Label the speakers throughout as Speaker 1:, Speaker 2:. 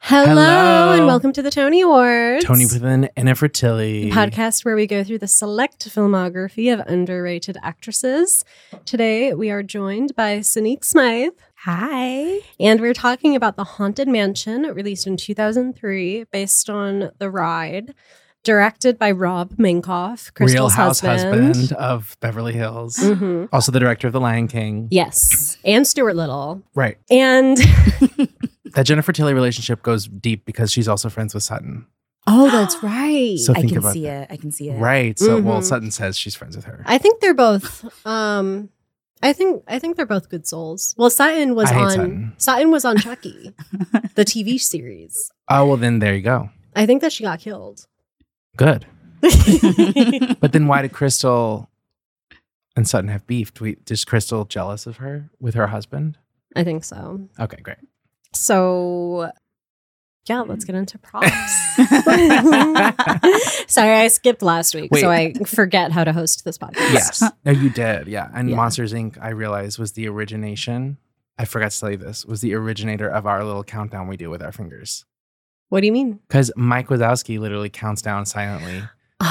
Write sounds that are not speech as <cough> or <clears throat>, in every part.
Speaker 1: Hello,
Speaker 2: Hello.
Speaker 1: and welcome to the Tony Awards.
Speaker 2: Tony with an Anna Fertilli.
Speaker 1: podcast where we go through the select filmography of underrated actresses. Today we are joined by Sonique Smythe. Hi. And we're talking about The Haunted Mansion, released in 2003, based on The Ride, directed by Rob Minkoff, Crystal's
Speaker 2: Real House
Speaker 1: husband.
Speaker 2: husband. of Beverly Hills.
Speaker 3: Mm.
Speaker 1: Mhm.
Speaker 2: Also the director of The Lion King.
Speaker 1: Yes. And Stuart Little.
Speaker 2: Right.
Speaker 1: And
Speaker 2: That Jennifer Tilly relationship goes deep because she's also friends with Sutton.
Speaker 3: Oh, that's right.
Speaker 2: <gasps> So
Speaker 3: I
Speaker 2: think
Speaker 3: can
Speaker 2: about
Speaker 3: see
Speaker 2: that.
Speaker 3: it. I can see it. Mm-hmm.
Speaker 2: Right. So well
Speaker 1: Mhm.
Speaker 2: Sutton says she's friends with her.
Speaker 1: I think they're both. Um, I think I think they're both good souls. Well, Sutton was
Speaker 2: I hate
Speaker 1: on
Speaker 2: Sutton.
Speaker 1: Sutton. was on
Speaker 2: <laughs>
Speaker 1: Chucky, the TV series.
Speaker 2: oh well then there you go.
Speaker 1: I think that she got
Speaker 2: <laughs>
Speaker 1: killed.
Speaker 2: Good. But then why did Crystal and Sutton have beef? Do we, is Crystal jealous of her with her husband?
Speaker 1: I think so.
Speaker 2: Okay, great.
Speaker 1: So, yeah, let's get into
Speaker 2: <laughs>
Speaker 1: props. Sorry, I skipped last week, so I
Speaker 2: Wait.
Speaker 1: forget how to host this podcast.
Speaker 2: Yes. <laughs> No, you did. Yeah. And
Speaker 1: Yeah.
Speaker 2: Monsters Inc., I realized, was the origination. I forgot to tell you this, was the originator of our little countdown we do with our fingers.
Speaker 1: What do you mean?
Speaker 2: Because Mike Wazowski literally counts
Speaker 1: <gasps>
Speaker 2: down silently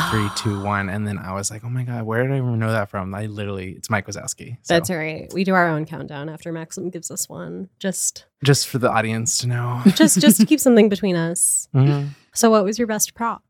Speaker 2: three, two, one. And then I was like, oh my God, where did I even know that from? I literally, it's Mike Wazowski. So,
Speaker 1: <sighs> That's all right. We do our own countdown after Maxim gives us one, just
Speaker 2: Just for the audience
Speaker 1: <laughs>
Speaker 2: to know.
Speaker 1: just just to keep something between us.
Speaker 2: Mhm.
Speaker 1: So, what was your best prop?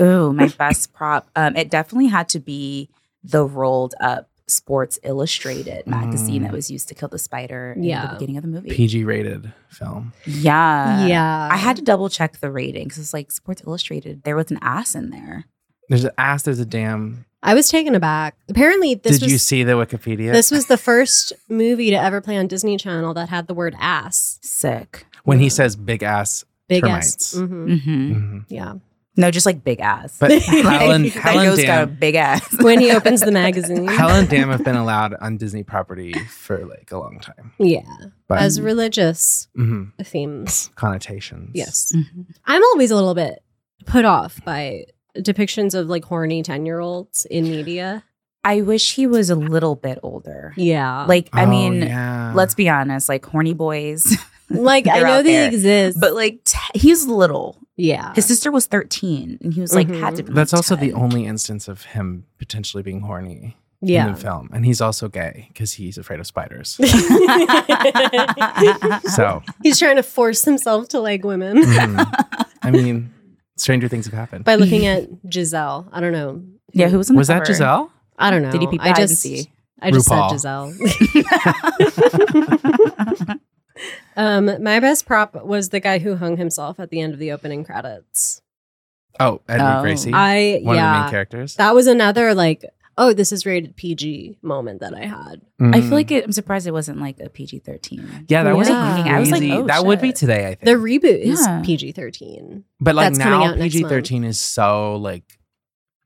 Speaker 3: Ooh,
Speaker 2: <laughs>
Speaker 3: my best prop. Um, it definitely had to be the rolled up Sports Illustrated magazine
Speaker 2: Mm.
Speaker 3: that was used to kill the spider in
Speaker 1: Yeah.
Speaker 3: the beginning of the movie.
Speaker 2: PG rated film.
Speaker 3: yeah.
Speaker 1: yeah,
Speaker 3: I had to double check the rating because it's like Sports Illustrated. There was an ass in there.
Speaker 2: There's an ass, there's a damn.
Speaker 1: I was taken aback. Apparently, this
Speaker 2: Did
Speaker 1: was
Speaker 2: you see the Wikipedia?
Speaker 1: this was the first movie to ever play on Disney Channel that had the word ass,
Speaker 3: Sick.
Speaker 2: when he says big ass.
Speaker 1: big
Speaker 2: Termites.
Speaker 1: ass.
Speaker 2: <laughs>
Speaker 1: hmm
Speaker 3: hmm
Speaker 1: <laughs>
Speaker 2: Mhm.
Speaker 1: Yeah,
Speaker 3: No, just like big ass.
Speaker 2: But Helen,
Speaker 3: <laughs> Like, that
Speaker 2: Helen
Speaker 3: ghost got a
Speaker 2: Dam,
Speaker 3: big ass.
Speaker 1: <laughs> when he opens
Speaker 3: <laughs>
Speaker 1: the magazine.
Speaker 2: Helen Dam have been allowed on Disney property for like a long time.
Speaker 1: yeah,
Speaker 2: But
Speaker 1: as religious
Speaker 2: mhm,
Speaker 1: themes.
Speaker 2: connotations.
Speaker 1: Yes,
Speaker 3: Mhm.
Speaker 1: I'm always a little bit put off by depictions of like horny ten year olds in media.
Speaker 3: I wish he was a little bit older.
Speaker 1: Yeah, like,
Speaker 3: Like,
Speaker 2: Oh,
Speaker 3: I mean,
Speaker 2: yeah.
Speaker 3: let's be honest, like horny boys. <laughs>
Speaker 1: I
Speaker 3: They're
Speaker 1: know
Speaker 3: out
Speaker 1: they
Speaker 3: there.
Speaker 1: exist,
Speaker 3: But like t- he's little.
Speaker 1: yeah,
Speaker 3: His sister was 13 and he was like had to be
Speaker 2: That's also the
Speaker 3: 10.
Speaker 2: only instance of him potentially being horny in
Speaker 3: <laughs>
Speaker 1: yeah. <laughs>
Speaker 2: the film. And he's also gay because he's afraid of spiders.
Speaker 3: <laughs>
Speaker 2: so,
Speaker 1: He's trying to force himself to like women.
Speaker 2: mhm. I mean, stranger things have happened.
Speaker 1: by looking
Speaker 3: <laughs>
Speaker 1: at Giselle. I don't know.
Speaker 3: Yeah, who was on the
Speaker 2: was that
Speaker 3: cover?
Speaker 2: Giselle?
Speaker 1: I don't know.
Speaker 3: Did he peep
Speaker 1: I
Speaker 3: eyes and
Speaker 1: just
Speaker 3: see?
Speaker 1: I just
Speaker 2: RuPaul.
Speaker 1: said Giselle.
Speaker 3: <laughs>
Speaker 1: <laughs> um, my best prop was the guy who hung himself at the end of the opening credits.
Speaker 2: Oh, Edward
Speaker 3: Oh.
Speaker 2: Gracie.
Speaker 1: I
Speaker 2: one of the main
Speaker 1: yeah,
Speaker 2: characters.
Speaker 1: that was another like oh this is rated PG moment that I had.
Speaker 3: I
Speaker 2: Mm.
Speaker 3: feel like it, I'm surprised it wasn't like a PG-13.
Speaker 2: Yeah, that was
Speaker 1: Yeah.
Speaker 2: crazy.
Speaker 1: I was like,
Speaker 3: oh,
Speaker 2: that would be
Speaker 3: shit.
Speaker 2: today, I think.
Speaker 1: The reboot is
Speaker 3: Yeah.
Speaker 1: PG thirteen.
Speaker 2: But like
Speaker 1: That's coming
Speaker 2: now,
Speaker 1: out next
Speaker 2: PG thirteen is so like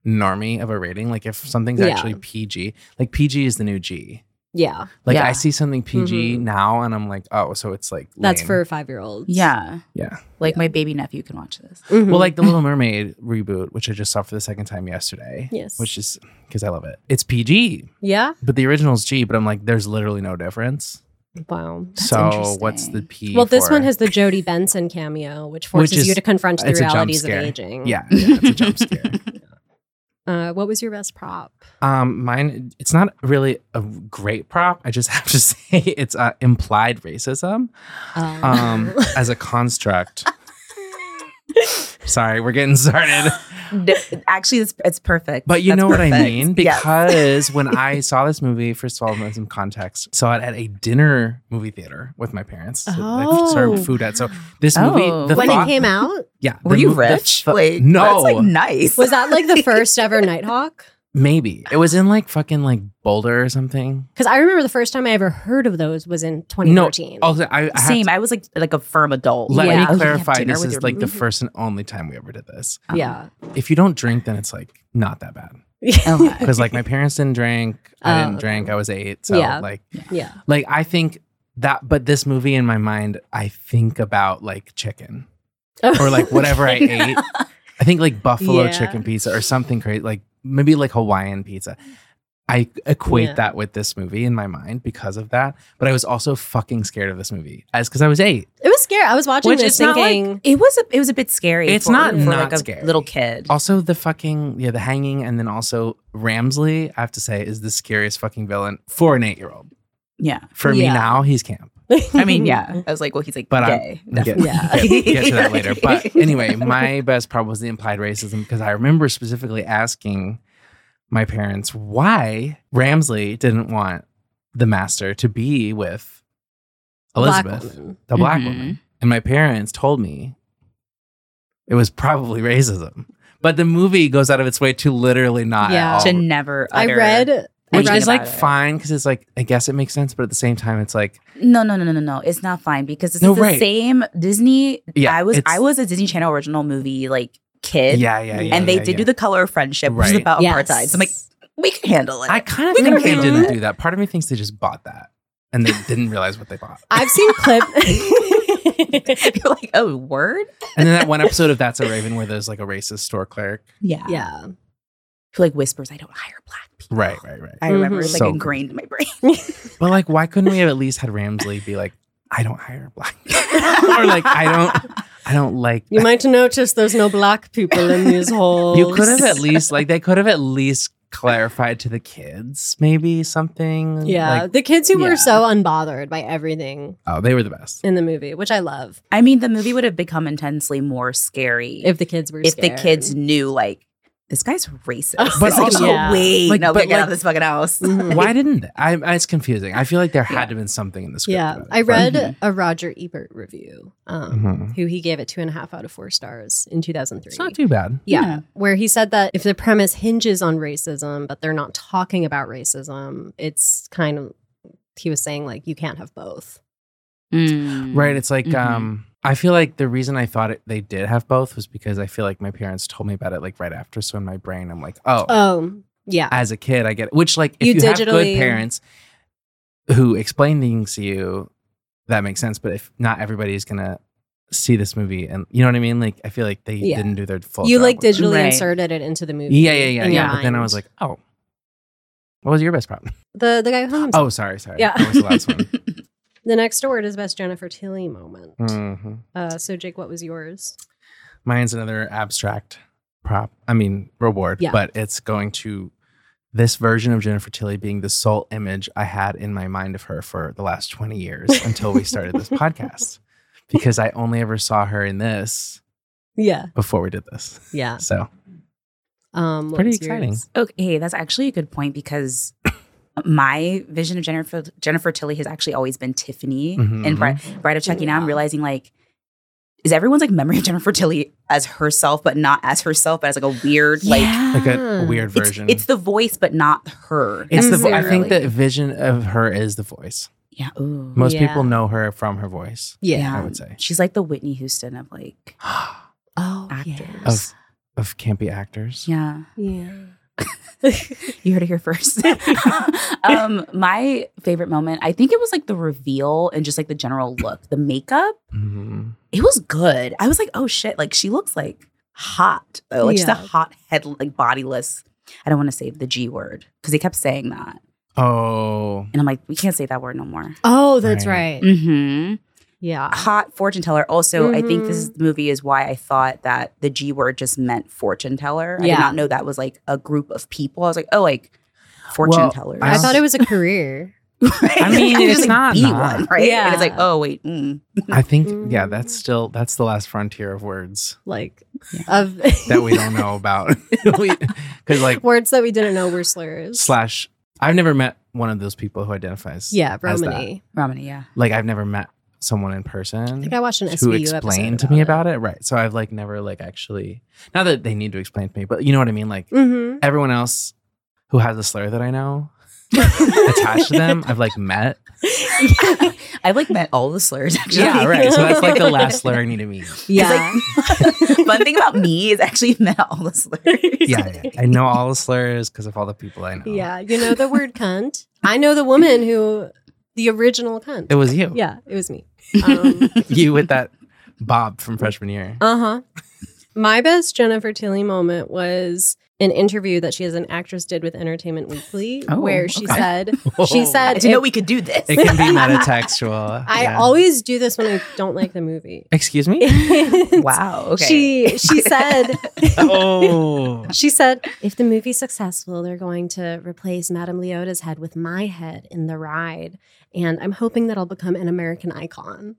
Speaker 2: normy of a rating. Like if something's
Speaker 1: Yeah.
Speaker 2: actually PG, like PG is the new G.
Speaker 1: Yeah,
Speaker 2: Like
Speaker 3: Yeah.
Speaker 2: I see something PG
Speaker 1: Mhm.
Speaker 2: now, and I'm like, oh, so it's like
Speaker 1: that's
Speaker 2: lame.
Speaker 1: for five year olds.
Speaker 3: Yeah.
Speaker 2: Yeah.
Speaker 3: Like my baby nephew can watch this.
Speaker 1: Mm-hmm. hmm.
Speaker 2: Well, like
Speaker 1: <laughs>
Speaker 2: the Little Mermaid reboot, which I just saw for the second time yesterday.
Speaker 1: Yes.
Speaker 2: Which is because I love it. It's PG,
Speaker 1: yeah.
Speaker 2: but the original is G. But I'm like, there's literally no difference.
Speaker 1: Wow.
Speaker 2: so what's the P?
Speaker 1: Well, this
Speaker 2: for-
Speaker 1: one has the Jodie Benson cameo, which forces
Speaker 2: is-
Speaker 1: you to confront the
Speaker 2: it's a jump
Speaker 1: realities of
Speaker 2: scare.
Speaker 1: aging.
Speaker 2: Yeah, yeah, it's a
Speaker 1: <laughs>
Speaker 2: jump scare.
Speaker 1: Uh, what was your best prop?
Speaker 2: Um, mine. It's not really a great prop. I just <laughs> have to say it's uh, implied racism
Speaker 1: <laughs>
Speaker 2: um, as a construct. Sorry, we're getting started,
Speaker 3: D- Actually, it's, it's perfect.
Speaker 2: but you
Speaker 3: That's
Speaker 2: know what I
Speaker 3: perfect.
Speaker 2: mean
Speaker 3: Yes.
Speaker 2: because
Speaker 3: <laughs>
Speaker 2: when I saw this movie, first of all, in some context, saw it at a dinner movie theater with my parents. So
Speaker 1: Oh.
Speaker 2: They served food at. So this
Speaker 3: Oh.
Speaker 2: movie, the
Speaker 1: when
Speaker 2: thought-
Speaker 1: it came out,
Speaker 2: yeah,
Speaker 3: were
Speaker 2: the
Speaker 3: you
Speaker 2: mo- the
Speaker 3: rich?
Speaker 2: thought-
Speaker 3: like
Speaker 2: no,
Speaker 3: that's like nice.
Speaker 1: was that like the
Speaker 3: <laughs>
Speaker 1: first ever Nighthawk?
Speaker 2: maybe it was in like fucking like Boulder or something.
Speaker 1: Because I remember the first time I ever heard of those was in 2013.
Speaker 2: Also, I, I have
Speaker 3: Same. I was like like a firm adult.
Speaker 2: Let
Speaker 1: Yeah.
Speaker 2: me
Speaker 3: Oh, you have
Speaker 2: clarify.
Speaker 3: dinner
Speaker 2: This
Speaker 3: with
Speaker 2: is
Speaker 3: your-
Speaker 2: like the first and only time we ever did this.
Speaker 1: yeah.
Speaker 2: If you don't drink, then it's like not that bad.
Speaker 3: Oh.
Speaker 1: <laughs>
Speaker 3: Okay.
Speaker 2: Because
Speaker 3: <laughs>
Speaker 2: like my parents didn't drink, I
Speaker 1: Oh,
Speaker 2: didn't drink. I was eight, so
Speaker 1: Yeah.
Speaker 2: like,
Speaker 1: yeah.
Speaker 2: like I think that. But this movie in my mind, I think about like chicken or
Speaker 1: <laughs>
Speaker 2: like whatever I ate. I think like buffalo
Speaker 1: Yeah.
Speaker 2: chicken pizza or something crazy, like maybe like Hawaiian pizza. I equate
Speaker 1: Yeah.
Speaker 2: that with this movie in my mind because of that. But I was also fucking scared of this movie as because I was eight.
Speaker 1: It was scary. I was watching
Speaker 3: Which
Speaker 1: this
Speaker 3: is not
Speaker 1: thinking.
Speaker 3: like it was a it was a bit scary.
Speaker 2: It's
Speaker 3: for-
Speaker 2: not
Speaker 3: for
Speaker 2: not
Speaker 3: like a
Speaker 2: scary. Oh.
Speaker 3: little kid.
Speaker 2: Also, the fucking yeah, the hanging, and then also Ramsley. I have to say, is the scariest fucking villain for an eight-year-old.
Speaker 3: Yeah,
Speaker 2: For me
Speaker 1: Yeah.
Speaker 2: now, he's camp.
Speaker 3: <laughs> I mean, yeah. I was like, well, he's like
Speaker 2: But I'm-
Speaker 3: gay.
Speaker 2: We'll get- <laughs>
Speaker 3: <laughs>
Speaker 1: Yeah.
Speaker 2: get, get to that later. But anyway, my best problem was the implied racism because I remember specifically asking my parents why Ramsley didn't want the master to be with
Speaker 1: Black
Speaker 2: Elizabeth,
Speaker 1: woman.
Speaker 2: the black
Speaker 3: Mhm.
Speaker 2: woman. And my parents told me it was probably racism. But the movie goes out of its way to literally not
Speaker 1: Yeah.
Speaker 2: at all
Speaker 3: to never.
Speaker 1: I
Speaker 3: utter-
Speaker 1: read. I
Speaker 2: which
Speaker 1: read
Speaker 2: is like
Speaker 3: about it.
Speaker 2: fine because it's like I guess it makes sense, but at the same time, it's like
Speaker 3: No, no, no, no, no, no. It's not fine because it's
Speaker 2: No,
Speaker 3: the
Speaker 2: right.
Speaker 3: same Disney.
Speaker 2: yeah,
Speaker 3: I was
Speaker 2: it's-
Speaker 3: I was a Disney Channel original movie like kid.
Speaker 2: yeah, yeah, yeah,
Speaker 3: and they
Speaker 2: yeah,
Speaker 3: did
Speaker 2: yeah.
Speaker 3: do the color of friendship, which
Speaker 2: Right.
Speaker 3: is about
Speaker 1: Yes.
Speaker 3: apartheid. So I'm like, we can handle it. <laughs>
Speaker 2: I kind of
Speaker 3: We
Speaker 2: think
Speaker 3: can
Speaker 2: they
Speaker 3: handle
Speaker 2: didn't
Speaker 3: it.
Speaker 2: do that. Part of me thinks they just bought that and they didn't realize what they bought.
Speaker 1: I've
Speaker 2: <laughs>
Speaker 1: seen clip. <laughs>
Speaker 3: You're like, oh, word?
Speaker 2: And then that one episode of That's a Raven where there's like a racist store clerk.
Speaker 3: Yeah.
Speaker 1: yeah.
Speaker 3: Who like whispers, I don't hire black people.
Speaker 2: Right, right, right.
Speaker 3: I remember
Speaker 1: Mhm.
Speaker 3: it's like
Speaker 2: So-
Speaker 3: ingrained in my brain.
Speaker 2: But like, why couldn't we have at least had Ramsley be like, I don't hire black <laughs> or like I don't I don't like
Speaker 1: You might notice there's no black people in these halls.
Speaker 2: you could have at least like they could have at least clarified to the kids maybe something.
Speaker 1: Yeah,
Speaker 2: Like,
Speaker 1: the kids who
Speaker 2: yeah.
Speaker 1: were so unbothered by everything
Speaker 2: oh, they were the best.
Speaker 1: in the movie, which I love.
Speaker 3: <laughs> I mean, the movie would have become intensely more scary
Speaker 1: If the kids were
Speaker 3: if the
Speaker 1: scared.
Speaker 3: kids knew like this guy's racist.
Speaker 1: But
Speaker 3: It's <laughs> like,
Speaker 2: also-
Speaker 1: Yeah.
Speaker 3: oh, wait,
Speaker 2: Like,
Speaker 3: no,
Speaker 2: but
Speaker 3: but get out of
Speaker 2: like-
Speaker 3: this fucking house.
Speaker 1: Mhm.
Speaker 2: Why didn't they? I, I? It's confusing. I feel like there had
Speaker 3: Yeah.
Speaker 2: to have been something in the script.
Speaker 1: <laughs> Yeah,
Speaker 2: about it,
Speaker 1: I
Speaker 2: but-
Speaker 1: read
Speaker 3: Mhm.
Speaker 1: a Roger Ebert review, um,
Speaker 2: Mhm.
Speaker 1: who he gave it two and a half out of four stars in 2003.
Speaker 2: It's not too bad.
Speaker 1: yeah,
Speaker 3: <laughs> Yeah.
Speaker 1: where he said that if the premise hinges on racism, but they're not talking about racism, it's kind of he was saying like you can't have both.
Speaker 2: Right. It's like
Speaker 3: Mhm.
Speaker 2: um I feel like the reason I thought it, they did have both was because I feel like my parents told me about it like right after. So in my brain, I'm like, oh,
Speaker 1: Um, yeah,
Speaker 2: as a kid, I get it. Which like if
Speaker 1: You
Speaker 2: you, have
Speaker 1: digitally-
Speaker 2: good parents who explain things to you, that makes sense. But if not, everybody's gonna see this movie, and you know what I mean. Like I feel like they
Speaker 1: Yeah.
Speaker 2: didn't do their full.
Speaker 1: you
Speaker 2: job
Speaker 1: like
Speaker 2: with it.
Speaker 1: digitally
Speaker 3: Right.
Speaker 1: inserted it into the movie.
Speaker 2: Yeah, yeah, yeah,
Speaker 1: in your
Speaker 2: yeah. But then I
Speaker 1: mind.
Speaker 2: was like, oh, what was your
Speaker 1: <laughs>
Speaker 2: best problem?
Speaker 1: the the guy who hung himself.
Speaker 2: Oh, sorry, sorry.
Speaker 1: Yeah.
Speaker 2: that was the
Speaker 1: <laughs>
Speaker 2: last one.
Speaker 1: The next word is best Jennifer Tilly moment.
Speaker 2: Mhm.
Speaker 1: Uh, so Jake, what was yours?
Speaker 2: Mine's another abstract prop. I mean reward,
Speaker 1: Yeah.
Speaker 2: but it's going to this version of Jennifer Tilly being the sole image I had in my mind of her for the last 20 years until we started this podcast. Because I only ever saw her in this
Speaker 1: Yeah,
Speaker 2: before we did this.
Speaker 1: yeah.
Speaker 2: So
Speaker 1: Um, what
Speaker 2: Pretty
Speaker 1: was
Speaker 2: exciting.
Speaker 1: yours?
Speaker 3: Okay, that's actually a good point because my vision of Jennifer Jennifer Tilly has actually always been Tiffany
Speaker 2: Mhm.
Speaker 3: and Bride, Bride of Chucky. Now
Speaker 1: Yeah.
Speaker 3: I'm realizing like is everyone's like memory of Jennifer Tilly as herself, but not as herself, but as like a weird like
Speaker 2: like a
Speaker 1: Yeah.
Speaker 2: weird
Speaker 3: it's,
Speaker 2: version.
Speaker 3: it's the voice, but not her.
Speaker 2: It's the vo- I
Speaker 1: necessarily.
Speaker 2: think the vision of her is the voice.
Speaker 3: yeah. Ooh.
Speaker 2: Most
Speaker 1: Yeah.
Speaker 2: people know her from her voice.
Speaker 1: Yeah.
Speaker 2: I would say.
Speaker 3: she's like the Whitney Houston of like
Speaker 1: Oh,
Speaker 3: actors.
Speaker 2: Of of campy actors.
Speaker 3: Yeah,
Speaker 1: yeah.
Speaker 3: you heard it
Speaker 1: <laughs>
Speaker 3: here first. <laughs> um, my favorite moment, I think it was like the reveal and just like the general look, the makeup.
Speaker 2: Mhm.
Speaker 3: it was good. I was like, oh shit, like she looks like hot though. Like she's a
Speaker 1: Yeah.
Speaker 3: hot head, like bodiless. I don't want to say the G word because they kept saying that,
Speaker 2: Oh.
Speaker 3: and I'm like, we can't say that word no more.
Speaker 1: Oh, that's
Speaker 2: Right.
Speaker 1: right.
Speaker 3: Mm-hmm.
Speaker 1: Yeah.
Speaker 3: Hot fortune teller. Also, I think this
Speaker 1: Mhm.
Speaker 3: is, movie is why I thought that the G word just meant fortune teller. I
Speaker 1: Yeah.
Speaker 3: did not know that was like a group of people. I was like, oh, like fortune
Speaker 2: Well,
Speaker 3: tellers.
Speaker 1: I thought
Speaker 2: also-
Speaker 1: it was a
Speaker 2: <laughs>
Speaker 1: career.
Speaker 3: <laughs>
Speaker 2: I mean,
Speaker 3: Just,
Speaker 2: it's not
Speaker 3: be
Speaker 2: not.
Speaker 3: one, right?
Speaker 1: Yeah.
Speaker 3: And it's like, oh wait, mm.
Speaker 2: I think yeah,
Speaker 1: Mm.
Speaker 2: that's still that's the last frontier of words
Speaker 1: like
Speaker 3: Yeah.
Speaker 1: of
Speaker 2: that we don't know about. <laughs> Because
Speaker 1: <laughs>
Speaker 2: like
Speaker 1: words that we didn't know were slurs.
Speaker 2: slash, I've never met one of those people who identifies.
Speaker 1: yeah,
Speaker 2: as that.
Speaker 1: Romany.
Speaker 3: Romany, yeah.
Speaker 2: like I've never met someone in
Speaker 1: I
Speaker 2: person
Speaker 1: think I watched an
Speaker 2: who
Speaker 1: SVU
Speaker 2: explained
Speaker 1: episode
Speaker 2: to me about it. Right, so I've like never like actually. Not that they need to explain to me, but you know what I mean. Like
Speaker 1: Mm-hmm.
Speaker 2: everyone else who has a slur that I know attached to them, I've
Speaker 1: <laughs>
Speaker 2: like met.
Speaker 3: I've like met all the slurs actually.
Speaker 2: Yeah, right. So that's like
Speaker 1: <laughs>
Speaker 2: the last slur I need to meet.
Speaker 1: Yeah.
Speaker 3: <laughs>
Speaker 1: <laughs>
Speaker 3: Fun thing about me is I actually met all the slurs.
Speaker 2: <laughs> Yeah, yeah. I know all the slurs because of all the people I know.
Speaker 1: yeah. You know the word cunt. I know the woman who the original cunt.
Speaker 2: it was you.
Speaker 1: yeah, it was me. Um,
Speaker 2: <laughs> you with that Bob from freshman year.
Speaker 1: uh huh. My best Jennifer Tilly moment was an interview that she as an actress did with Entertainment Weekly
Speaker 3: Oh,
Speaker 1: where she
Speaker 3: okay.
Speaker 1: said she
Speaker 3: I
Speaker 1: said
Speaker 3: didn't know
Speaker 1: "If-
Speaker 3: we could do this.
Speaker 2: It can
Speaker 3: <laughs>
Speaker 2: be metatextual.
Speaker 1: <laughs> I
Speaker 2: Yeah.
Speaker 1: always do this when I don't like the movie. <laughs>
Speaker 2: Excuse me?
Speaker 1: And
Speaker 3: wow. Okay.
Speaker 1: She she said
Speaker 2: Oh.
Speaker 1: she said if the movie's successful they're going to replace Madame Leota's head with my head in the ride and I'm hoping that I'll become an American icon.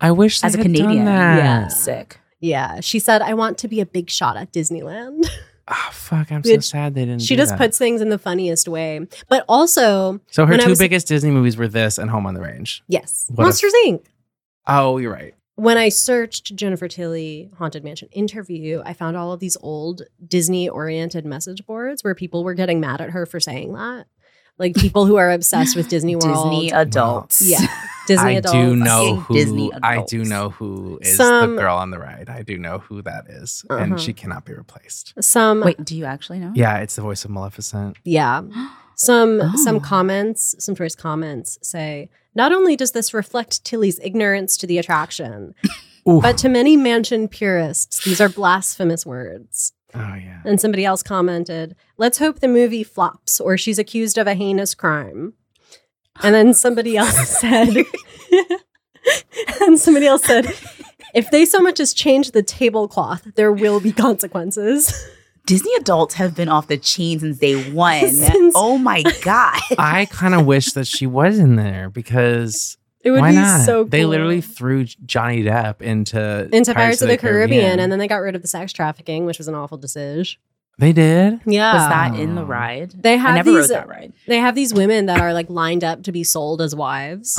Speaker 2: I wish they
Speaker 3: as a
Speaker 2: had done
Speaker 3: Canadian,
Speaker 2: that.
Speaker 1: Yeah.
Speaker 3: sick.
Speaker 1: Yeah, she said I want to be a big shot at Disneyland.
Speaker 2: Oh, fuck. I'm
Speaker 1: Bitch.
Speaker 2: so sad they didn't
Speaker 1: she
Speaker 2: do
Speaker 1: just
Speaker 2: that.
Speaker 1: puts things in the funniest way. But also,
Speaker 2: So her
Speaker 1: when I
Speaker 2: two
Speaker 1: was-
Speaker 2: biggest Disney movies were this and Home on the Range.
Speaker 1: yes,
Speaker 2: What a-
Speaker 1: Monsters Inc.
Speaker 2: Oh, you're right.
Speaker 1: When I searched Jennifer Tilly Haunted Mansion interview, I found all of these old Disney oriented message boards where people were getting mad at her for saying that. Like people who are obsessed with Disney World.
Speaker 3: Disney adults.
Speaker 1: yeah. Disney
Speaker 2: I
Speaker 1: adults.
Speaker 2: do know
Speaker 3: Fucking
Speaker 2: who
Speaker 3: Disney
Speaker 2: I do
Speaker 3: adults.
Speaker 2: know who is
Speaker 1: Some-
Speaker 2: the girl on the ride. I do know who that is,
Speaker 1: Uh-huh.
Speaker 2: and she cannot be replaced.
Speaker 1: Some
Speaker 3: Wait, do you actually know?
Speaker 2: Yeah, it's the voice of Maleficent.
Speaker 1: yeah. Some some
Speaker 3: Oh.
Speaker 1: comments, some choice comments say, not only does this reflect Tilly's ignorance to the attraction,
Speaker 2: Oof.
Speaker 1: but to many mansion purists, these are blasphemous words.
Speaker 2: oh yeah,
Speaker 1: And somebody else commented, let's hope the movie flops or she's accused of a heinous crime. And then somebody else said, <laughs> and somebody else said, if they so much as change the tablecloth, there will be consequences.
Speaker 3: Disney adults have been off the chain since day one.
Speaker 1: Since-
Speaker 3: oh my god.
Speaker 2: I kind of wish that she was in there because
Speaker 1: It would
Speaker 2: why
Speaker 1: be
Speaker 2: not?
Speaker 1: so cool.
Speaker 2: They literally threw J- Johnny Depp into
Speaker 1: into Pirates of the, Caribbean, and then they got rid of the sex trafficking, which was an awful decision.
Speaker 2: they did.
Speaker 1: Yeah.
Speaker 3: Was that in
Speaker 2: Oh.
Speaker 3: the ride?
Speaker 1: They had
Speaker 3: I never
Speaker 1: these-
Speaker 3: rode that ride.
Speaker 1: they have these women that are like lined up to be sold as wives.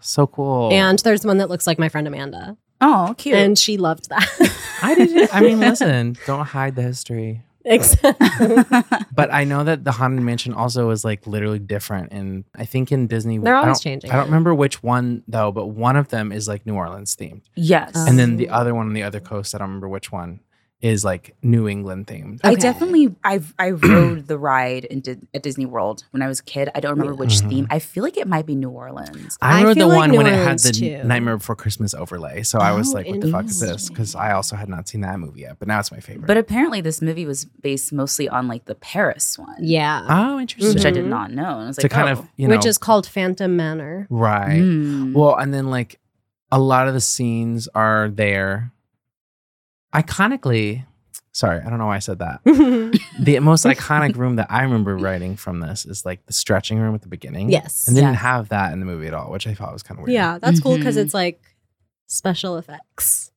Speaker 2: So cool.
Speaker 1: And there's one that looks like my friend Amanda.
Speaker 3: Oh, cute.
Speaker 1: <laughs> And she loved that.
Speaker 2: I didn't.
Speaker 1: <laughs>
Speaker 2: I mean, listen, don't hide the history.
Speaker 1: Except
Speaker 2: But I know that the Haunted Mansion also is like literally different, and I think in Disney
Speaker 1: They're
Speaker 2: I
Speaker 1: always
Speaker 2: don't-
Speaker 1: changing
Speaker 2: I don't
Speaker 1: it.
Speaker 2: remember which one though, but one of them is like New Orleans themed,
Speaker 3: yes.
Speaker 1: Um,
Speaker 2: and then the other one on the other coast. I don't remember which one is like New England themed.
Speaker 1: Okay.
Speaker 3: I definitely I I rode the ride in, Di- at Disney World when I was a kid. I don't remember which
Speaker 2: Mhm.
Speaker 3: theme. I feel like it might be New Orleans.
Speaker 1: I
Speaker 2: I remember
Speaker 1: feel
Speaker 2: the
Speaker 1: like
Speaker 2: one
Speaker 1: New
Speaker 2: when
Speaker 1: Orleans,
Speaker 2: it had the
Speaker 1: too.
Speaker 2: Nightmare Before Christmas overlay. So I was
Speaker 1: Oh,
Speaker 2: like, "What the fuck is this?"
Speaker 3: interesting.
Speaker 2: Because I also had not seen that movie yet, but now it's my favorite.
Speaker 3: But apparently this movie was based mostly on like the Paris one.
Speaker 1: <laughs> yeah.
Speaker 2: oh, interesting.
Speaker 3: Which I did
Speaker 1: Mhm.
Speaker 3: not know. And I was
Speaker 2: To
Speaker 3: like,
Speaker 2: kind
Speaker 3: oh.
Speaker 2: of you know,
Speaker 1: which is called Phantom <laughs> Manor.
Speaker 2: right.
Speaker 3: Mm.
Speaker 2: Well, and then like a lot of the scenes are there. Iconically, sorry, I don't know why I said that.
Speaker 1: <laughs>
Speaker 2: The most iconic room that I remember writing from this is like the stretching room at the beginning.
Speaker 1: yes.
Speaker 2: And they didn't
Speaker 3: Yes.
Speaker 2: have that in the movie at all, which I thought was kind of weird.
Speaker 1: Yeah, that's cool because
Speaker 3: Mhm.
Speaker 1: it's like special effects.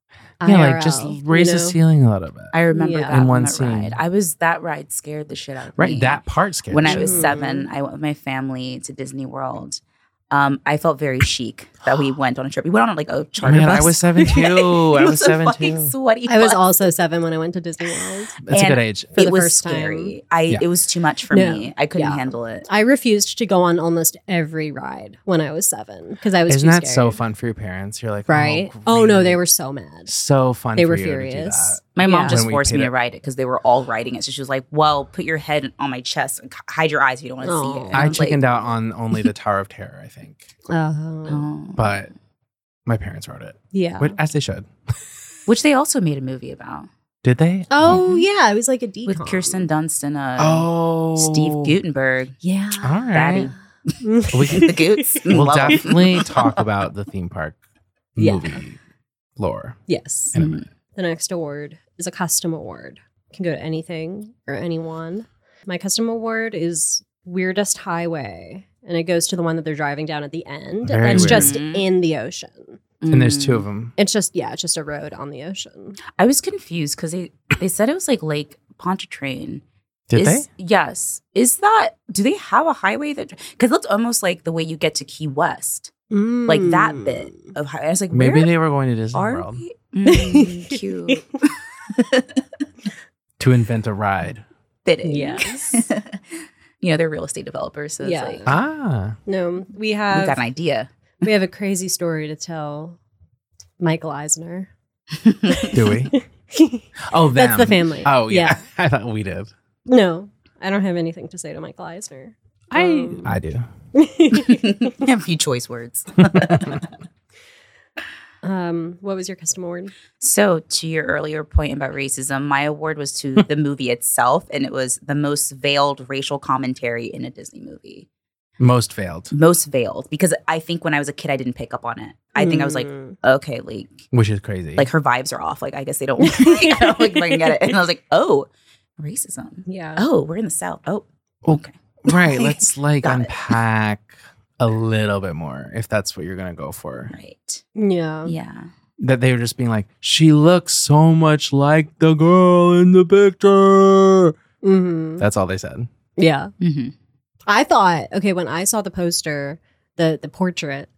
Speaker 2: Yeah, like just
Speaker 1: IRL,
Speaker 2: raise
Speaker 1: you
Speaker 2: the
Speaker 1: know?
Speaker 2: ceiling a little bit.
Speaker 3: I remember
Speaker 1: Yeah.
Speaker 3: that
Speaker 2: In
Speaker 3: one
Speaker 2: one
Speaker 3: that
Speaker 2: scene.
Speaker 3: ride. I was that ride scared the shit out of me.
Speaker 2: right. That part scared
Speaker 3: when
Speaker 2: the
Speaker 3: I
Speaker 2: shit
Speaker 3: was
Speaker 2: out
Speaker 1: Mhm.
Speaker 3: seven, I went with my family to Disney World. Um, I felt very chic
Speaker 2: <gasps>
Speaker 3: that we went on a trip. We went on like a
Speaker 2: of
Speaker 3: charter
Speaker 2: me. Man,
Speaker 3: bus.
Speaker 2: I was seven too.
Speaker 3: <laughs> It
Speaker 2: I was
Speaker 3: a
Speaker 2: seven
Speaker 3: fucking
Speaker 2: too.
Speaker 3: Sweaty.
Speaker 1: I was
Speaker 3: <laughs> bus.
Speaker 1: also seven when I went to Disney World.
Speaker 2: That's a
Speaker 3: and
Speaker 2: good age.
Speaker 1: for
Speaker 3: it
Speaker 1: the
Speaker 3: was
Speaker 1: first time.
Speaker 3: scary. I
Speaker 2: Yeah.
Speaker 3: it was too much for
Speaker 1: No.
Speaker 3: me. I couldn't
Speaker 1: Yeah.
Speaker 3: handle it.
Speaker 1: I refused to go on almost every ride when I was seven because I was
Speaker 2: Isn't
Speaker 1: too
Speaker 2: that so
Speaker 1: scared.
Speaker 2: fun for your parents? You're like,
Speaker 1: Right?
Speaker 2: Oh,
Speaker 1: Oh, no,
Speaker 2: great.
Speaker 1: they were so mad.
Speaker 2: so fun.
Speaker 1: They
Speaker 2: for
Speaker 1: were
Speaker 2: you to do
Speaker 1: furious.
Speaker 2: that.
Speaker 3: My mom
Speaker 1: Yeah.
Speaker 3: just
Speaker 2: When we
Speaker 3: forced me
Speaker 2: paid
Speaker 3: to
Speaker 2: it-
Speaker 3: ride it because they were all riding it. So she was like, "Well, put your head on my chest and c- hide your eyes if you don't want to see
Speaker 1: Oh.
Speaker 3: it." And
Speaker 2: I
Speaker 3: was like,
Speaker 2: chickened out on only
Speaker 3: <laughs>
Speaker 2: the Tower of Terror, I think,
Speaker 1: Oh,
Speaker 3: "Oh."
Speaker 2: but my parents wrote it,
Speaker 1: yeah.
Speaker 2: which, as they should.
Speaker 3: which they also made a movie about
Speaker 2: Did they?
Speaker 1: Oh, yeah. It was like a decom.
Speaker 3: with Kirsten Dunst and uh,
Speaker 2: Oh,
Speaker 3: Steve Gutenberg. <laughs>
Speaker 1: Yeah.
Speaker 2: All right.
Speaker 3: Daddy.
Speaker 2: We
Speaker 1: <laughs>
Speaker 3: the
Speaker 2: can,
Speaker 3: Goots.
Speaker 2: we'll
Speaker 3: Mm, Love 'em.
Speaker 2: definitely
Speaker 3: <laughs>
Speaker 2: talk about the theme park
Speaker 1: Yeah.
Speaker 2: movie lore.
Speaker 1: yes.
Speaker 2: in a
Speaker 3: Mm.
Speaker 2: minute.
Speaker 1: The next award is a custom award. It can go to anything or anyone. My custom award is Weirdest Highway, and it goes to the one that they're driving down at the end.
Speaker 2: Very
Speaker 1: and it's
Speaker 2: weird.
Speaker 1: just
Speaker 3: Mhm.
Speaker 1: in the ocean.
Speaker 2: And there's
Speaker 3: Mm.
Speaker 2: two of them.
Speaker 1: It's just, yeah, it's just a road on the ocean.
Speaker 3: I was confused because they they said it was like Lake Pontchartrain.
Speaker 2: Did
Speaker 3: Is-
Speaker 2: they?
Speaker 3: Yes. Is that? Do they have a highway that? Because that's almost like the way you get to Key West, like that
Speaker 1: Mm.
Speaker 3: bit of highway. I was like,
Speaker 2: Maybe
Speaker 3: where
Speaker 2: they were going to Disney
Speaker 3: are
Speaker 2: World
Speaker 3: we?
Speaker 1: <laughs>
Speaker 3: Mm, cute.
Speaker 2: to invent a ride.
Speaker 3: <laughs> Fitting.
Speaker 1: Yes.
Speaker 3: you know they're real estate developers, so
Speaker 1: Yeah. Uh,
Speaker 3: it's like
Speaker 2: Ah,
Speaker 1: <laughs> No, we
Speaker 3: we got an
Speaker 1: have <laughs>
Speaker 3: idea. <laughs>
Speaker 1: we have a crazy story to tell. Michael Eisner.
Speaker 2: <laughs> do we? Oh, them.
Speaker 1: That's the family.
Speaker 2: Oh yeah, <laughs> I thought we did.
Speaker 1: No, I don't have anything to say to Michael Eisner. Um,
Speaker 2: I do.
Speaker 1: <laughs>
Speaker 3: a few choice words.
Speaker 1: Um, what was your custom award?
Speaker 3: So, to your earlier point about racism, my award was to the movie itself, and it was the most veiled racial commentary in a Disney movie.
Speaker 2: Most failed,
Speaker 3: Most veiled, because I think when I was a kid, I didn't pick up on it. I think I was like,
Speaker 1: Mm.
Speaker 3: okay, like,
Speaker 2: which is crazy.
Speaker 3: like her vibes are off. Like, I guess they don't <laughs> like,
Speaker 1: <laughs>
Speaker 3: I don't, like, fucking get it. And I was like, oh, racism.
Speaker 1: yeah.
Speaker 3: Oh, we're in the South. Oh,
Speaker 2: Well,
Speaker 3: okay.
Speaker 1: <laughs>
Speaker 2: right. Let's like
Speaker 3: Got it.
Speaker 2: unpack a little bit more if that's what you're gonna go for.
Speaker 3: Right.
Speaker 1: Yeah.
Speaker 3: Yeah.
Speaker 2: That they were just being like, she looks so much like the girl in the picture.
Speaker 1: hmm
Speaker 2: That's all they said.
Speaker 1: Yeah.
Speaker 3: Mm-hmm.
Speaker 1: I thought, okay, when I saw the poster, the the portrait,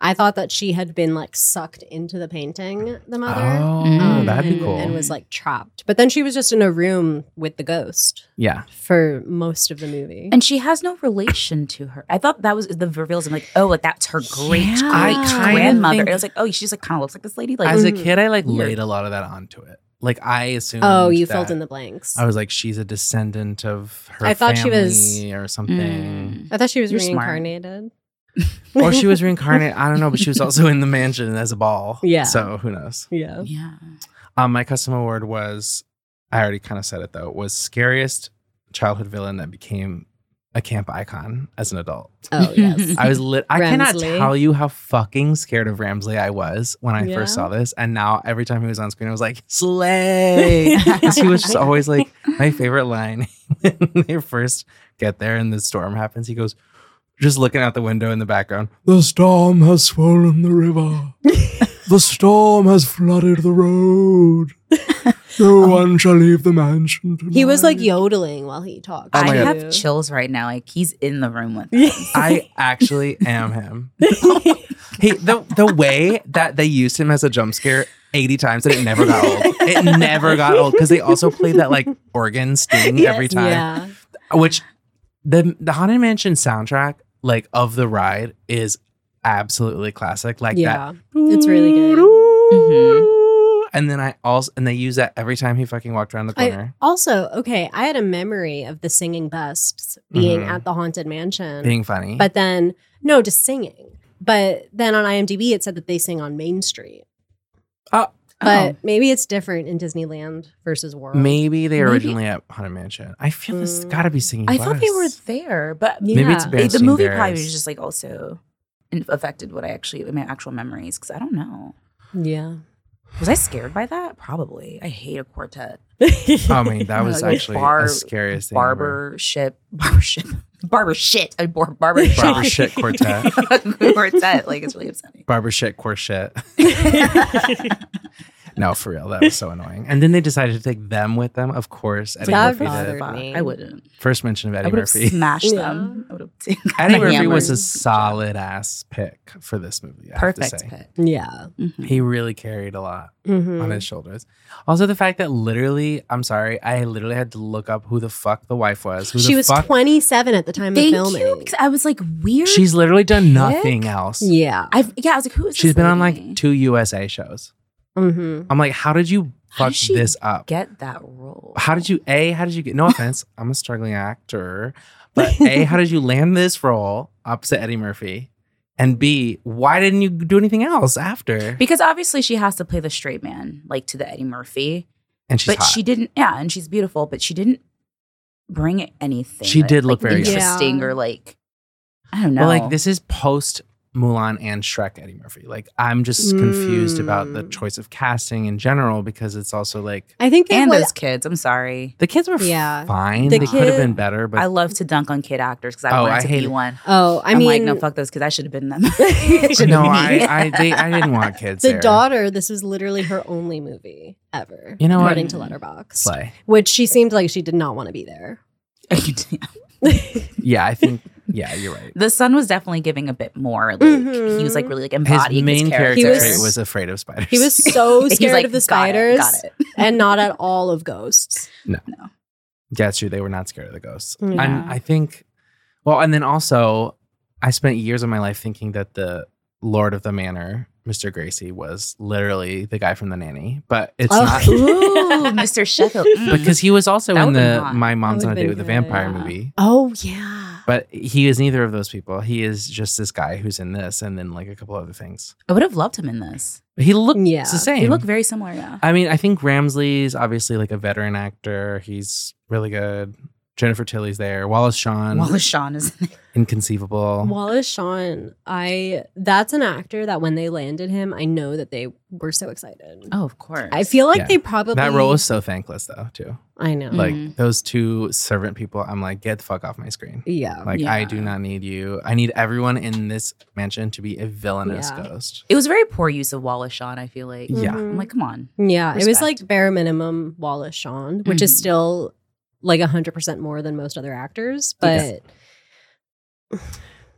Speaker 1: I thought that she had been like sucked into the painting, the mother. um,
Speaker 2: Oh,
Speaker 3: Mm.
Speaker 2: that'd be
Speaker 1: and-
Speaker 2: cool.
Speaker 1: And was like trapped. But then she was just in a room with the ghost
Speaker 2: yeah,
Speaker 1: for most of the movie.
Speaker 3: And she has no relation to her. I thought that was the reveals. I'm like, oh, like that's her great
Speaker 2: Yeah.
Speaker 1: I
Speaker 3: great
Speaker 1: kinda
Speaker 3: grandmother.
Speaker 2: think-
Speaker 3: And I was like, oh, she's like kind of looks like this lady. Like,
Speaker 2: as a
Speaker 1: Mhm.
Speaker 2: kid, I like
Speaker 3: Weird.
Speaker 2: laid a lot of that onto it. Like I assumed.
Speaker 1: oh, you filled
Speaker 2: that-
Speaker 1: in the blanks.
Speaker 2: I was like, she's a descendant of her.
Speaker 1: I thought she
Speaker 2: family
Speaker 1: was-
Speaker 2: or something,
Speaker 3: Mm.
Speaker 1: I thought she was
Speaker 3: You're smart.
Speaker 1: reincarnated.
Speaker 2: <laughs> or she was reincarnated. I don't know, but she was also in the mansion as a ball.
Speaker 1: Yeah.
Speaker 2: So who knows?
Speaker 1: <laughs> yeah.
Speaker 3: yeah.
Speaker 2: Um, my custom award was, I already kind of said it though, was scariest childhood villain that became a camp icon as an adult.
Speaker 1: <laughs> Oh yes.
Speaker 2: I was lit. I cannot
Speaker 1: Ramsley.
Speaker 2: tell you how fucking scared of Ramsley I was when I
Speaker 1: Yeah.
Speaker 2: first saw this, and now every time he was on screen, I was like, "Slay!"
Speaker 1: <laughs>
Speaker 2: 'Cause he was just always like my favorite line <laughs> when they first get there and the storm happens. He goes, just looking out the window in the background. The storm has swollen the
Speaker 1: <laughs>
Speaker 2: river. the storm has flooded the road.
Speaker 1: <laughs>
Speaker 2: No one shall leave the mansion. Tonight.
Speaker 1: Oh. He was
Speaker 2: <laughs>
Speaker 1: like yodeling while he talked.
Speaker 2: Oh
Speaker 3: I
Speaker 2: my God.
Speaker 3: have chills right now. Like he's in the room with. <laughs>
Speaker 2: I actually am him. He the the way that they used him as a jump scare 80 times and it never got old. It never got old because they also played that like organ sting every time.
Speaker 1: Yeah.
Speaker 2: Which the the Haunted Mansion soundtrack, like of the ride, is absolutely classic. Like that.
Speaker 1: yeah. It's really good.
Speaker 3: Mm-hmm.
Speaker 2: <laughs> Oh, And then I also and they use that every time he fucking walked around the
Speaker 1: I-
Speaker 2: corner.
Speaker 1: Also, okay, I had a memory of the singing busts being
Speaker 2: Mhm.
Speaker 1: at the haunted mansion.
Speaker 2: being funny.
Speaker 1: but then no, just singing. But then on IMDb it said that they sing on Main Street.
Speaker 2: Oh.
Speaker 1: But maybe it's different in Disneyland versus World.
Speaker 2: maybe they
Speaker 3: Maybe-
Speaker 2: originally at Haunted Mansion. I feel this
Speaker 1: Mm.
Speaker 2: gotta be singing.
Speaker 3: I thought they were
Speaker 2: Bus.
Speaker 3: there, but
Speaker 1: Yeah.
Speaker 2: Maybe it's
Speaker 3: it- the
Speaker 2: Berenstain
Speaker 3: movie
Speaker 2: Bears.
Speaker 3: probably was just like also in- affected what I actually my actual memories because I don't know.
Speaker 1: Yeah.
Speaker 3: Was I scared by that? Probably. I hate a quartet.
Speaker 2: I mean, that was
Speaker 3: Like,
Speaker 2: actually
Speaker 3: bar-
Speaker 2: the scariest thing. ever.
Speaker 3: Barbership, barbership, <laughs> barber shit. A bar- barber <laughs>
Speaker 2: Barber shit quartet.
Speaker 3: quartet. Like it's really upsetting.
Speaker 2: Barber shit quartet. no, for real. That was so annoying. And then they decided to take them with them. Of course, Eddie
Speaker 1: That
Speaker 2: Murphy
Speaker 1: bothered
Speaker 2: did.
Speaker 1: Fuck, me.
Speaker 3: I wouldn't.
Speaker 2: First mention of
Speaker 3: I
Speaker 2: Eddie
Speaker 3: would have
Speaker 2: Murphy.
Speaker 3: smashed
Speaker 1: Yeah.
Speaker 3: them. I would <laughs> have
Speaker 2: Eddie Murphy was
Speaker 1: hammered.
Speaker 2: a solid ass pick for this movie. I have to
Speaker 3: perfect
Speaker 2: say.
Speaker 3: pet.
Speaker 1: <laughs> yeah.
Speaker 3: Mm-hmm.
Speaker 2: He really carried a lot
Speaker 1: Mhm.
Speaker 2: on his shoulders. Also, the fact that literally, I'm sorry, I literally had to look up who the fuck the wife was. Who
Speaker 1: She
Speaker 2: the
Speaker 1: was
Speaker 2: fuck?
Speaker 1: 27 at the time
Speaker 3: Thank
Speaker 1: of
Speaker 3: you.
Speaker 1: filming.
Speaker 3: Because I was like weird.
Speaker 2: She's literally done
Speaker 3: Pick?
Speaker 2: nothing else.
Speaker 1: Yeah.
Speaker 3: I've yeah. I was like, who is?
Speaker 2: She's
Speaker 3: this
Speaker 2: been on
Speaker 3: lady?
Speaker 2: like two USA shows.
Speaker 1: hmm
Speaker 2: I'm like, how did you
Speaker 3: How
Speaker 2: fuck
Speaker 3: did she
Speaker 2: this up?
Speaker 3: get that role.
Speaker 2: how did you a how did you get no offense i'm a struggling
Speaker 3: <laughs>
Speaker 2: actor but a how did you land this role opposite eddie murphy and b why didn't you do anything else after
Speaker 3: Because obviously she has to play the straight man, like to the Eddie Murphy.
Speaker 2: and she's
Speaker 3: but
Speaker 2: hot
Speaker 3: she didn't. Yeah, and she's beautiful, but she didn't bring anything.
Speaker 2: She
Speaker 3: that,
Speaker 2: did
Speaker 3: like,
Speaker 2: look very
Speaker 1: young.
Speaker 3: interesting,
Speaker 1: Yeah.
Speaker 3: or like I don't know.
Speaker 2: but like this is post mulan and shrek eddie murphy like i'm just confused about the
Speaker 1: Mm.
Speaker 2: choice of casting in general because it's also like
Speaker 1: I think it
Speaker 3: and
Speaker 1: was
Speaker 3: those kids. I'm sorry.
Speaker 2: the kids were
Speaker 1: Yeah.
Speaker 2: fine
Speaker 1: The
Speaker 2: they could have
Speaker 1: kid-
Speaker 2: been better but
Speaker 3: I love to dunk on kid actors because I
Speaker 2: Oh,
Speaker 3: wanted
Speaker 2: I
Speaker 3: to
Speaker 2: hate
Speaker 3: be
Speaker 2: it.
Speaker 3: one.
Speaker 1: Oh, I
Speaker 3: I am
Speaker 1: mean
Speaker 3: like, no, fuck those kids. I should
Speaker 1: <laughs>
Speaker 3: have been them. <laughs> It should've
Speaker 2: no
Speaker 3: been
Speaker 2: i
Speaker 3: me.
Speaker 2: i they, i didn't want
Speaker 3: <laughs>
Speaker 2: kids
Speaker 1: the
Speaker 2: there.
Speaker 1: daughter, this was literally her only movie ever.
Speaker 2: You know what?
Speaker 1: according to Letterbox,
Speaker 2: play
Speaker 1: which she seemed like she did not want to be there. <laughs>
Speaker 2: yeah i think yeah you're right
Speaker 3: <laughs> the son was definitely giving a bit more. Like he was like
Speaker 1: Mhm.
Speaker 3: really like
Speaker 2: his
Speaker 3: embodying
Speaker 2: main
Speaker 3: his
Speaker 2: character
Speaker 3: character.
Speaker 1: He was-
Speaker 2: trait was afraid of spiders
Speaker 1: He was so
Speaker 3: He's
Speaker 1: scared
Speaker 3: like,
Speaker 1: of the
Speaker 3: "Got it,
Speaker 1: spiders
Speaker 3: got it."
Speaker 1: and not at all of ghosts.
Speaker 2: <laughs> Yeah, it's true. They were not scared of the ghosts.
Speaker 1: Yeah.
Speaker 2: And I think, well, and then also, I spent years of my life thinking that the Lord of the Manor, Mr. Gracie, was literally the guy from The Nanny, but it's
Speaker 1: Oh. <laughs>
Speaker 2: not <laughs>
Speaker 3: Ooh, Mr. Sheffield. Mm.
Speaker 2: because he was also
Speaker 3: That
Speaker 2: in
Speaker 3: would've
Speaker 2: the
Speaker 3: been hot.
Speaker 2: My Mom's
Speaker 1: That
Speaker 2: on a
Speaker 1: would've
Speaker 2: Date with
Speaker 1: been
Speaker 2: a Vampire
Speaker 3: good.
Speaker 2: movie.
Speaker 1: Oh yeah,
Speaker 2: But he is neither of those people. He is just this guy who's in this and then like a couple other things.
Speaker 3: I would have loved him in this.
Speaker 2: He looks
Speaker 1: Yeah.
Speaker 2: the same.
Speaker 3: They look very similar, yeah.
Speaker 2: I mean, I think Ramsley's obviously like a veteran actor. He's really good. Jennifer Tilly's there. Wallace Shawn,
Speaker 3: Wallace Shawn is in it.
Speaker 2: inconceivable.
Speaker 1: Wallace Shawn, I that's an actor that when they landed him, I know that they were so excited.
Speaker 3: Oh, of course.
Speaker 1: I feel like
Speaker 2: Yeah.
Speaker 1: they probably
Speaker 2: that role is so thankless, though. Too
Speaker 1: I know.
Speaker 3: Mm.
Speaker 2: like those two servant people. I'm like, get the fuck off my screen.
Speaker 1: yeah.
Speaker 2: Like, I do
Speaker 3: Yeah.
Speaker 2: not need you. I need everyone in this mansion to be a villainous
Speaker 1: Yeah.
Speaker 2: ghost.
Speaker 3: it was very poor use of Wallace Shawn, I feel like.
Speaker 2: Yeah.
Speaker 1: Mhm.
Speaker 3: I'm like, come on.
Speaker 1: yeah, it was
Speaker 3: respect.
Speaker 1: like bare minimum Wallace Shawn, which is
Speaker 2: Mm-hmm.
Speaker 3: Mhm.
Speaker 1: still like 100% more than most other actors, but
Speaker 2: Yes.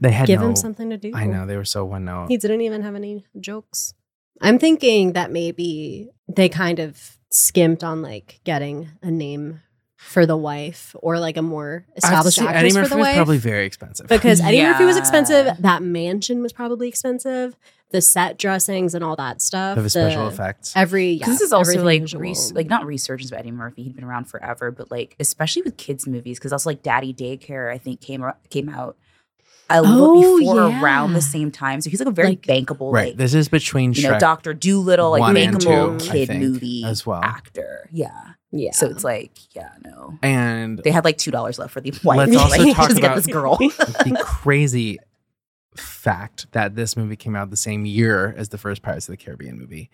Speaker 2: They had
Speaker 1: give
Speaker 2: no,
Speaker 1: him something to do.
Speaker 2: I know they were so one note.
Speaker 1: He didn't even have any jokes. I'm thinking that maybe they kind of skimped on like getting a name for the wife or like a more
Speaker 2: I have to
Speaker 1: established
Speaker 2: say,
Speaker 1: actress for
Speaker 2: Murphy
Speaker 1: the
Speaker 2: was
Speaker 1: wife.
Speaker 2: probably <laughs> very expensive.
Speaker 1: because Eddie Murphy was
Speaker 3: Yeah.
Speaker 1: expensive. That mansion was probably expensive. The set dressings and all that stuff.
Speaker 2: of his special
Speaker 1: the-
Speaker 2: effects.
Speaker 1: Every yeah,
Speaker 3: Because this is also
Speaker 1: everything
Speaker 3: like,
Speaker 1: visual.
Speaker 3: res- like not resurgence of Eddie Murphy. He'd been around forever, but like especially with kids movies, because also like Daddy Daycare, I think came ar- came out a little
Speaker 1: Oh,
Speaker 3: before
Speaker 1: yeah.
Speaker 3: around the same time. So he's like a very
Speaker 1: Like-
Speaker 3: bankable,
Speaker 2: right.
Speaker 3: like
Speaker 2: this is between
Speaker 3: you know,
Speaker 2: Shrek
Speaker 3: Doctor Doolittle, like
Speaker 2: one
Speaker 1: and
Speaker 3: bankable
Speaker 1: two, I
Speaker 3: kid
Speaker 2: think,
Speaker 3: movie
Speaker 2: as well.
Speaker 3: actor. Yeah.
Speaker 1: yeah.
Speaker 3: So it's like, yeah, no.
Speaker 2: and
Speaker 3: They had like two dollars left for the wife.
Speaker 2: Let's
Speaker 3: Like, <laughs>
Speaker 2: also talk
Speaker 3: just get
Speaker 2: about-
Speaker 3: this girl. <laughs>
Speaker 2: the crazy fact that this movie came out the same year as the first Pirates of the Caribbean movie.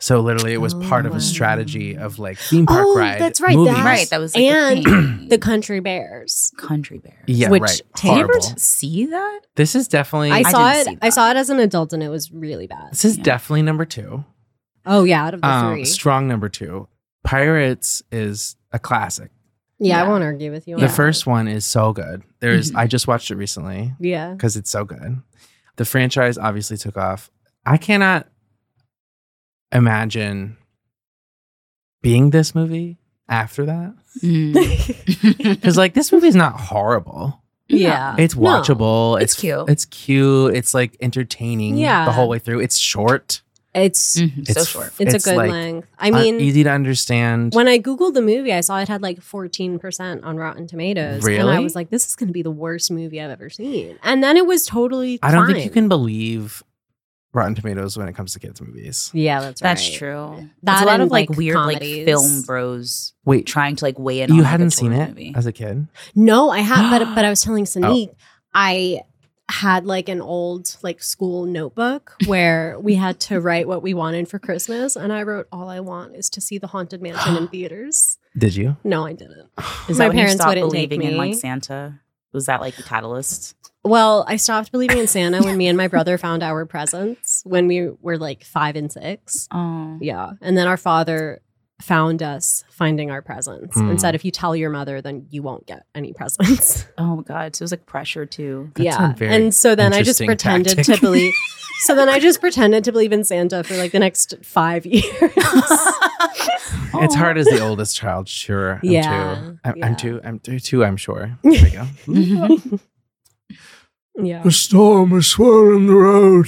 Speaker 2: So literally, it was part of
Speaker 1: Oh.
Speaker 2: a strategy of like theme park
Speaker 1: Oh,
Speaker 2: ride.
Speaker 1: that's right,
Speaker 2: Movies.
Speaker 1: that-
Speaker 3: right. That was like,
Speaker 1: And
Speaker 3: the, thing.
Speaker 1: the country bears.
Speaker 3: country bear.
Speaker 2: yeah,
Speaker 1: which
Speaker 2: right.
Speaker 1: Taylor
Speaker 3: Did you ever
Speaker 2: Horrible.
Speaker 3: see that?
Speaker 2: This is definitely.
Speaker 1: I saw
Speaker 3: didn't
Speaker 1: it.
Speaker 3: see
Speaker 1: I
Speaker 3: that.
Speaker 1: saw it as an adult, and it was really bad.
Speaker 2: this is
Speaker 3: Yeah.
Speaker 2: definitely number two.
Speaker 1: Oh yeah, out of the
Speaker 2: Um,
Speaker 1: three.
Speaker 2: strong number two. Pirates is a classic.
Speaker 1: yeah, I
Speaker 3: yeah.
Speaker 1: won't argue with you. on
Speaker 2: The
Speaker 1: that.
Speaker 2: first one is so good. There's.
Speaker 3: Mhm.
Speaker 1: Mm-hmm.
Speaker 2: I just watched it recently.
Speaker 1: Yeah.
Speaker 2: because it's so good. The franchise obviously took off. I cannot imagine being this movie after that.
Speaker 1: Mm.
Speaker 3: <laughs>
Speaker 2: Mm. Because, like, this movie's not horrible.
Speaker 1: <laughs> Yeah.
Speaker 2: It's
Speaker 1: Uh, No.
Speaker 2: watchable.
Speaker 3: It's
Speaker 2: it's,
Speaker 3: cute.
Speaker 2: It's cute. It's like entertaining
Speaker 1: Yeah.
Speaker 2: the whole way through. It's short.
Speaker 1: <laughs> It's
Speaker 3: Mhm, so
Speaker 2: It's-
Speaker 3: short.
Speaker 1: it's,
Speaker 2: Mm. It's
Speaker 1: a good
Speaker 2: like-
Speaker 1: length. I
Speaker 2: uh,
Speaker 1: mean,
Speaker 2: easy to understand.
Speaker 1: when I googled the movie, I saw it had like 14% on Rotten Tomatoes, and I
Speaker 2: Really?
Speaker 1: was like, "This is going to be the worst movie I've ever seen." And then it was totally.
Speaker 2: I don't think you
Speaker 1: fine.
Speaker 2: can believe Rotten Tomatoes when it comes to kids' movies.
Speaker 1: Yeah, that's right.
Speaker 3: That's true.
Speaker 1: That
Speaker 3: That's a lot
Speaker 1: and,
Speaker 3: of like,
Speaker 1: like,
Speaker 3: weird
Speaker 1: comedies.
Speaker 3: like film bros
Speaker 2: Wait,
Speaker 3: trying to like weigh in. on,
Speaker 2: you
Speaker 3: like, a
Speaker 2: hadn't seen
Speaker 3: children's
Speaker 2: it
Speaker 3: movie.
Speaker 2: as a kid?
Speaker 1: No, I had, but but I was telling Sonique, I had like an old like school notebook where we had to write what we wanted for Christmas, and I wrote, "All I want is to see the Haunted Mansion in theaters."
Speaker 2: Did you?
Speaker 1: No, I didn't.
Speaker 3: Is
Speaker 1: My
Speaker 3: that when you
Speaker 1: parents
Speaker 3: stopped
Speaker 1: wouldn't take
Speaker 3: believing in like
Speaker 1: me.
Speaker 3: Santa? Was that like the catalyst?
Speaker 1: Well, I stopped believing in Santa when me and my brother found our presents when we were like five and six.
Speaker 3: Oh,
Speaker 1: Yeah. And then our father found us finding our presents and
Speaker 2: Mm.
Speaker 1: said, if you tell your mother, then you won't get any presents. <laughs>
Speaker 3: oh my god! So it was like pressure too.
Speaker 2: That's
Speaker 1: yeah.
Speaker 2: a very
Speaker 1: And so then I just
Speaker 2: interesting
Speaker 1: pretended
Speaker 2: tactic.
Speaker 1: to
Speaker 2: <laughs>
Speaker 1: believe. so then I just pretended to believe in Santa for like the next five <laughs> years.
Speaker 2: It's hard as the oldest child, sure. I'm
Speaker 1: Yeah,
Speaker 2: Two. I'm,
Speaker 1: yeah.
Speaker 2: I'm two. I'm th- two. I'm sure.
Speaker 1: <laughs>
Speaker 2: There we go.
Speaker 1: Mm-hmm.
Speaker 3: <laughs> Oh,
Speaker 2: Mm-hmm.
Speaker 1: yeah.
Speaker 2: storm is swirling the road.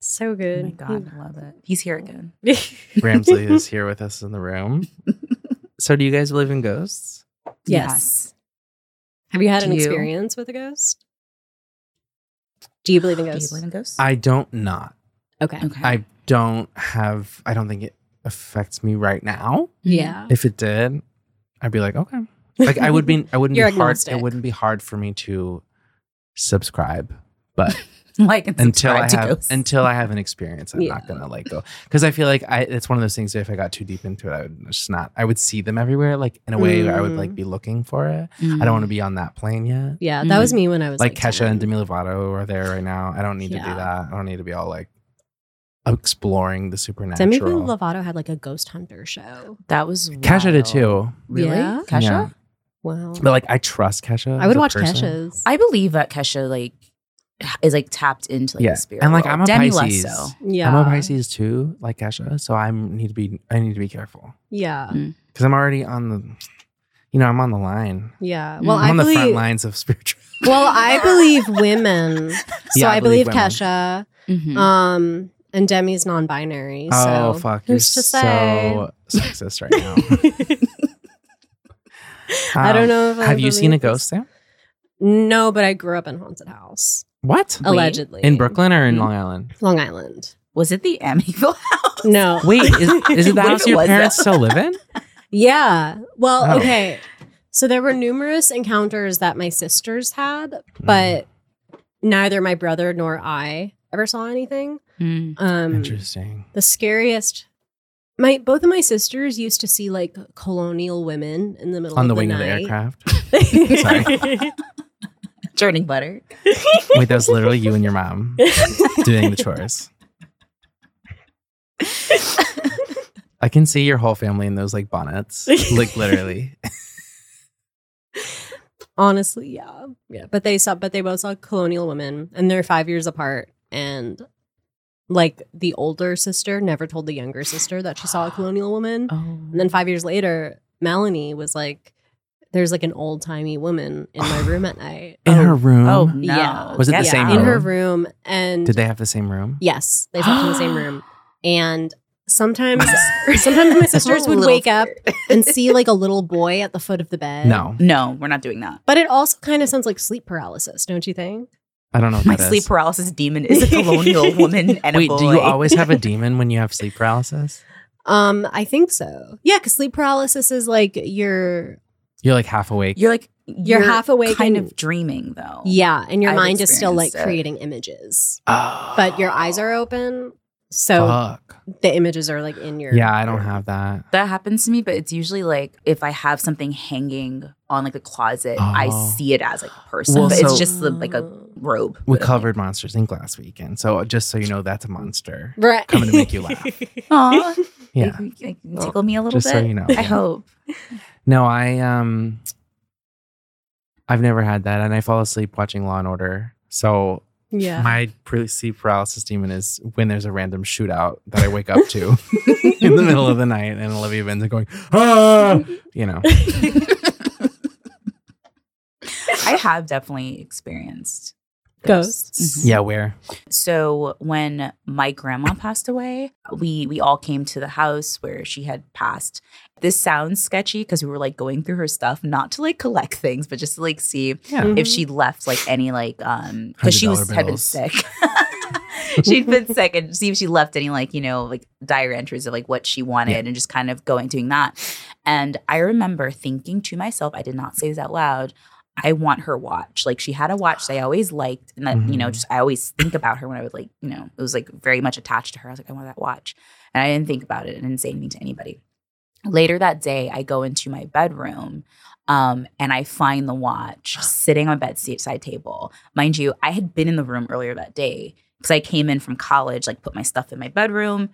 Speaker 1: So
Speaker 3: Oh my
Speaker 1: good.
Speaker 3: god, I love it. He's here again.
Speaker 2: <laughs> Ramsley is here with us in
Speaker 1: <laughs>
Speaker 2: the room. So, do you guys believe in ghosts?
Speaker 1: Yes. Have you had
Speaker 3: Do
Speaker 1: an
Speaker 3: you?
Speaker 1: experience with a ghost? Do you believe in
Speaker 3: Do you
Speaker 1: ghosts?
Speaker 3: believe in ghosts?
Speaker 2: I don't. Not.
Speaker 1: okay.
Speaker 3: okay.
Speaker 2: I don't have. I don't think it affects me right now.
Speaker 1: Yeah.
Speaker 2: If it did, I'd be like, okay. Like
Speaker 1: <laughs>
Speaker 2: I would be. I wouldn't
Speaker 1: You're
Speaker 2: be hard.
Speaker 1: agnostic.
Speaker 2: It wouldn't be hard for me to subscribe. But
Speaker 3: <laughs> like and
Speaker 2: until I
Speaker 3: subscribe to
Speaker 2: have
Speaker 3: ghosts.
Speaker 2: until I have an experience, I'm
Speaker 1: Yeah.
Speaker 2: not gonna like go because I feel like I it's one of those things. That if I got too deep into it, I would just not. I would see them everywhere, like in a way where I would like
Speaker 1: Mm. Mm-hmm.
Speaker 2: be looking for it. I don't want to be on that plane yet.
Speaker 1: Yeah. That was
Speaker 3: Mhm.
Speaker 1: me when I was
Speaker 2: Like,
Speaker 1: like,
Speaker 2: Kesha
Speaker 1: 10.
Speaker 2: and Demi Lovato are there right now. I don't need to
Speaker 1: Yeah.
Speaker 2: do that. I don't need to be all like exploring the supernatural.
Speaker 1: Demi Lovato had like a ghost hunter show.
Speaker 3: Mm. That was
Speaker 2: Kesha did
Speaker 3: wild.
Speaker 2: too,
Speaker 3: Really,
Speaker 1: Yeah.
Speaker 3: Kesha?
Speaker 2: Yeah.
Speaker 1: Wow.
Speaker 2: but like I trust Kesha.
Speaker 1: I would
Speaker 2: as a
Speaker 1: watch
Speaker 2: person.
Speaker 1: Kesha's.
Speaker 3: I believe that Kesha like is like tapped into like
Speaker 2: Yeah.
Speaker 3: the spirit.
Speaker 2: And, like,
Speaker 3: world.
Speaker 2: I'm a
Speaker 3: Demi
Speaker 2: Pisces.
Speaker 3: Less so.
Speaker 1: yeah.
Speaker 2: I'm a Pisces too, like Kesha. So I need to be. I need to be careful
Speaker 1: Yeah.
Speaker 2: because I'm already on the. You know, I'm on the line.
Speaker 1: Yeah.
Speaker 3: Mm.
Speaker 1: Well,
Speaker 2: I'm
Speaker 1: I
Speaker 2: on the front
Speaker 1: believe.
Speaker 2: lines of spiritual.
Speaker 1: Well,
Speaker 2: <laughs>
Speaker 1: I believe women. So
Speaker 2: Yeah,
Speaker 1: I, believe,
Speaker 2: women.
Speaker 1: Kesha.
Speaker 3: Mhm.
Speaker 1: Um, and Demi's non-binary.
Speaker 2: Oh
Speaker 1: <laughs> so
Speaker 2: fuck, you're
Speaker 1: Who's to say?
Speaker 2: so sexist right now.
Speaker 1: <laughs> I don't
Speaker 2: Um,
Speaker 1: know. If I
Speaker 2: Have you seen a
Speaker 1: believe this.
Speaker 2: ghost there?
Speaker 1: No, but I grew up in haunted house,
Speaker 2: What?
Speaker 3: Wait,
Speaker 1: allegedly.
Speaker 2: In Brooklyn or in
Speaker 1: Mm-hmm.
Speaker 3: Mhm.
Speaker 2: Long Island?
Speaker 1: Long Island.
Speaker 3: <laughs> Was it the <laughs> Amityville house?
Speaker 1: No. <laughs>
Speaker 2: Wait, is, is it the
Speaker 3: What
Speaker 2: house
Speaker 3: if it
Speaker 2: your
Speaker 3: was
Speaker 2: parents
Speaker 3: that?
Speaker 2: still live in?
Speaker 1: Yeah. Well,
Speaker 2: Oh.
Speaker 1: okay. So there were numerous encounters that my sisters
Speaker 2: Mm.
Speaker 1: had, <laughs> but neither my brother nor I ever saw anything.
Speaker 3: Mm.
Speaker 1: Um
Speaker 2: Interesting.
Speaker 1: the scariest my both of my sisters used to see like colonial women in the middle
Speaker 2: On
Speaker 1: of
Speaker 2: the
Speaker 1: the
Speaker 2: wing of the
Speaker 1: night.
Speaker 2: aircraft.
Speaker 1: <laughs> Sorry.
Speaker 3: Churning butter.
Speaker 2: Wait, that was literally you and
Speaker 1: <laughs>
Speaker 2: your mom doing the chores. I can see your whole family in those like bonnets.
Speaker 1: <laughs>
Speaker 2: Like literally.
Speaker 1: Honestly, yeah. Yeah. But they saw but they both saw colonial women and they're five years apart and like the older sister never told the younger sister that she saw a colonial
Speaker 2: <gasps>
Speaker 1: woman.
Speaker 3: Oh.
Speaker 1: And
Speaker 3: <laughs>
Speaker 1: then five years later, Melanie was like, There's like an old timey woman in my room at night.
Speaker 2: In her room.
Speaker 3: oh no.
Speaker 1: Yeah.
Speaker 2: Was it the
Speaker 3: Get
Speaker 2: same
Speaker 3: out.
Speaker 1: In her
Speaker 2: Oh.
Speaker 1: room. And
Speaker 2: Did they have the same room?
Speaker 1: yes, they slept in the same
Speaker 3: <gasps>
Speaker 1: room. And sometimes <laughs> sometimes
Speaker 3: <laughs>
Speaker 1: my sisters would
Speaker 3: Little
Speaker 1: wake up
Speaker 3: scared.
Speaker 1: and see
Speaker 3: <laughs>
Speaker 1: like a little boy at the foot of the bed.
Speaker 2: No.
Speaker 3: No, we're not doing that.
Speaker 1: But it also kind of sounds like sleep paralysis, don't you think?
Speaker 2: I don't know what
Speaker 3: My
Speaker 2: that is.
Speaker 3: sleep paralysis demon is a colonial
Speaker 1: <laughs>
Speaker 3: woman and a
Speaker 2: Wait,
Speaker 3: boy.
Speaker 2: do you always have
Speaker 3: <laughs>
Speaker 2: a demon when you have sleep paralysis?
Speaker 1: Um, I think so. Yeah, because sleep paralysis is like you're
Speaker 2: You're like half awake.
Speaker 3: You're like
Speaker 1: you're, half awake
Speaker 3: kind
Speaker 1: and-
Speaker 3: of dreaming though.
Speaker 1: yeah, and your
Speaker 3: Oh, I've
Speaker 1: mind is still like
Speaker 3: experienced it.
Speaker 1: creating images,
Speaker 2: Oh,
Speaker 1: but your eyes are open. So
Speaker 2: fuck.
Speaker 1: the images are like in your
Speaker 2: Yeah, I don't have that.
Speaker 3: That happens to me, but it's usually like if I have something hanging on like the closet, I
Speaker 2: Oh.
Speaker 3: see it as like a person,
Speaker 2: Well,
Speaker 3: but
Speaker 2: so-
Speaker 3: it's just the- like a robe.
Speaker 2: We
Speaker 3: But-
Speaker 2: covered Monsters Inc. last weekend, so just so you know, that's a monster.
Speaker 1: right
Speaker 2: Coming to make you laugh.
Speaker 3: <laughs> Aw,
Speaker 2: Yeah,
Speaker 3: you- you- you tickle me a little
Speaker 2: just
Speaker 3: bit.
Speaker 2: so you know.
Speaker 3: I hope.
Speaker 2: No, I um, I've never had that, and I fall asleep watching Law and Order. So
Speaker 1: <laughs> yeah
Speaker 2: my pre- sleep paralysis demon is when there's a random shootout that I wake up
Speaker 3: <laughs>
Speaker 2: to in the middle of the night, and Olivia Vincent going, ah, you
Speaker 3: <laughs>
Speaker 2: know.
Speaker 3: I have definitely experienced
Speaker 1: Ghosts.
Speaker 3: Mhm.
Speaker 2: Yeah, where?
Speaker 3: So when my grandma passed away, we we all came to the house where she had passed. This sounds sketchy because we were like going through her stuff, not to like collect things, but just to like see
Speaker 2: Yeah.
Speaker 1: Mhm.
Speaker 3: if she left like any like um because she was
Speaker 2: $100
Speaker 3: had been
Speaker 2: bills.
Speaker 3: sick.
Speaker 2: <laughs>
Speaker 3: She'd been sick <laughs> and see if she left any like, you know, like diary entries of like what she wanted
Speaker 2: Yeah.
Speaker 3: and just kind of going doing that. And I remember thinking to myself, I did not say this out loud, I want her watch. Like she had a watch that I always liked, and that you know,
Speaker 2: Mhm.
Speaker 3: just I always think about her when I would like, you know, it was like very much attached to her. I was like, I want that watch, and I didn't think about it. I didn't say anything to anybody. Later that day, I go into my bedroom, um, and I find the watch sitting on my bedside table. Mind you, I had been in the room earlier that day because I came in from college, like put my stuff in my bedroom.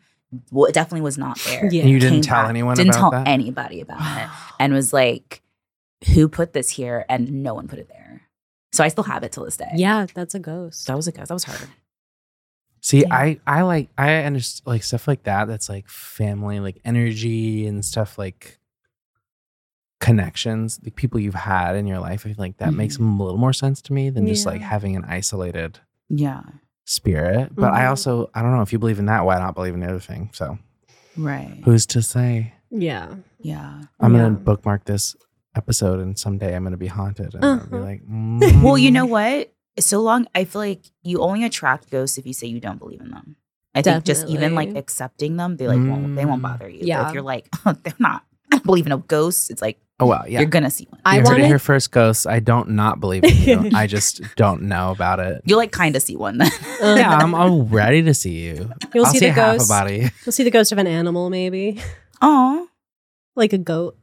Speaker 3: Well, it definitely was not there.
Speaker 1: Yeah.
Speaker 2: And you didn't
Speaker 3: Came
Speaker 2: tell
Speaker 3: back,
Speaker 2: anyone
Speaker 3: Didn't
Speaker 2: about
Speaker 3: tell
Speaker 2: that?
Speaker 3: anybody about it and was like, "Who put this here?" And no one put it there. So I still have it till this day.
Speaker 1: yeah that's a ghost
Speaker 3: that was a guess. That was her.
Speaker 2: See,
Speaker 3: Yeah.
Speaker 2: I I like I understand like stuff like that. That's like family, like energy and stuff like connections, like people you've had in your life. I feel like that makes
Speaker 3: Mm-hmm.
Speaker 2: a little more sense to me than just like
Speaker 1: Yeah.
Speaker 2: having an isolated
Speaker 3: Yeah.
Speaker 2: spirit. But I
Speaker 3: Mm-hmm.
Speaker 1: Mhm.
Speaker 2: also I don't know if you believe in that. Why not believe in the other thing? So
Speaker 3: Right.
Speaker 2: who's to say?
Speaker 1: yeah
Speaker 3: Yeah.
Speaker 2: I'm
Speaker 1: Yeah.
Speaker 2: gonna bookmark this episode, and someday I'm gonna be haunted and I'll be
Speaker 1: Uh-huh.
Speaker 2: like,
Speaker 3: <laughs> Well, you
Speaker 2: "Mm."
Speaker 3: know what? So long, I feel like you only attract ghosts if you say you don't believe in them. I think just even like
Speaker 1: Definitely.
Speaker 3: accepting them, they like won't they won't
Speaker 2: Mm.
Speaker 3: bother you. But
Speaker 1: Yeah.
Speaker 3: if you're like <laughs> "Oh, they're not I don't believe in no ghosts, it's like
Speaker 2: Oh well, yeah.
Speaker 3: you're gonna see one.
Speaker 1: I
Speaker 2: you heard it
Speaker 1: wanted-
Speaker 2: here first, ghosts. I don't not believe in you. I just don't know about it.
Speaker 3: You'll like kind of see one. then. <laughs>
Speaker 1: Uh,
Speaker 2: yeah, I'm, I'm ready to see you.
Speaker 1: <laughs> you'll
Speaker 2: I'll
Speaker 1: see,
Speaker 2: see,
Speaker 1: the
Speaker 2: half
Speaker 1: ghost
Speaker 2: a body.
Speaker 1: you'll see the ghost of an animal maybe <laughs>
Speaker 3: Aw.
Speaker 1: like a goat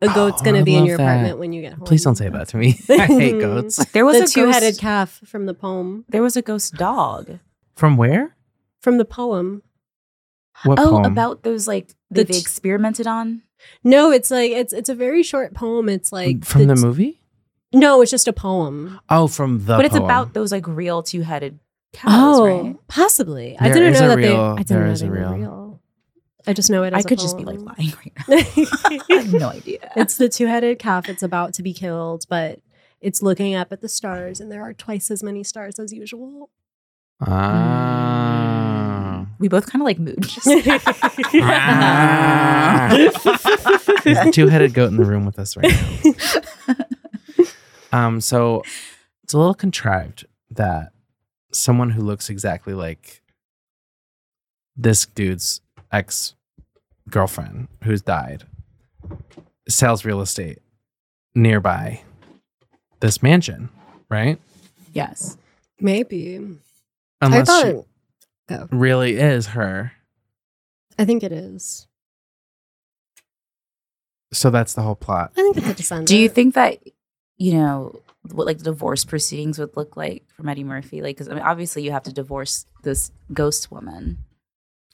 Speaker 1: a
Speaker 2: Oh,
Speaker 1: goat's
Speaker 2: I
Speaker 1: gonna be in
Speaker 2: love
Speaker 1: your
Speaker 2: that.
Speaker 1: apartment when you get home
Speaker 2: Please don't say that to me. <laughs> I hate goats.
Speaker 3: There was
Speaker 1: the
Speaker 3: a two-headed
Speaker 1: two-headed calf from the poem
Speaker 3: There was a ghost dog.
Speaker 2: From where?
Speaker 1: from the poem
Speaker 2: What
Speaker 3: oh,
Speaker 2: poem?
Speaker 3: about those like that
Speaker 1: The
Speaker 3: they
Speaker 1: t-
Speaker 3: experimented on.
Speaker 1: no it's like it's it's a very short poem it's like
Speaker 2: from the,
Speaker 1: it's-
Speaker 2: movie?
Speaker 1: no it's just a poem
Speaker 2: Oh, from the.
Speaker 3: but it's
Speaker 2: poem.
Speaker 3: about those like real two-headed cows, right?
Speaker 1: Oh, possibly i
Speaker 2: There
Speaker 1: didn't
Speaker 2: is
Speaker 1: know
Speaker 2: a
Speaker 1: that
Speaker 2: real-
Speaker 1: they i didn't
Speaker 2: there
Speaker 1: know
Speaker 2: is
Speaker 1: they
Speaker 2: a
Speaker 1: were
Speaker 2: real.
Speaker 1: real i just know it
Speaker 3: I
Speaker 1: as a
Speaker 3: could just be like
Speaker 1: poem.
Speaker 3: lying right now. <laughs> I
Speaker 1: <laughs>
Speaker 3: have no idea.
Speaker 1: It's the two headed calf. It's about to be killed, but it's looking up at the stars, and there are twice as many stars as
Speaker 2: <laughs>
Speaker 1: usual.
Speaker 2: <laughs>
Speaker 3: <laughs>
Speaker 2: Ah.
Speaker 3: We both kind of like <laughs> mood. Just
Speaker 1: <laughs>
Speaker 2: Ah. There's a two-headed goat in the room with us right now. Um, so it's a little contrived that someone who looks exactly like this dude's ex girlfriend who's died sells real estate nearby this mansion, right?
Speaker 3: Yes.
Speaker 1: Maybe.
Speaker 2: Unless
Speaker 1: I
Speaker 2: she
Speaker 1: thought. Go.
Speaker 2: really is her.
Speaker 1: I think it is.
Speaker 2: So that's the whole plot.
Speaker 1: I think it's a descendant.
Speaker 3: Do you think that you know what like the divorce proceedings would look like for Eddie Murphy? Like, because I mean, obviously you have to divorce this ghost woman.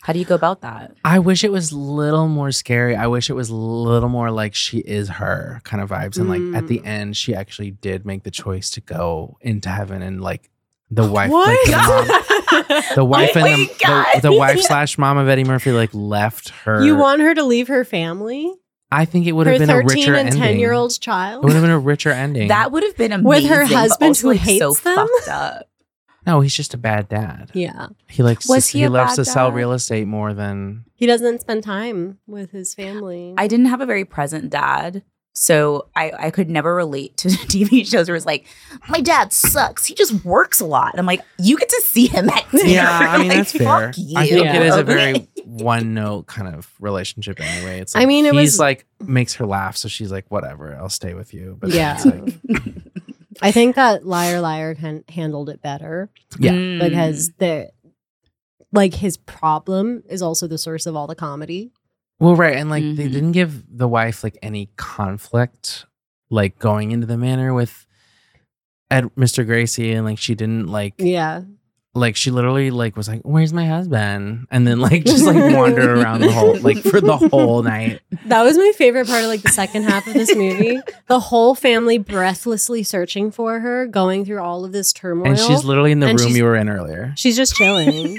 Speaker 3: How do you go about that?
Speaker 2: I wish it was little more scary. I wish it was little more like she is her kind of vibes. And like at the
Speaker 1: Mm.
Speaker 2: end, she actually did make the choice to go into heaven and like the wife,
Speaker 1: What?
Speaker 2: like the
Speaker 3: <laughs>
Speaker 2: mom, the wife
Speaker 3: Oh
Speaker 2: and
Speaker 3: my
Speaker 2: the, the,
Speaker 3: God.
Speaker 2: the wife slash mom of Eddie Murphy like left
Speaker 1: <laughs>
Speaker 2: her.
Speaker 1: You want her to leave her family?
Speaker 2: I think it would
Speaker 1: Her
Speaker 2: have been a richer
Speaker 1: 13 and
Speaker 2: ending.
Speaker 1: 10 year old's
Speaker 2: It would
Speaker 1: child?
Speaker 2: have been a
Speaker 3: <laughs>
Speaker 2: richer ending.
Speaker 3: That would have been amazing.
Speaker 1: With her
Speaker 3: but
Speaker 1: husband
Speaker 3: also,
Speaker 1: who
Speaker 3: like, so
Speaker 1: hates them?
Speaker 3: fucked up.
Speaker 2: no, he's just a bad dad.
Speaker 1: <laughs> Yeah.
Speaker 2: He likes
Speaker 3: Was
Speaker 2: to,
Speaker 3: he
Speaker 2: he
Speaker 3: a
Speaker 2: loves to
Speaker 3: bad
Speaker 2: sell
Speaker 3: dad?
Speaker 2: real estate more than
Speaker 1: He doesn't spend time with his family.
Speaker 3: I didn't have a very present dad. So I, I could never relate to <laughs> TV shows where it's like, my dad sucks. He just works a lot. And I'm like, you get to see him at
Speaker 1: <laughs>
Speaker 3: dinner.
Speaker 2: Yeah, I mean
Speaker 3: <laughs> Like,
Speaker 2: that's fair.
Speaker 3: fuck you.
Speaker 2: I think it is a
Speaker 3: Okay.
Speaker 2: very one note kind of relationship anyway. It's
Speaker 1: I
Speaker 2: like
Speaker 1: mean, it
Speaker 2: he's
Speaker 1: was-
Speaker 2: like makes her laugh, so she's like, whatever, I'll stay with you. But yeah,
Speaker 1: Yeah. <laughs>
Speaker 2: it's
Speaker 3: <laughs>
Speaker 2: like,
Speaker 1: I think that Liar Liar can, handled it better
Speaker 2: Yeah.
Speaker 3: Mm.
Speaker 1: because the like his problem is also the source of all the comedy.
Speaker 2: well, right, and like they
Speaker 3: Mhm.
Speaker 2: didn't give the wife like any conflict, like going into the manor with Ed, Mr. Gracie, and like she didn't like
Speaker 1: Yeah.
Speaker 2: like she literally like was like, "Where's my husband?" and then like just
Speaker 1: <laughs>
Speaker 2: like wander around the whole like for the whole night.
Speaker 1: That was my favorite part of like the second half of this
Speaker 2: <laughs>
Speaker 1: movie. The whole family breathlessly searching for her, going through all of this turmoil.
Speaker 2: And she's literally in the
Speaker 1: And
Speaker 2: room
Speaker 1: she's-
Speaker 2: you were in earlier.
Speaker 1: she's just
Speaker 2: <laughs>
Speaker 1: chilling.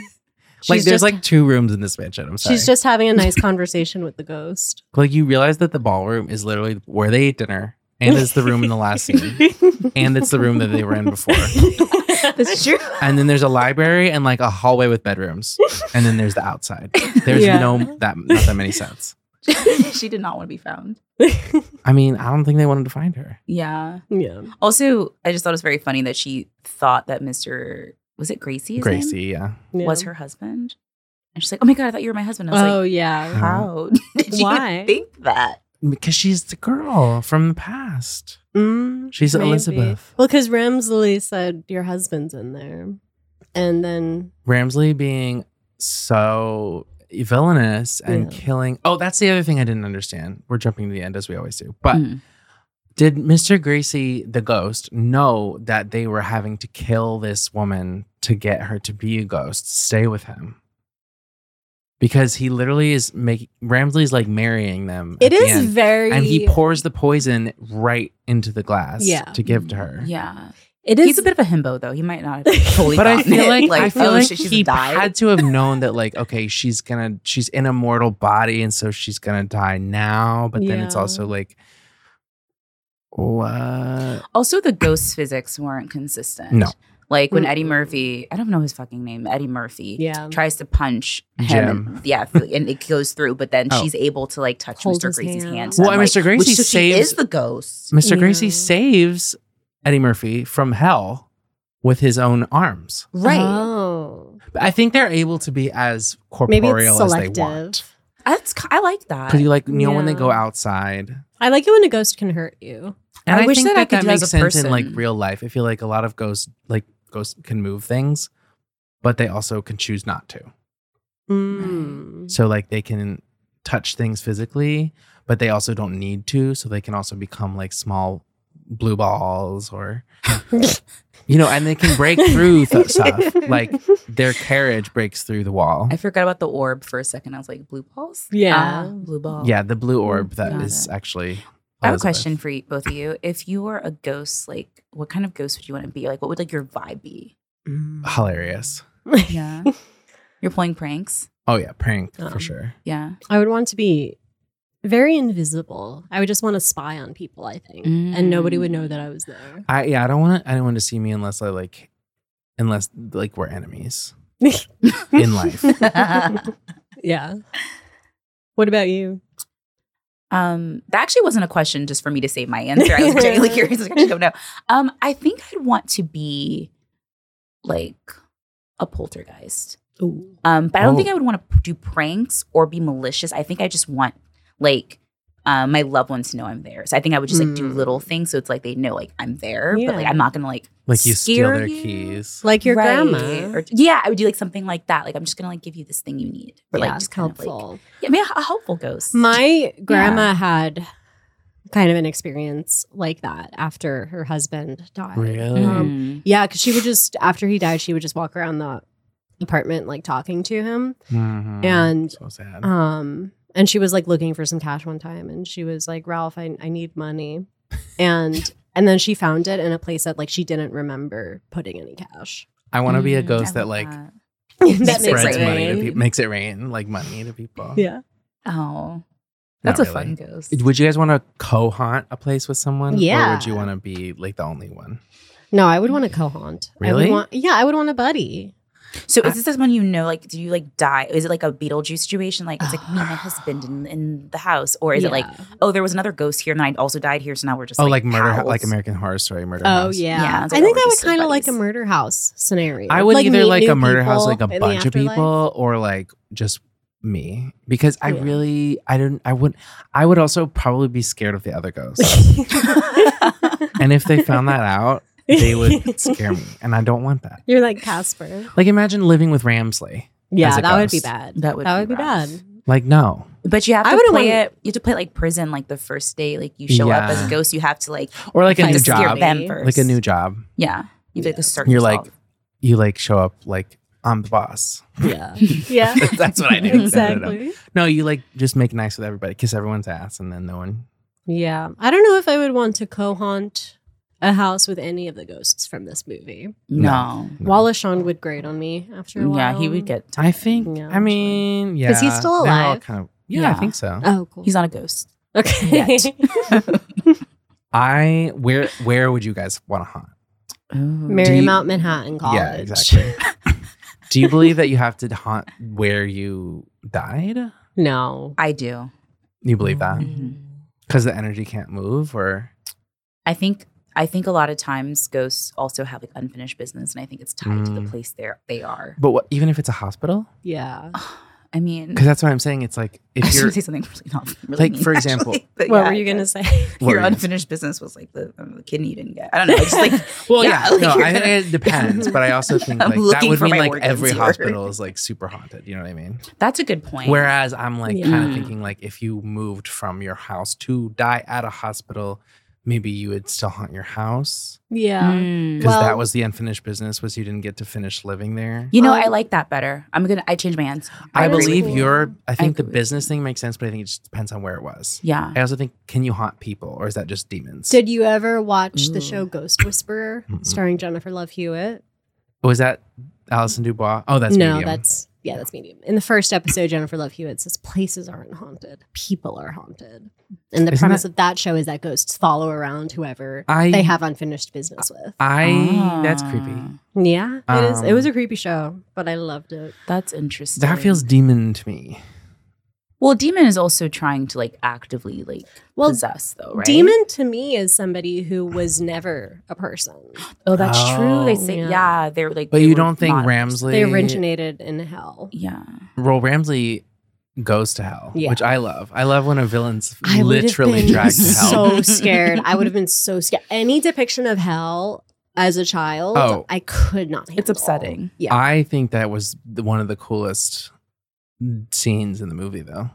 Speaker 2: Like
Speaker 1: She's
Speaker 2: there's
Speaker 1: just-
Speaker 2: like two rooms in this mansion. I'm sorry.
Speaker 1: she's just having a
Speaker 2: <laughs>
Speaker 1: nice conversation with the ghost.
Speaker 2: Like you realize that the ballroom is literally where they ate dinner, and it's the room in the
Speaker 1: <laughs>
Speaker 2: last scene, and it's the room that they were in before.
Speaker 3: That's true.
Speaker 2: And then there's a library and like a hallway with bedrooms, and then there's the outside. There's
Speaker 1: Yeah.
Speaker 2: no that not that many sets.
Speaker 3: <laughs> she did not want to be found.
Speaker 2: I mean, I don't think they wanted to find her.
Speaker 3: Yeah.
Speaker 1: <laughs> yeah.
Speaker 3: Also, I just thought it was very funny that she thought that Mr. Was it Gracie? his name?
Speaker 2: Gracie, yeah.
Speaker 1: Yeah.
Speaker 3: was her husband. And she's like, oh my God, I thought you were my husband. I was
Speaker 1: Oh
Speaker 3: like,
Speaker 1: yeah.
Speaker 3: how <laughs> did you
Speaker 1: Why?
Speaker 3: think that?
Speaker 2: Because she's the girl from the past.
Speaker 1: Mm,
Speaker 2: She's Elizabeth.
Speaker 1: Well, because Ramsley said your husband's in there, and then
Speaker 2: Ramsley being so villainous and
Speaker 1: Yeah.
Speaker 2: killing. Oh, that's the other thing I didn't understand. We're jumping to the end as we always do. But
Speaker 3: Mm.
Speaker 2: did Mr. Gracie, the ghost, know that they were having to kill this woman to get her to be a ghost, stay with him? Because he literally is making Ramsley's like marrying them.
Speaker 1: it
Speaker 2: at the
Speaker 1: is
Speaker 2: end,
Speaker 1: very
Speaker 2: and he pours the poison right into the glass
Speaker 1: Yeah.
Speaker 2: to give to her.
Speaker 3: Yeah.
Speaker 1: it
Speaker 3: He's
Speaker 1: is
Speaker 3: a bit of a himbo though. He might not <laughs> have totally
Speaker 2: but I
Speaker 3: gotten
Speaker 2: feel
Speaker 3: it. <laughs>
Speaker 2: like, I feel
Speaker 3: oh,
Speaker 2: like
Speaker 3: shit,
Speaker 2: he
Speaker 3: died.
Speaker 2: had to have
Speaker 3: <laughs>
Speaker 2: known that like okay she's gonna she's in a mortal body and so she's gonna die now but then it's
Speaker 1: Yeah.
Speaker 2: also like what
Speaker 3: also, the ghost physics weren't consistent.
Speaker 2: No.
Speaker 3: Like when Eddie
Speaker 1: Mm-mm.
Speaker 3: Murphy, I don't know his fucking name, Eddie Murphy,
Speaker 1: <laughs> yeah.
Speaker 3: tries to punch him.
Speaker 2: Jim.
Speaker 3: And, yeah. <laughs> And it goes through, but then
Speaker 2: Oh.
Speaker 3: she's able to like touch
Speaker 1: Hold
Speaker 3: Mr.
Speaker 1: his
Speaker 3: Gracie's
Speaker 1: hand.
Speaker 3: hand.
Speaker 2: Well,
Speaker 3: I'm
Speaker 2: and
Speaker 3: like,
Speaker 2: Mr. Gracie
Speaker 3: which- so she
Speaker 2: saves-
Speaker 3: is the ghost.
Speaker 2: Mr.
Speaker 1: Yeah.
Speaker 2: Gracie saves Eddie Murphy from hell with his own arms
Speaker 3: Right.
Speaker 1: Oh,
Speaker 2: But I think they're able to be as
Speaker 1: maybe it's
Speaker 2: corporeal as they want
Speaker 1: selective.
Speaker 3: That's, ki- I like that.
Speaker 2: because you like you know when they
Speaker 1: Yeah.
Speaker 2: go outside
Speaker 1: I like it when a ghost can hurt you.
Speaker 2: and
Speaker 3: I
Speaker 2: I,
Speaker 3: wish
Speaker 2: think
Speaker 3: that
Speaker 2: that,
Speaker 3: I
Speaker 2: that,
Speaker 3: could do that
Speaker 2: makes
Speaker 3: as a
Speaker 2: sense in like
Speaker 3: person.
Speaker 2: real life I feel like a lot of ghosts like ghosts can move things but they also can choose not to <laughs>
Speaker 1: Mm.
Speaker 2: So like they can touch things physically, but they also don't need to. So they can also become like small blue balls or you know, and they can break through
Speaker 3: <laughs>
Speaker 2: th- stuff.
Speaker 1: Mm.
Speaker 2: Like
Speaker 1: <laughs>
Speaker 2: their carriage breaks through the wall.
Speaker 3: I forgot about the orb for a second. I was like, blue balls?
Speaker 1: Yeah.
Speaker 3: Ah, blue ball.
Speaker 2: Yeah, the blue orb that
Speaker 3: Mm, Got
Speaker 2: is
Speaker 3: it.
Speaker 2: actually.
Speaker 3: I have a
Speaker 2: Elizabeth.
Speaker 3: question for you, both of you. If you were a ghost, like what kind of ghost would you want to be? Like what would like your vibe be?
Speaker 2: Hilarious.
Speaker 3: Yeah. <laughs> You're pulling pranks?
Speaker 2: Oh yeah, prank for
Speaker 1: Um,
Speaker 2: sure.
Speaker 3: Yeah.
Speaker 1: <laughs>
Speaker 3: <laughs>
Speaker 1: I would want to be very invisible. I would just want to spy on people. I think, and nobody would know that I was there.
Speaker 2: I yeah, I don't want I don't want to see me unless I like, unless like we're enemies
Speaker 3: <laughs>
Speaker 1: <laughs>
Speaker 2: in life.
Speaker 1: yeah. What about you?
Speaker 3: Um, that actually wasn't a question just for me to save my answer.
Speaker 1: <laughs>
Speaker 3: I was particularly curious. <laughs> I actually don't know. Um, I think I'd want to be like a poltergeist.
Speaker 1: Ooh.
Speaker 3: Um, but I don't think
Speaker 2: Oh.
Speaker 3: I would want to do pranks or be malicious. I think I just want like um, my loved ones to know I'm there. So I think I would just like do
Speaker 2: Mm.
Speaker 3: little things so it's like they know like I'm there,
Speaker 1: Hmm. Yeah.
Speaker 3: but like I'm not gonna like
Speaker 2: Like you steal
Speaker 3: Scare
Speaker 2: their
Speaker 3: you?
Speaker 2: keys.
Speaker 1: Like your
Speaker 3: Right.
Speaker 1: grandma.
Speaker 3: Or, yeah, I would do like something like that. Like I'm just gonna like give you this thing you need. Or like just kind of, like- yeah, I mean, a, a helpful ghost.
Speaker 1: My grandma had kind of an experience like that after her husband died.
Speaker 2: Really?
Speaker 1: Um,
Speaker 3: Mm.
Speaker 1: yeah, because she would just after he died, she would just walk around the apartment like talking to him,
Speaker 2: Mhm.
Speaker 1: and
Speaker 2: so sad.
Speaker 1: um, and she was like looking for some cash one time, and she was like, "Ralph, I I need money," and
Speaker 2: <laughs>
Speaker 1: and then she found it in a place that like she didn't remember putting any cash.
Speaker 2: I want to be a
Speaker 3: Mm,
Speaker 2: ghost
Speaker 3: I
Speaker 2: that
Speaker 3: love
Speaker 2: like
Speaker 1: <laughs> that
Speaker 3: makes it
Speaker 2: spreads
Speaker 3: rain.
Speaker 2: money to people, makes it rain like money to people.
Speaker 1: Yeah.
Speaker 2: Not
Speaker 3: Oh, that's a
Speaker 2: really.
Speaker 3: fun ghost.
Speaker 2: Would you guys want to co-haunt a place with someone? Or
Speaker 1: Yeah.
Speaker 2: would you want to be like the only one?
Speaker 1: No, I would want to co-haunt. I would
Speaker 2: Really?
Speaker 1: want- yeah, I would want a buddy.
Speaker 3: So is this someone you know? Like, do you like die? Is it like a Beetlejuice situation? Like it's like me and my husband in, in the house, or is it like
Speaker 1: Yeah.
Speaker 3: oh there was another ghost here and I also died here, so now we're just
Speaker 2: oh, like, murder,
Speaker 3: pals.
Speaker 2: like American Horror Story murder.
Speaker 1: Oh
Speaker 2: House.
Speaker 1: yeah,
Speaker 3: Yeah,
Speaker 1: I
Speaker 3: it's like,
Speaker 1: think
Speaker 3: oh,
Speaker 1: I
Speaker 3: we're
Speaker 1: would
Speaker 3: just
Speaker 1: kind of like
Speaker 3: buddies.
Speaker 1: a murder house scenario.
Speaker 2: I would either
Speaker 1: meet
Speaker 2: like
Speaker 1: new
Speaker 2: a murder house, like
Speaker 1: people
Speaker 2: a
Speaker 1: in the
Speaker 2: bunch of
Speaker 1: afterlife.
Speaker 2: people, or like just me. Because I
Speaker 3: Yeah.
Speaker 2: really, I don't, I would, I would also probably be scared of the
Speaker 1: <laughs>
Speaker 2: other ghosts. and if they found that out,
Speaker 1: <laughs>
Speaker 2: they would scare me, and I don't want that.
Speaker 1: You're like Casper.
Speaker 2: Like imagine living with Ramsley.
Speaker 1: Yeah,
Speaker 2: a
Speaker 1: that would be
Speaker 2: ghost.
Speaker 1: bad.
Speaker 3: That would
Speaker 1: that
Speaker 3: be
Speaker 1: would be
Speaker 3: rough.
Speaker 1: bad.
Speaker 2: Like no,
Speaker 3: But you have
Speaker 1: I
Speaker 3: to
Speaker 1: wouldn't
Speaker 3: play
Speaker 1: want-
Speaker 3: it. You have to play like prison, like the first day, like you show up as
Speaker 2: Yeah.
Speaker 3: a ghost. You have to like
Speaker 2: or like a
Speaker 1: Like
Speaker 2: new
Speaker 1: to scare
Speaker 2: job,
Speaker 1: me.
Speaker 3: them first.
Speaker 2: like a new job.
Speaker 3: yeah. You have to, like assert
Speaker 2: You're like-
Speaker 3: yourself.
Speaker 2: You like show up like I'm the boss. <laughs>
Speaker 1: Yeah, <laughs> yeah,
Speaker 2: That's what <laughs> I do. No, no, no.
Speaker 1: exactly.
Speaker 2: No, you like just make nice with everybody, kiss everyone's ass, and then no one.
Speaker 1: Yeah, I don't know if I would want to co-haunt a house with any of the ghosts from this movie.
Speaker 3: no. Mm,
Speaker 2: No.
Speaker 1: Wallace Shawn would grate on me after a while.
Speaker 3: Yeah, he would get.
Speaker 2: I think.
Speaker 1: Yeah,
Speaker 2: I mean, yeah,
Speaker 1: Is he still
Speaker 2: they're all
Speaker 1: alive?
Speaker 2: Kind of, yeah, I
Speaker 3: Yeah.
Speaker 2: think so.
Speaker 1: Oh, cool.
Speaker 3: He's not a ghost.
Speaker 1: <laughs> okay.
Speaker 2: I where where would you guys want to haunt? Do
Speaker 1: <laughs>
Speaker 2: you-
Speaker 1: Marymount Manhattan College.
Speaker 2: Yeah, exactly. do you believe that you have to haunt where you died?
Speaker 1: No. Mm-hmm.
Speaker 3: I do.
Speaker 2: You believe that
Speaker 3: Mhm.
Speaker 2: because the energy can't move, or
Speaker 3: I think I think a lot of times ghosts also have like unfinished business, and I think it's tied to
Speaker 2: Mm.
Speaker 3: the place there they are.
Speaker 2: but what, even if it's a hospital,
Speaker 1: Yeah.
Speaker 3: I mean,
Speaker 2: because that's what I'm saying. It's like
Speaker 3: <laughs> I <laughs>
Speaker 2: if
Speaker 3: was
Speaker 2: you're
Speaker 3: gonna say something really not really
Speaker 2: Like,
Speaker 3: mean,
Speaker 2: for example-
Speaker 3: actually, <laughs> but
Speaker 1: What
Speaker 3: yeah,
Speaker 1: were you
Speaker 3: I
Speaker 1: gonna
Speaker 3: guess.
Speaker 1: say?
Speaker 3: Your
Speaker 2: Well,
Speaker 3: unfinished business was like the, um, the kidney you didn't get. I don't know. It's just
Speaker 2: <laughs>
Speaker 3: like
Speaker 2: Well,
Speaker 3: Yeah,
Speaker 2: yeah,
Speaker 3: like,
Speaker 2: no,
Speaker 3: you're
Speaker 2: I
Speaker 3: <laughs>
Speaker 2: think
Speaker 3: gonna-
Speaker 2: it depends, but I also think
Speaker 3: I'm
Speaker 2: like that
Speaker 3: looking
Speaker 2: would
Speaker 3: for
Speaker 2: mean
Speaker 3: my
Speaker 2: like
Speaker 3: organs
Speaker 2: every
Speaker 3: here.
Speaker 2: hospital is like super haunted. You know what I mean?
Speaker 3: that's a good point.
Speaker 2: Whereas I'm like
Speaker 1: Yeah.
Speaker 2: kind
Speaker 3: Mm.
Speaker 2: of thinking like if you moved from your house to die at a hospital, maybe you would still haunt your house
Speaker 1: <laughs> Yeah.
Speaker 3: Mm.
Speaker 2: because that
Speaker 1: Well-
Speaker 2: was the unfinished business was you didn't get to finish living there.
Speaker 3: you know,
Speaker 1: Um,
Speaker 3: I like that better. I'm gonna. I change my answer.
Speaker 2: I
Speaker 1: agree with
Speaker 2: believe
Speaker 1: you.
Speaker 2: your I think the
Speaker 3: agree with
Speaker 2: business thing makes sense, but I think it just depends on where it was.
Speaker 3: Yeah.
Speaker 2: I also think can you haunt people or is that just demons?
Speaker 1: Did you ever watch the
Speaker 3: Ooh.
Speaker 1: show Ghost Whisperer
Speaker 2: Mm. Mm-mm.
Speaker 1: starring Jennifer Love Hewitt?
Speaker 2: was Oh, that Alison Dubois? Oh, that's
Speaker 1: no,
Speaker 2: Medium.
Speaker 1: that's yeah, that's medium. In the first episode, Jennifer Love Hewitt says places aren't haunted, people are haunted. And the
Speaker 2: Isn't
Speaker 1: premise of that show is that ghosts follow around whoever
Speaker 2: I
Speaker 1: they have unfinished business with.
Speaker 2: I that's creepy.
Speaker 3: Ah,
Speaker 1: Yeah, it is. It
Speaker 2: Um,
Speaker 1: was a creepy show, but I loved it.
Speaker 3: That's interesting.
Speaker 2: That feels demon to me.
Speaker 3: well. Demon is also trying to like actively like
Speaker 1: Well,
Speaker 3: possess though, right?
Speaker 1: Demon to me is somebody who was never a person.
Speaker 3: Oh, that's true. They
Speaker 2: Oh.
Speaker 3: say
Speaker 1: Yeah.
Speaker 3: yeah. they're like.
Speaker 2: But
Speaker 3: they
Speaker 2: you
Speaker 3: were
Speaker 2: don't think
Speaker 3: not-
Speaker 2: Ramsley
Speaker 1: They originated in hell.
Speaker 3: Yeah.
Speaker 2: Well, Ramsley goes to hell,
Speaker 1: Yeah.
Speaker 2: which I love. I love when a villain's
Speaker 1: I would have
Speaker 2: literally
Speaker 1: been
Speaker 2: dragged to hell.
Speaker 1: So
Speaker 2: <laughs>
Speaker 1: scared. I would have been so scared. Any depiction of hell as a child,
Speaker 2: Oh. Uh,
Speaker 1: I could not. Handle.
Speaker 3: It's upsetting.
Speaker 1: Yeah.
Speaker 2: I think that was the, one of the coolest scenes in the movie, though.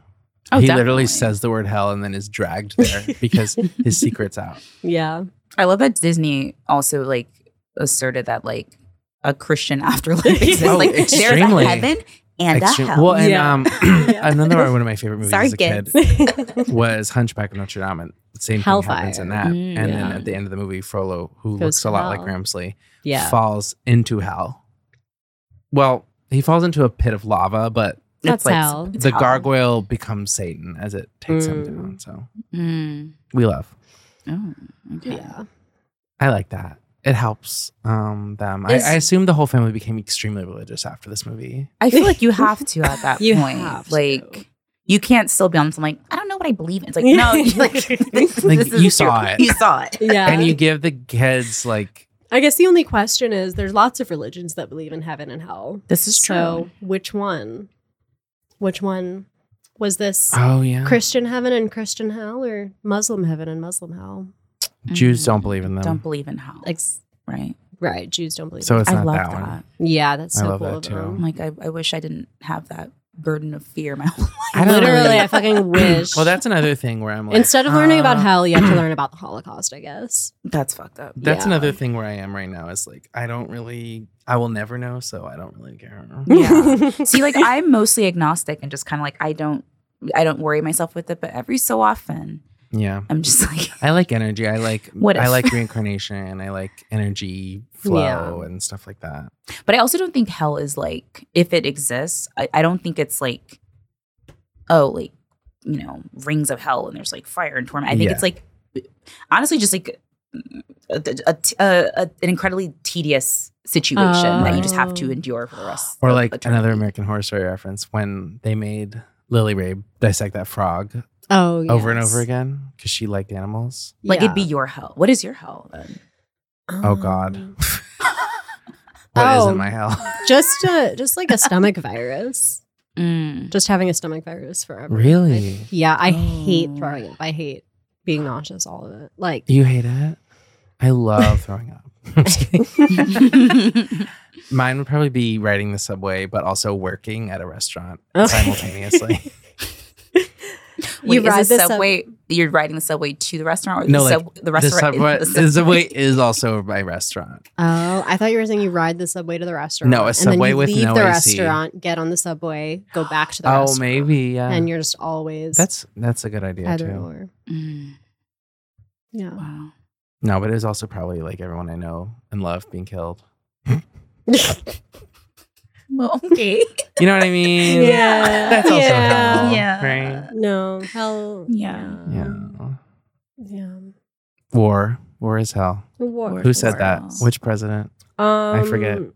Speaker 3: Oh,
Speaker 2: he literally
Speaker 3: definitely.
Speaker 2: says the word hell and then is
Speaker 1: <laughs>
Speaker 2: dragged there because his secret's out. <laughs>
Speaker 1: yeah.
Speaker 3: I love that Disney also like asserted that like a Christian <laughs> afterlife exists.
Speaker 2: <laughs> Oh,
Speaker 3: like
Speaker 2: extremely.
Speaker 3: there's a heaven <laughs> and
Speaker 2: Extreme-
Speaker 3: a hell.
Speaker 2: Well, and
Speaker 1: Yeah.
Speaker 2: um,
Speaker 1: <coughs>
Speaker 2: <clears throat>
Speaker 1: Yeah.
Speaker 2: another one of my favorite movies
Speaker 3: Sorry,
Speaker 2: as a kid
Speaker 1: <laughs>
Speaker 3: kids.
Speaker 2: was Hunchback of Notre Dame, and the same
Speaker 1: Hellfire.
Speaker 2: thing happens in that.
Speaker 3: Mm,
Speaker 2: and then
Speaker 1: yeah.
Speaker 2: at the end of the movie, Frollo, who
Speaker 1: Goes
Speaker 2: looks
Speaker 1: to
Speaker 2: a lot
Speaker 1: hell.
Speaker 2: like Ramsley,
Speaker 1: yeah.
Speaker 2: falls into hell. Well, he falls into a pit of lava, but
Speaker 1: That's
Speaker 3: like-
Speaker 1: hell.
Speaker 3: it's
Speaker 2: the
Speaker 3: hell.
Speaker 2: gargoyle becomes Satan as it takes him
Speaker 1: Mm.
Speaker 2: down. So
Speaker 3: Mm.
Speaker 2: we love.
Speaker 3: Oh, okay.
Speaker 1: Yeah.
Speaker 2: I like that. It helps um, them. I,
Speaker 3: Is-
Speaker 2: I assume the whole family became extremely religious after this movie. <laughs>
Speaker 3: I feel like you have to at that
Speaker 1: You
Speaker 3: point.
Speaker 1: have to.
Speaker 3: like you can't still be on some like I don't know not what I believe in. It's
Speaker 2: <laughs>
Speaker 3: like, no, like, <laughs> this,
Speaker 2: Like,
Speaker 3: this is
Speaker 2: you saw it.
Speaker 3: You saw it.
Speaker 1: Yeah.
Speaker 2: and you give the kids like
Speaker 1: I guess the only question is there's lots of religions that believe in heaven and hell.
Speaker 3: This is
Speaker 1: So, which one? Which one was this
Speaker 2: oh yeah
Speaker 1: Christian heaven and Christian hell or Muslim heaven and Muslim hell?
Speaker 2: Jews don't believe in them
Speaker 3: mm-hmm. Don't believe in hell.
Speaker 1: Ex-
Speaker 3: right.
Speaker 1: right, Jews don't believe.
Speaker 2: so
Speaker 1: in
Speaker 2: it's
Speaker 3: I
Speaker 2: not
Speaker 3: love
Speaker 2: that,
Speaker 3: that.
Speaker 2: one
Speaker 1: Yeah, that's
Speaker 2: I
Speaker 1: so
Speaker 2: love
Speaker 1: cool
Speaker 2: that
Speaker 1: of
Speaker 2: too.
Speaker 3: I'm
Speaker 1: them.
Speaker 3: like, I, I wish I didn't have that burden of fear in my <laughs> whole life.
Speaker 2: I don't
Speaker 1: Literally,
Speaker 2: really-
Speaker 1: I fucking wish.
Speaker 2: <clears throat> well that's another thing where I'm like
Speaker 1: Instead of learning about
Speaker 2: uh,
Speaker 1: hell, you
Speaker 2: <clears throat>
Speaker 1: have to learn about the Holocaust, I guess.
Speaker 3: That's fucked up.
Speaker 2: that's
Speaker 1: yeah.
Speaker 2: another thing where I am right now is like I don't really I will never know so I don't really care
Speaker 3: Yeah. <laughs> See, like I'm mostly agnostic and just kind of like I don't, I don't worry myself with it. But every so often,
Speaker 2: yeah
Speaker 3: I'm just like, <laughs>
Speaker 2: I like energy I like
Speaker 3: What
Speaker 2: I
Speaker 3: if?
Speaker 2: like reincarnation I like energy flow
Speaker 1: Yeah.
Speaker 2: and stuff like that
Speaker 3: But I also don't think hell is like, if it exists, I, I don't think it's like, oh, like, you know, rings of hell and there's like fire and torment. I think
Speaker 2: Yeah.
Speaker 3: it's like, honestly, just like a, a, a- a- an incredibly tedious situation that you just have to
Speaker 1: Oh.
Speaker 3: endure for the rest
Speaker 2: or
Speaker 3: of
Speaker 2: like
Speaker 3: eternity.
Speaker 2: another American Horror Story reference when they made Lily Ray dissect that frog
Speaker 1: <laughs> oh, yes.
Speaker 2: over and over again because she liked animals
Speaker 3: Like,
Speaker 1: Yeah.
Speaker 3: it'd be your hell. What is your hell then?
Speaker 2: oh God
Speaker 1: Um,
Speaker 2: What
Speaker 1: Oh.
Speaker 2: not my hell
Speaker 1: <laughs> Just, uh, just like a stomach virus. <laughs>
Speaker 3: Mm. <laughs>
Speaker 1: Just having a stomach virus forever.
Speaker 2: really
Speaker 1: Yeah, I hate
Speaker 3: Oh.
Speaker 1: throwing up. I hate being nauseous. All of it. Like, <laughs>
Speaker 2: you hate it I love throwing up I'm just kidding. Mine would probably be riding the subway, but also working at a restaurant
Speaker 1: <laughs>
Speaker 2: simultaneously.
Speaker 3: <laughs> Wait,
Speaker 1: you ride
Speaker 3: is the
Speaker 1: the sub-
Speaker 3: subway. You're riding the subway to the restaurant, or
Speaker 2: No,
Speaker 3: the,
Speaker 2: like,
Speaker 3: sub- the
Speaker 2: the,
Speaker 3: restaurant.
Speaker 2: subway, the subway is also my restaurant.
Speaker 1: Oh, I thought you were saying you ride the subway to the restaurant.
Speaker 2: No, a subway
Speaker 1: and then you
Speaker 2: with
Speaker 1: leave
Speaker 2: no
Speaker 1: the
Speaker 2: AC.
Speaker 1: restaurant, get on the subway, go back to the
Speaker 2: <gasps> Oh,
Speaker 1: restaurant.
Speaker 2: maybe yeah.
Speaker 1: And you're just always
Speaker 2: that's that's a good idea
Speaker 1: either
Speaker 2: too.
Speaker 1: or.
Speaker 3: <laughs> Mm,
Speaker 1: <laughs> Yeah.
Speaker 3: wow.
Speaker 2: No, but it was also probably like everyone I know and love being killed.
Speaker 3: Well, <laughs> okay. Um,
Speaker 2: You know what I mean?
Speaker 1: Yeah.
Speaker 2: That's also
Speaker 1: Yeah.
Speaker 2: hell,
Speaker 3: Yeah.
Speaker 2: right?
Speaker 1: No. Hell.
Speaker 3: Yeah.
Speaker 2: Yeah.
Speaker 1: Yeah.
Speaker 2: War. War is hell.
Speaker 1: War.
Speaker 2: Who said
Speaker 3: War
Speaker 2: that?
Speaker 3: is-
Speaker 2: Which president?
Speaker 1: Um,
Speaker 2: forget.
Speaker 1: It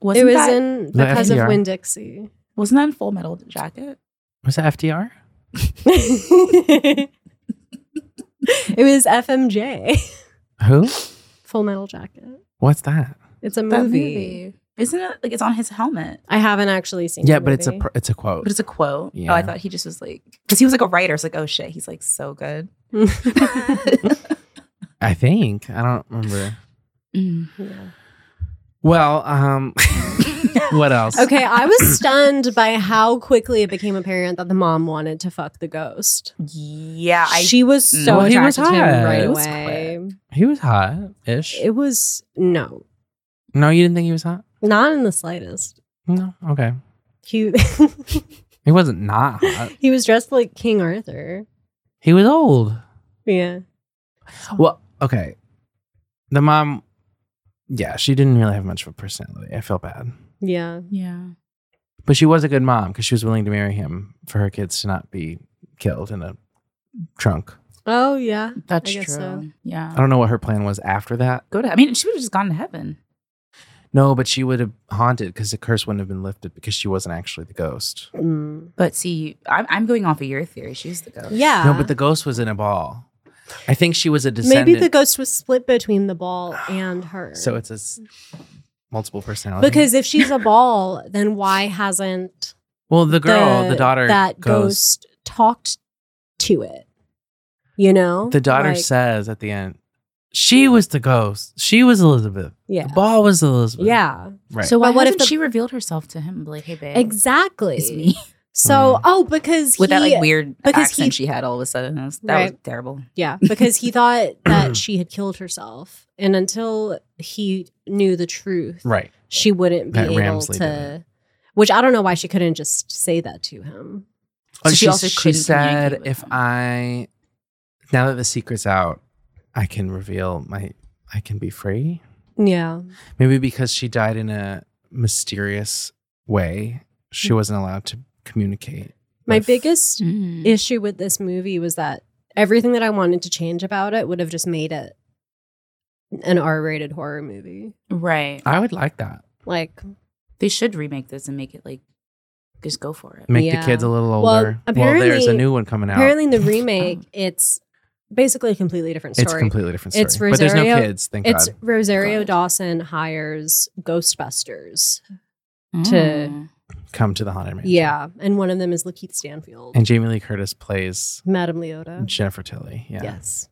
Speaker 3: Wasn't
Speaker 1: was
Speaker 3: that,
Speaker 1: in
Speaker 2: The
Speaker 1: because
Speaker 2: FDR?
Speaker 1: of Win Dixie. <laughs>
Speaker 3: wasn't that in Full Metal Jacket?
Speaker 2: Was it FDR?
Speaker 1: it was FMJ,
Speaker 2: Who?
Speaker 1: <laughs> Full Metal Jacket.
Speaker 2: What's that?
Speaker 1: It's a movie.
Speaker 3: That Isn't it like it's on his helmet?
Speaker 1: I haven't actually seen.
Speaker 2: yeah,
Speaker 1: the
Speaker 2: but it's a
Speaker 1: movie.
Speaker 2: pr- it's a quote.
Speaker 3: But it's a quote. Oh, I
Speaker 2: Yeah.
Speaker 3: thought he just was like because he was like a writer. It's like oh shit, he's like so <laughs> good.
Speaker 2: I think I don't remember.
Speaker 3: Mm.
Speaker 1: Yeah.
Speaker 2: Well, um, what
Speaker 1: <laughs>
Speaker 2: else?
Speaker 1: Okay, I was stunned by how quickly it became apparent that the mom wanted to fuck the ghost.
Speaker 3: Yeah, I
Speaker 1: she was so
Speaker 2: Well, he was
Speaker 1: attracted to him
Speaker 2: hot.
Speaker 1: right
Speaker 2: It
Speaker 3: was
Speaker 1: away. It was,
Speaker 2: He was hot ish.
Speaker 1: no,
Speaker 2: No, you didn't think he was hot?
Speaker 1: not in the slightest.
Speaker 2: No. Okay.
Speaker 1: He <laughs>
Speaker 2: He wasn't not hot.
Speaker 1: he was dressed like King Arthur.
Speaker 2: He was old.
Speaker 1: Yeah,
Speaker 2: Well, okay. The mom, yeah, she didn't really have much of a personality. I feel bad.
Speaker 1: yeah.
Speaker 3: yeah.
Speaker 2: But she was a good mom because she was willing to marry him for her kids to not be killed in a trunk.
Speaker 1: Oh yeah.
Speaker 3: That's
Speaker 1: I guess
Speaker 3: true.
Speaker 1: so.
Speaker 2: I
Speaker 3: Yeah,
Speaker 2: don't know what her plan was after that.
Speaker 3: go to. I mean, she would have just gone to heaven.
Speaker 2: No, but she would have haunted because the curse wouldn't have been lifted because she wasn't actually the ghost.
Speaker 1: Mm.
Speaker 3: But see, I'm, I'm going off of your theory. She's the ghost.
Speaker 1: Yeah.
Speaker 2: No, but the ghost was in a ball. I think she was a descendant.
Speaker 1: maybe the ghost was split between the ball and her.
Speaker 2: So it's a s- multiple personality.
Speaker 1: because if she's a ball, then why hasn't
Speaker 2: well, the girl, the, daughter,
Speaker 1: that
Speaker 2: goes.
Speaker 1: ghost talked to it? You know,
Speaker 2: The daughter
Speaker 1: Like,
Speaker 2: says at the end, "She was the ghost. She was Elizabeth.
Speaker 1: yeah,
Speaker 2: The ball was Elizabeth.
Speaker 1: yeah,
Speaker 2: right.
Speaker 3: So why
Speaker 1: But what if
Speaker 3: hasn't
Speaker 1: the-
Speaker 3: she revealed herself to him? Like, hey, babe,
Speaker 1: exactly.
Speaker 3: it's me.
Speaker 1: So,
Speaker 2: Mm.
Speaker 1: oh, because
Speaker 3: <laughs> With that
Speaker 1: he-
Speaker 3: like weird
Speaker 1: because
Speaker 3: accent
Speaker 1: he-
Speaker 3: she had all of a sudden, that was, that was
Speaker 1: Right.
Speaker 3: terrible.
Speaker 1: yeah, because he
Speaker 2: <clears throat>
Speaker 1: thought that she had killed herself, and until he knew the truth,
Speaker 2: right.
Speaker 1: she wouldn't be
Speaker 2: That
Speaker 1: able
Speaker 2: Ramsley
Speaker 1: to.
Speaker 2: didn't.
Speaker 1: Which I don't know why she couldn't just say that to him.
Speaker 3: So
Speaker 2: she,
Speaker 3: she also
Speaker 2: she
Speaker 3: couldn't
Speaker 2: said,
Speaker 3: communicate with
Speaker 2: "If
Speaker 3: them.
Speaker 2: I now that the secret's out, I can reveal my. I can be free.
Speaker 1: Yeah,
Speaker 2: Maybe because she died in a mysterious way, she
Speaker 1: Mm.
Speaker 2: wasn't allowed to communicate.
Speaker 1: my
Speaker 2: with-
Speaker 1: biggest
Speaker 3: Mm.
Speaker 1: issue with this movie was that everything that I wanted to change about it would have just made it an R-rated horror movie.
Speaker 3: Right.
Speaker 2: I would like that.
Speaker 1: Like,
Speaker 3: They should remake this and make it like just go for it.
Speaker 2: Make
Speaker 1: Yeah.
Speaker 2: the kids a little
Speaker 1: Well,
Speaker 2: older. Well, there's a
Speaker 1: apparently-
Speaker 2: new one coming out.
Speaker 1: Apparently, in
Speaker 2: <laughs>
Speaker 1: the remake, it's basically a completely different
Speaker 2: it's
Speaker 1: story.
Speaker 2: a completely different story.
Speaker 1: It's
Speaker 2: but there's no
Speaker 1: Rosario-
Speaker 2: kids, thank
Speaker 1: It's
Speaker 2: God.
Speaker 1: Rosario
Speaker 3: God.
Speaker 1: Dawson hires Ghostbusters.
Speaker 3: To
Speaker 2: Come to the haunted mansion.
Speaker 1: Yeah, and one of them is Lakeith Stanfield,
Speaker 2: And Jamie Lee Curtis plays
Speaker 1: Madame Leota.
Speaker 2: Jennifer Tilly. Yeah.
Speaker 1: Yes,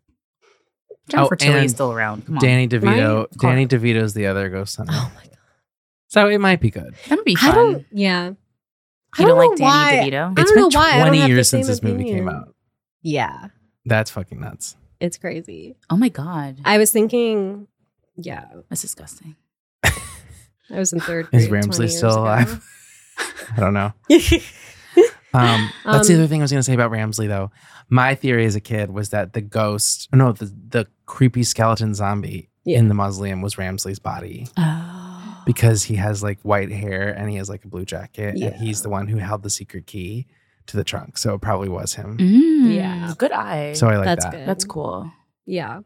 Speaker 3: Jennifer
Speaker 2: Oh,
Speaker 3: Tilly
Speaker 2: and
Speaker 3: is still around. Come on,
Speaker 2: Danny DeVito.
Speaker 3: Of course.
Speaker 2: Danny DeVito's the other ghost hunter.
Speaker 1: Oh my god.
Speaker 2: So it might be good.
Speaker 3: that would be
Speaker 1: I
Speaker 3: fun.
Speaker 1: don't. Yeah.
Speaker 3: you
Speaker 1: I
Speaker 3: don't,
Speaker 1: know
Speaker 3: like
Speaker 1: why-
Speaker 3: Danny DeVito?
Speaker 1: I
Speaker 2: It's
Speaker 1: don't
Speaker 2: been
Speaker 1: know why I don't
Speaker 2: 20
Speaker 1: have the
Speaker 2: years since
Speaker 1: same
Speaker 2: this movie came
Speaker 1: opinion.
Speaker 2: out.
Speaker 1: Yeah,
Speaker 2: That's fucking nuts.
Speaker 1: it's crazy.
Speaker 3: oh my god,
Speaker 1: I was thinking. Yeah,
Speaker 3: that's disgusting.
Speaker 1: I
Speaker 2: <sighs>
Speaker 1: was in third. Grade
Speaker 2: Is Ramsley
Speaker 1: 20 years
Speaker 2: still
Speaker 1: ago.
Speaker 2: alive?
Speaker 1: <laughs>
Speaker 2: I
Speaker 1: <gasps>
Speaker 2: don't know. Um, that's
Speaker 1: Um,
Speaker 2: the other thing I was going to say about Ramsley, though. My theory as a kid was that the ghost, no, the, the creepy skeleton zombie
Speaker 1: Yeah.
Speaker 2: in the mausoleum was Ramsley's body
Speaker 3: Oh,
Speaker 2: because he has like white hair and he has like a blue jacket
Speaker 1: Yeah.
Speaker 2: and he's the one who held the secret key to the trunk. So it probably was him.
Speaker 1: Yeah.
Speaker 3: yeah, good eye.
Speaker 2: So I like
Speaker 1: Mm, That's
Speaker 2: that.
Speaker 1: good.
Speaker 3: that's cool.
Speaker 1: Yeah.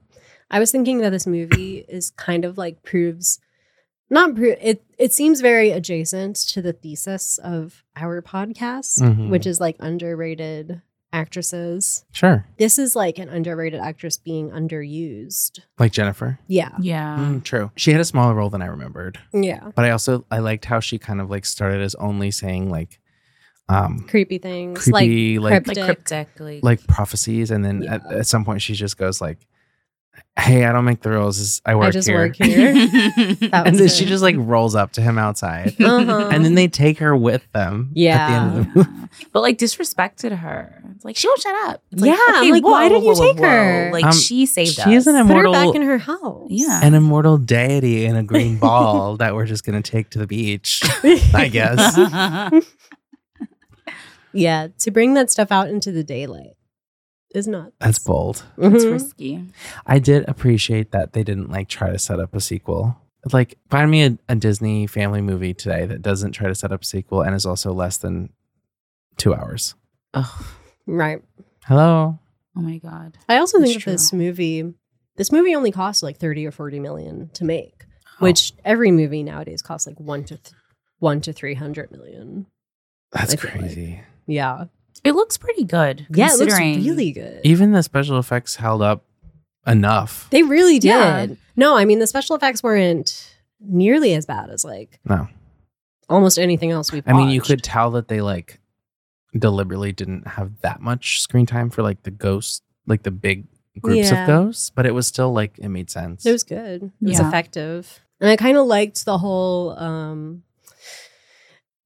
Speaker 1: I was thinking that this movie is kind of like proves not pro- it it seems very adjacent to the thesis of our podcast,
Speaker 2: Mhm.
Speaker 1: which is like underrated actresses.
Speaker 2: Sure.
Speaker 1: This is like an underrated actress being underused.
Speaker 2: Like Jennifer.
Speaker 1: Yeah.
Speaker 3: Yeah,
Speaker 2: Mm, true. She had a smaller role than I remembered.
Speaker 1: Yeah.
Speaker 2: But I also, I liked how she kind of like started as only saying like, um,
Speaker 1: Creepy things like
Speaker 2: creepy, like
Speaker 3: like
Speaker 1: Cryptic.
Speaker 3: cryptic, like,
Speaker 2: like prophecies and then at,
Speaker 1: Yeah.
Speaker 2: at some point she just goes like hey i don't make the rules This- i work
Speaker 1: just
Speaker 2: here
Speaker 1: work
Speaker 3: <laughs>
Speaker 1: here. That
Speaker 2: <laughs> and
Speaker 1: was
Speaker 2: then
Speaker 1: it.
Speaker 2: she just like rolls up to
Speaker 1: <laughs>
Speaker 2: him outside
Speaker 1: Uh-huh.
Speaker 2: and then they take her with them at the
Speaker 1: Yeah.
Speaker 2: end of the
Speaker 3: Yeah. <laughs> but like disrespected her. It's like she won't shut up. It's
Speaker 1: Yeah, I'm like, why did you take her?
Speaker 3: Like
Speaker 2: Um,
Speaker 3: she saved
Speaker 2: she is
Speaker 3: us.
Speaker 2: an
Speaker 3: <laughs>
Speaker 1: put her back
Speaker 2: Immortal-
Speaker 1: in her house.
Speaker 2: <laughs>
Speaker 3: Yeah.
Speaker 2: an immortal deity in a green ball <laughs> that we're just gonna take to the beach i guess
Speaker 1: <laughs> yeah. To bring that stuff out into the daylight is Mm-hmm. not
Speaker 2: that's bold
Speaker 3: it's risky.
Speaker 2: i did appreciate that they didn't like try to set up a sequel like find me a, a disney family movie today that doesn't try to set up a sequel and is also less than two hours
Speaker 3: Oh,
Speaker 1: right.
Speaker 2: hello
Speaker 3: oh my god.
Speaker 1: I also
Speaker 3: That's
Speaker 1: think that
Speaker 3: true.
Speaker 1: this movie, this movie only costs like thirty or forty million to make, which every movie nowadays costs like one to th- one to three hundred million.
Speaker 2: that's
Speaker 1: I feel like-
Speaker 2: crazy
Speaker 1: Yeah,
Speaker 3: It looks pretty good.
Speaker 1: yeah, it looks
Speaker 3: considering-
Speaker 1: really good.
Speaker 2: even the special effects held up enough.
Speaker 1: they really did.
Speaker 3: Yeah.
Speaker 1: No, I mean the special effects weren't nearly as bad as like
Speaker 2: No,
Speaker 1: almost anything else we've.
Speaker 2: I mean you
Speaker 1: watched.
Speaker 2: could tell that they like deliberately didn't have that much screen time for like the ghosts, like the big groups
Speaker 1: Yeah.
Speaker 2: of ghosts, but it was still like it made sense.
Speaker 1: It was good. It was
Speaker 3: Yeah.
Speaker 1: effective. And I kind of liked the whole um,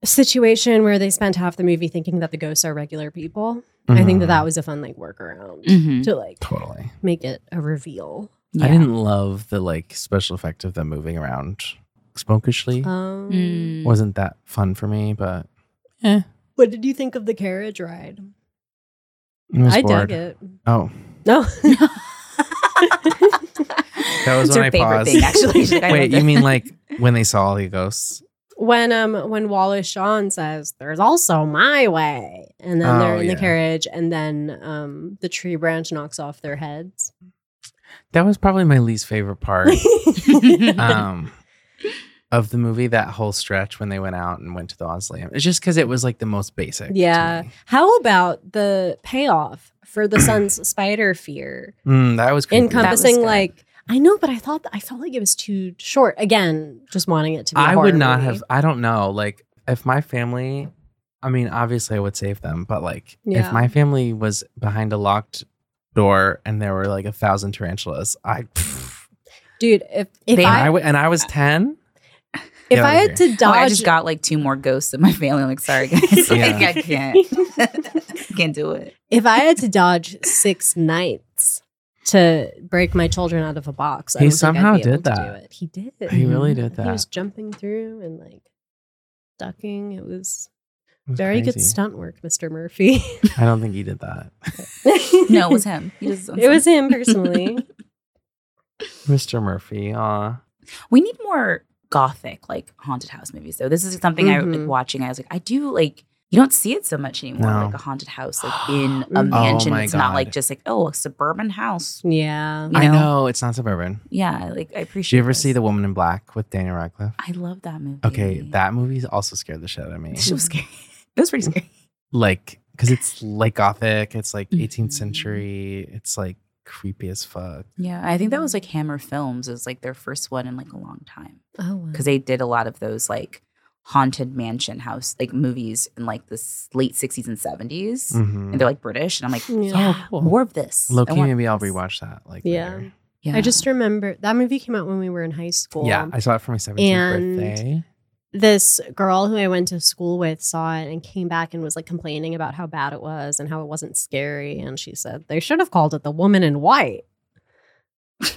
Speaker 1: situation where they spent half the movie thinking that the ghosts are regular people. I
Speaker 2: Mm-hmm.
Speaker 1: think that that was a fun like workaround
Speaker 3: Mhm.
Speaker 1: to like
Speaker 2: totally.
Speaker 1: make it a reveal.
Speaker 3: Yeah.
Speaker 2: I didn't love the like special effect of them moving around spokishly.
Speaker 1: Um,
Speaker 3: Mm. <laughs>
Speaker 2: Wasn't that fun for me? But
Speaker 1: What did you think of the carriage ride?
Speaker 2: I, was
Speaker 1: I
Speaker 2: bored.
Speaker 1: dug it.
Speaker 2: Oh,
Speaker 1: No,
Speaker 2: That was
Speaker 3: It's
Speaker 2: when
Speaker 3: her
Speaker 2: I
Speaker 3: favorite
Speaker 2: paused.
Speaker 3: Thing, actually. She's <laughs> like, I
Speaker 2: wait,
Speaker 3: love
Speaker 2: you
Speaker 3: it.
Speaker 1: <laughs>
Speaker 2: mean
Speaker 3: <laughs>
Speaker 2: like when they saw all the ghosts?
Speaker 1: when um when Wallace Shawn says there's also my way, and then they're
Speaker 2: Oh,
Speaker 1: in
Speaker 2: yeah.
Speaker 1: the carriage, and then um the tree branch knocks off their heads.
Speaker 2: That was probably my least favorite part.
Speaker 1: <laughs>
Speaker 2: um, of the movie that whole stretch when they went out and went to the mausoleum. It's just because it was like the most basic. to
Speaker 1: Yeah.
Speaker 2: me.
Speaker 1: How about the payoff for the
Speaker 2: <clears throat>
Speaker 1: sun's spider fear?
Speaker 2: Mm, that was creepy.
Speaker 1: encompassing
Speaker 3: good.
Speaker 1: like I know, but I thought I felt like it was too short. Again, just wanting it to be. I
Speaker 2: I would not have. I don't know. Like if my family, I mean, obviously I would save them, but like
Speaker 1: Yeah.
Speaker 2: if my family was behind a locked door and there were like a thousand tarantulas, I. Pff,
Speaker 1: dude. If if
Speaker 3: They-
Speaker 2: and I
Speaker 1: I,
Speaker 2: w- and I was ten.
Speaker 1: if
Speaker 2: Yeah,
Speaker 1: I had to
Speaker 3: Oh,
Speaker 1: dodge,
Speaker 3: I <laughs> just got like two more ghosts in my family. I'm like, sorry
Speaker 2: <laughs>
Speaker 3: guys,
Speaker 2: Yeah.
Speaker 3: like, I <laughs> can't,
Speaker 1: <laughs>
Speaker 3: can't <laughs> do it.
Speaker 1: if I had to dodge six nights to break my children out of a box, I
Speaker 2: He
Speaker 1: don't think I'd
Speaker 2: somehow
Speaker 1: be able
Speaker 2: did
Speaker 1: to do
Speaker 2: that.
Speaker 1: it. He did.
Speaker 2: He really did
Speaker 1: He was
Speaker 2: that.
Speaker 1: jumping through and like ducking. It was
Speaker 2: It was
Speaker 1: very good
Speaker 2: crazy.
Speaker 1: stunt work, Mr. Murphy.
Speaker 2: I don't think he did that,
Speaker 3: <laughs>
Speaker 2: <laughs>
Speaker 3: No, it was
Speaker 1: <laughs>
Speaker 3: him. He just
Speaker 1: it was him personally.
Speaker 3: <laughs>
Speaker 2: Mr. Murphy. Aw,
Speaker 3: We need more gothic, like haunted house movies. Though this is something I
Speaker 1: Mhm.
Speaker 3: like watching. I was like, I do like you don't see it so much anymore,
Speaker 2: Mm-hmm. No.
Speaker 3: like a haunted house,
Speaker 2: <gasps>
Speaker 3: like in
Speaker 1: Oh
Speaker 3: a mansion.
Speaker 2: my
Speaker 3: it's not like
Speaker 2: God.
Speaker 3: just like oh, a suburban house.
Speaker 1: yeah.
Speaker 3: You
Speaker 2: I
Speaker 3: know?
Speaker 2: know it's not suburban.
Speaker 3: Yeah, like
Speaker 2: Did
Speaker 3: I
Speaker 2: you
Speaker 3: appreciate.
Speaker 2: ever
Speaker 3: this.
Speaker 2: see The Woman in Black with Daniel Radcliffe?
Speaker 3: I love that movie.
Speaker 2: Okay, that movie's also scared the shit out of me.
Speaker 3: she was scary. <laughs> It was pretty
Speaker 2: <laughs>
Speaker 3: scary.
Speaker 2: like because it's like gothic it's like
Speaker 3: Mhm.
Speaker 1: Mm-hmm.
Speaker 2: 18th century it's like creepy as fuck
Speaker 3: Yeah, I think that was like Hammer Films. It was like their first one in like a long time
Speaker 1: Oh, wow.
Speaker 3: because they did a lot of those like haunted mansion house like movies in like the s- late 60s and 70s.
Speaker 2: Mhm.
Speaker 3: And they're like British. And I'm like,
Speaker 1: Yeah.
Speaker 2: oh cool
Speaker 3: more of this. I
Speaker 2: loki
Speaker 3: want
Speaker 2: maybe i'll
Speaker 3: this.
Speaker 2: rewatch that like
Speaker 1: Yeah.
Speaker 2: later.
Speaker 3: Yeah.
Speaker 1: I just remember that movie came out when we were in high school.
Speaker 2: yeah i saw it for my 17th
Speaker 1: And-
Speaker 2: birthday
Speaker 1: This girl who I went to school with saw it and came back and was like complaining about how bad it was and how it wasn't scary. And she said, they should have called it The Woman in White. <laughs>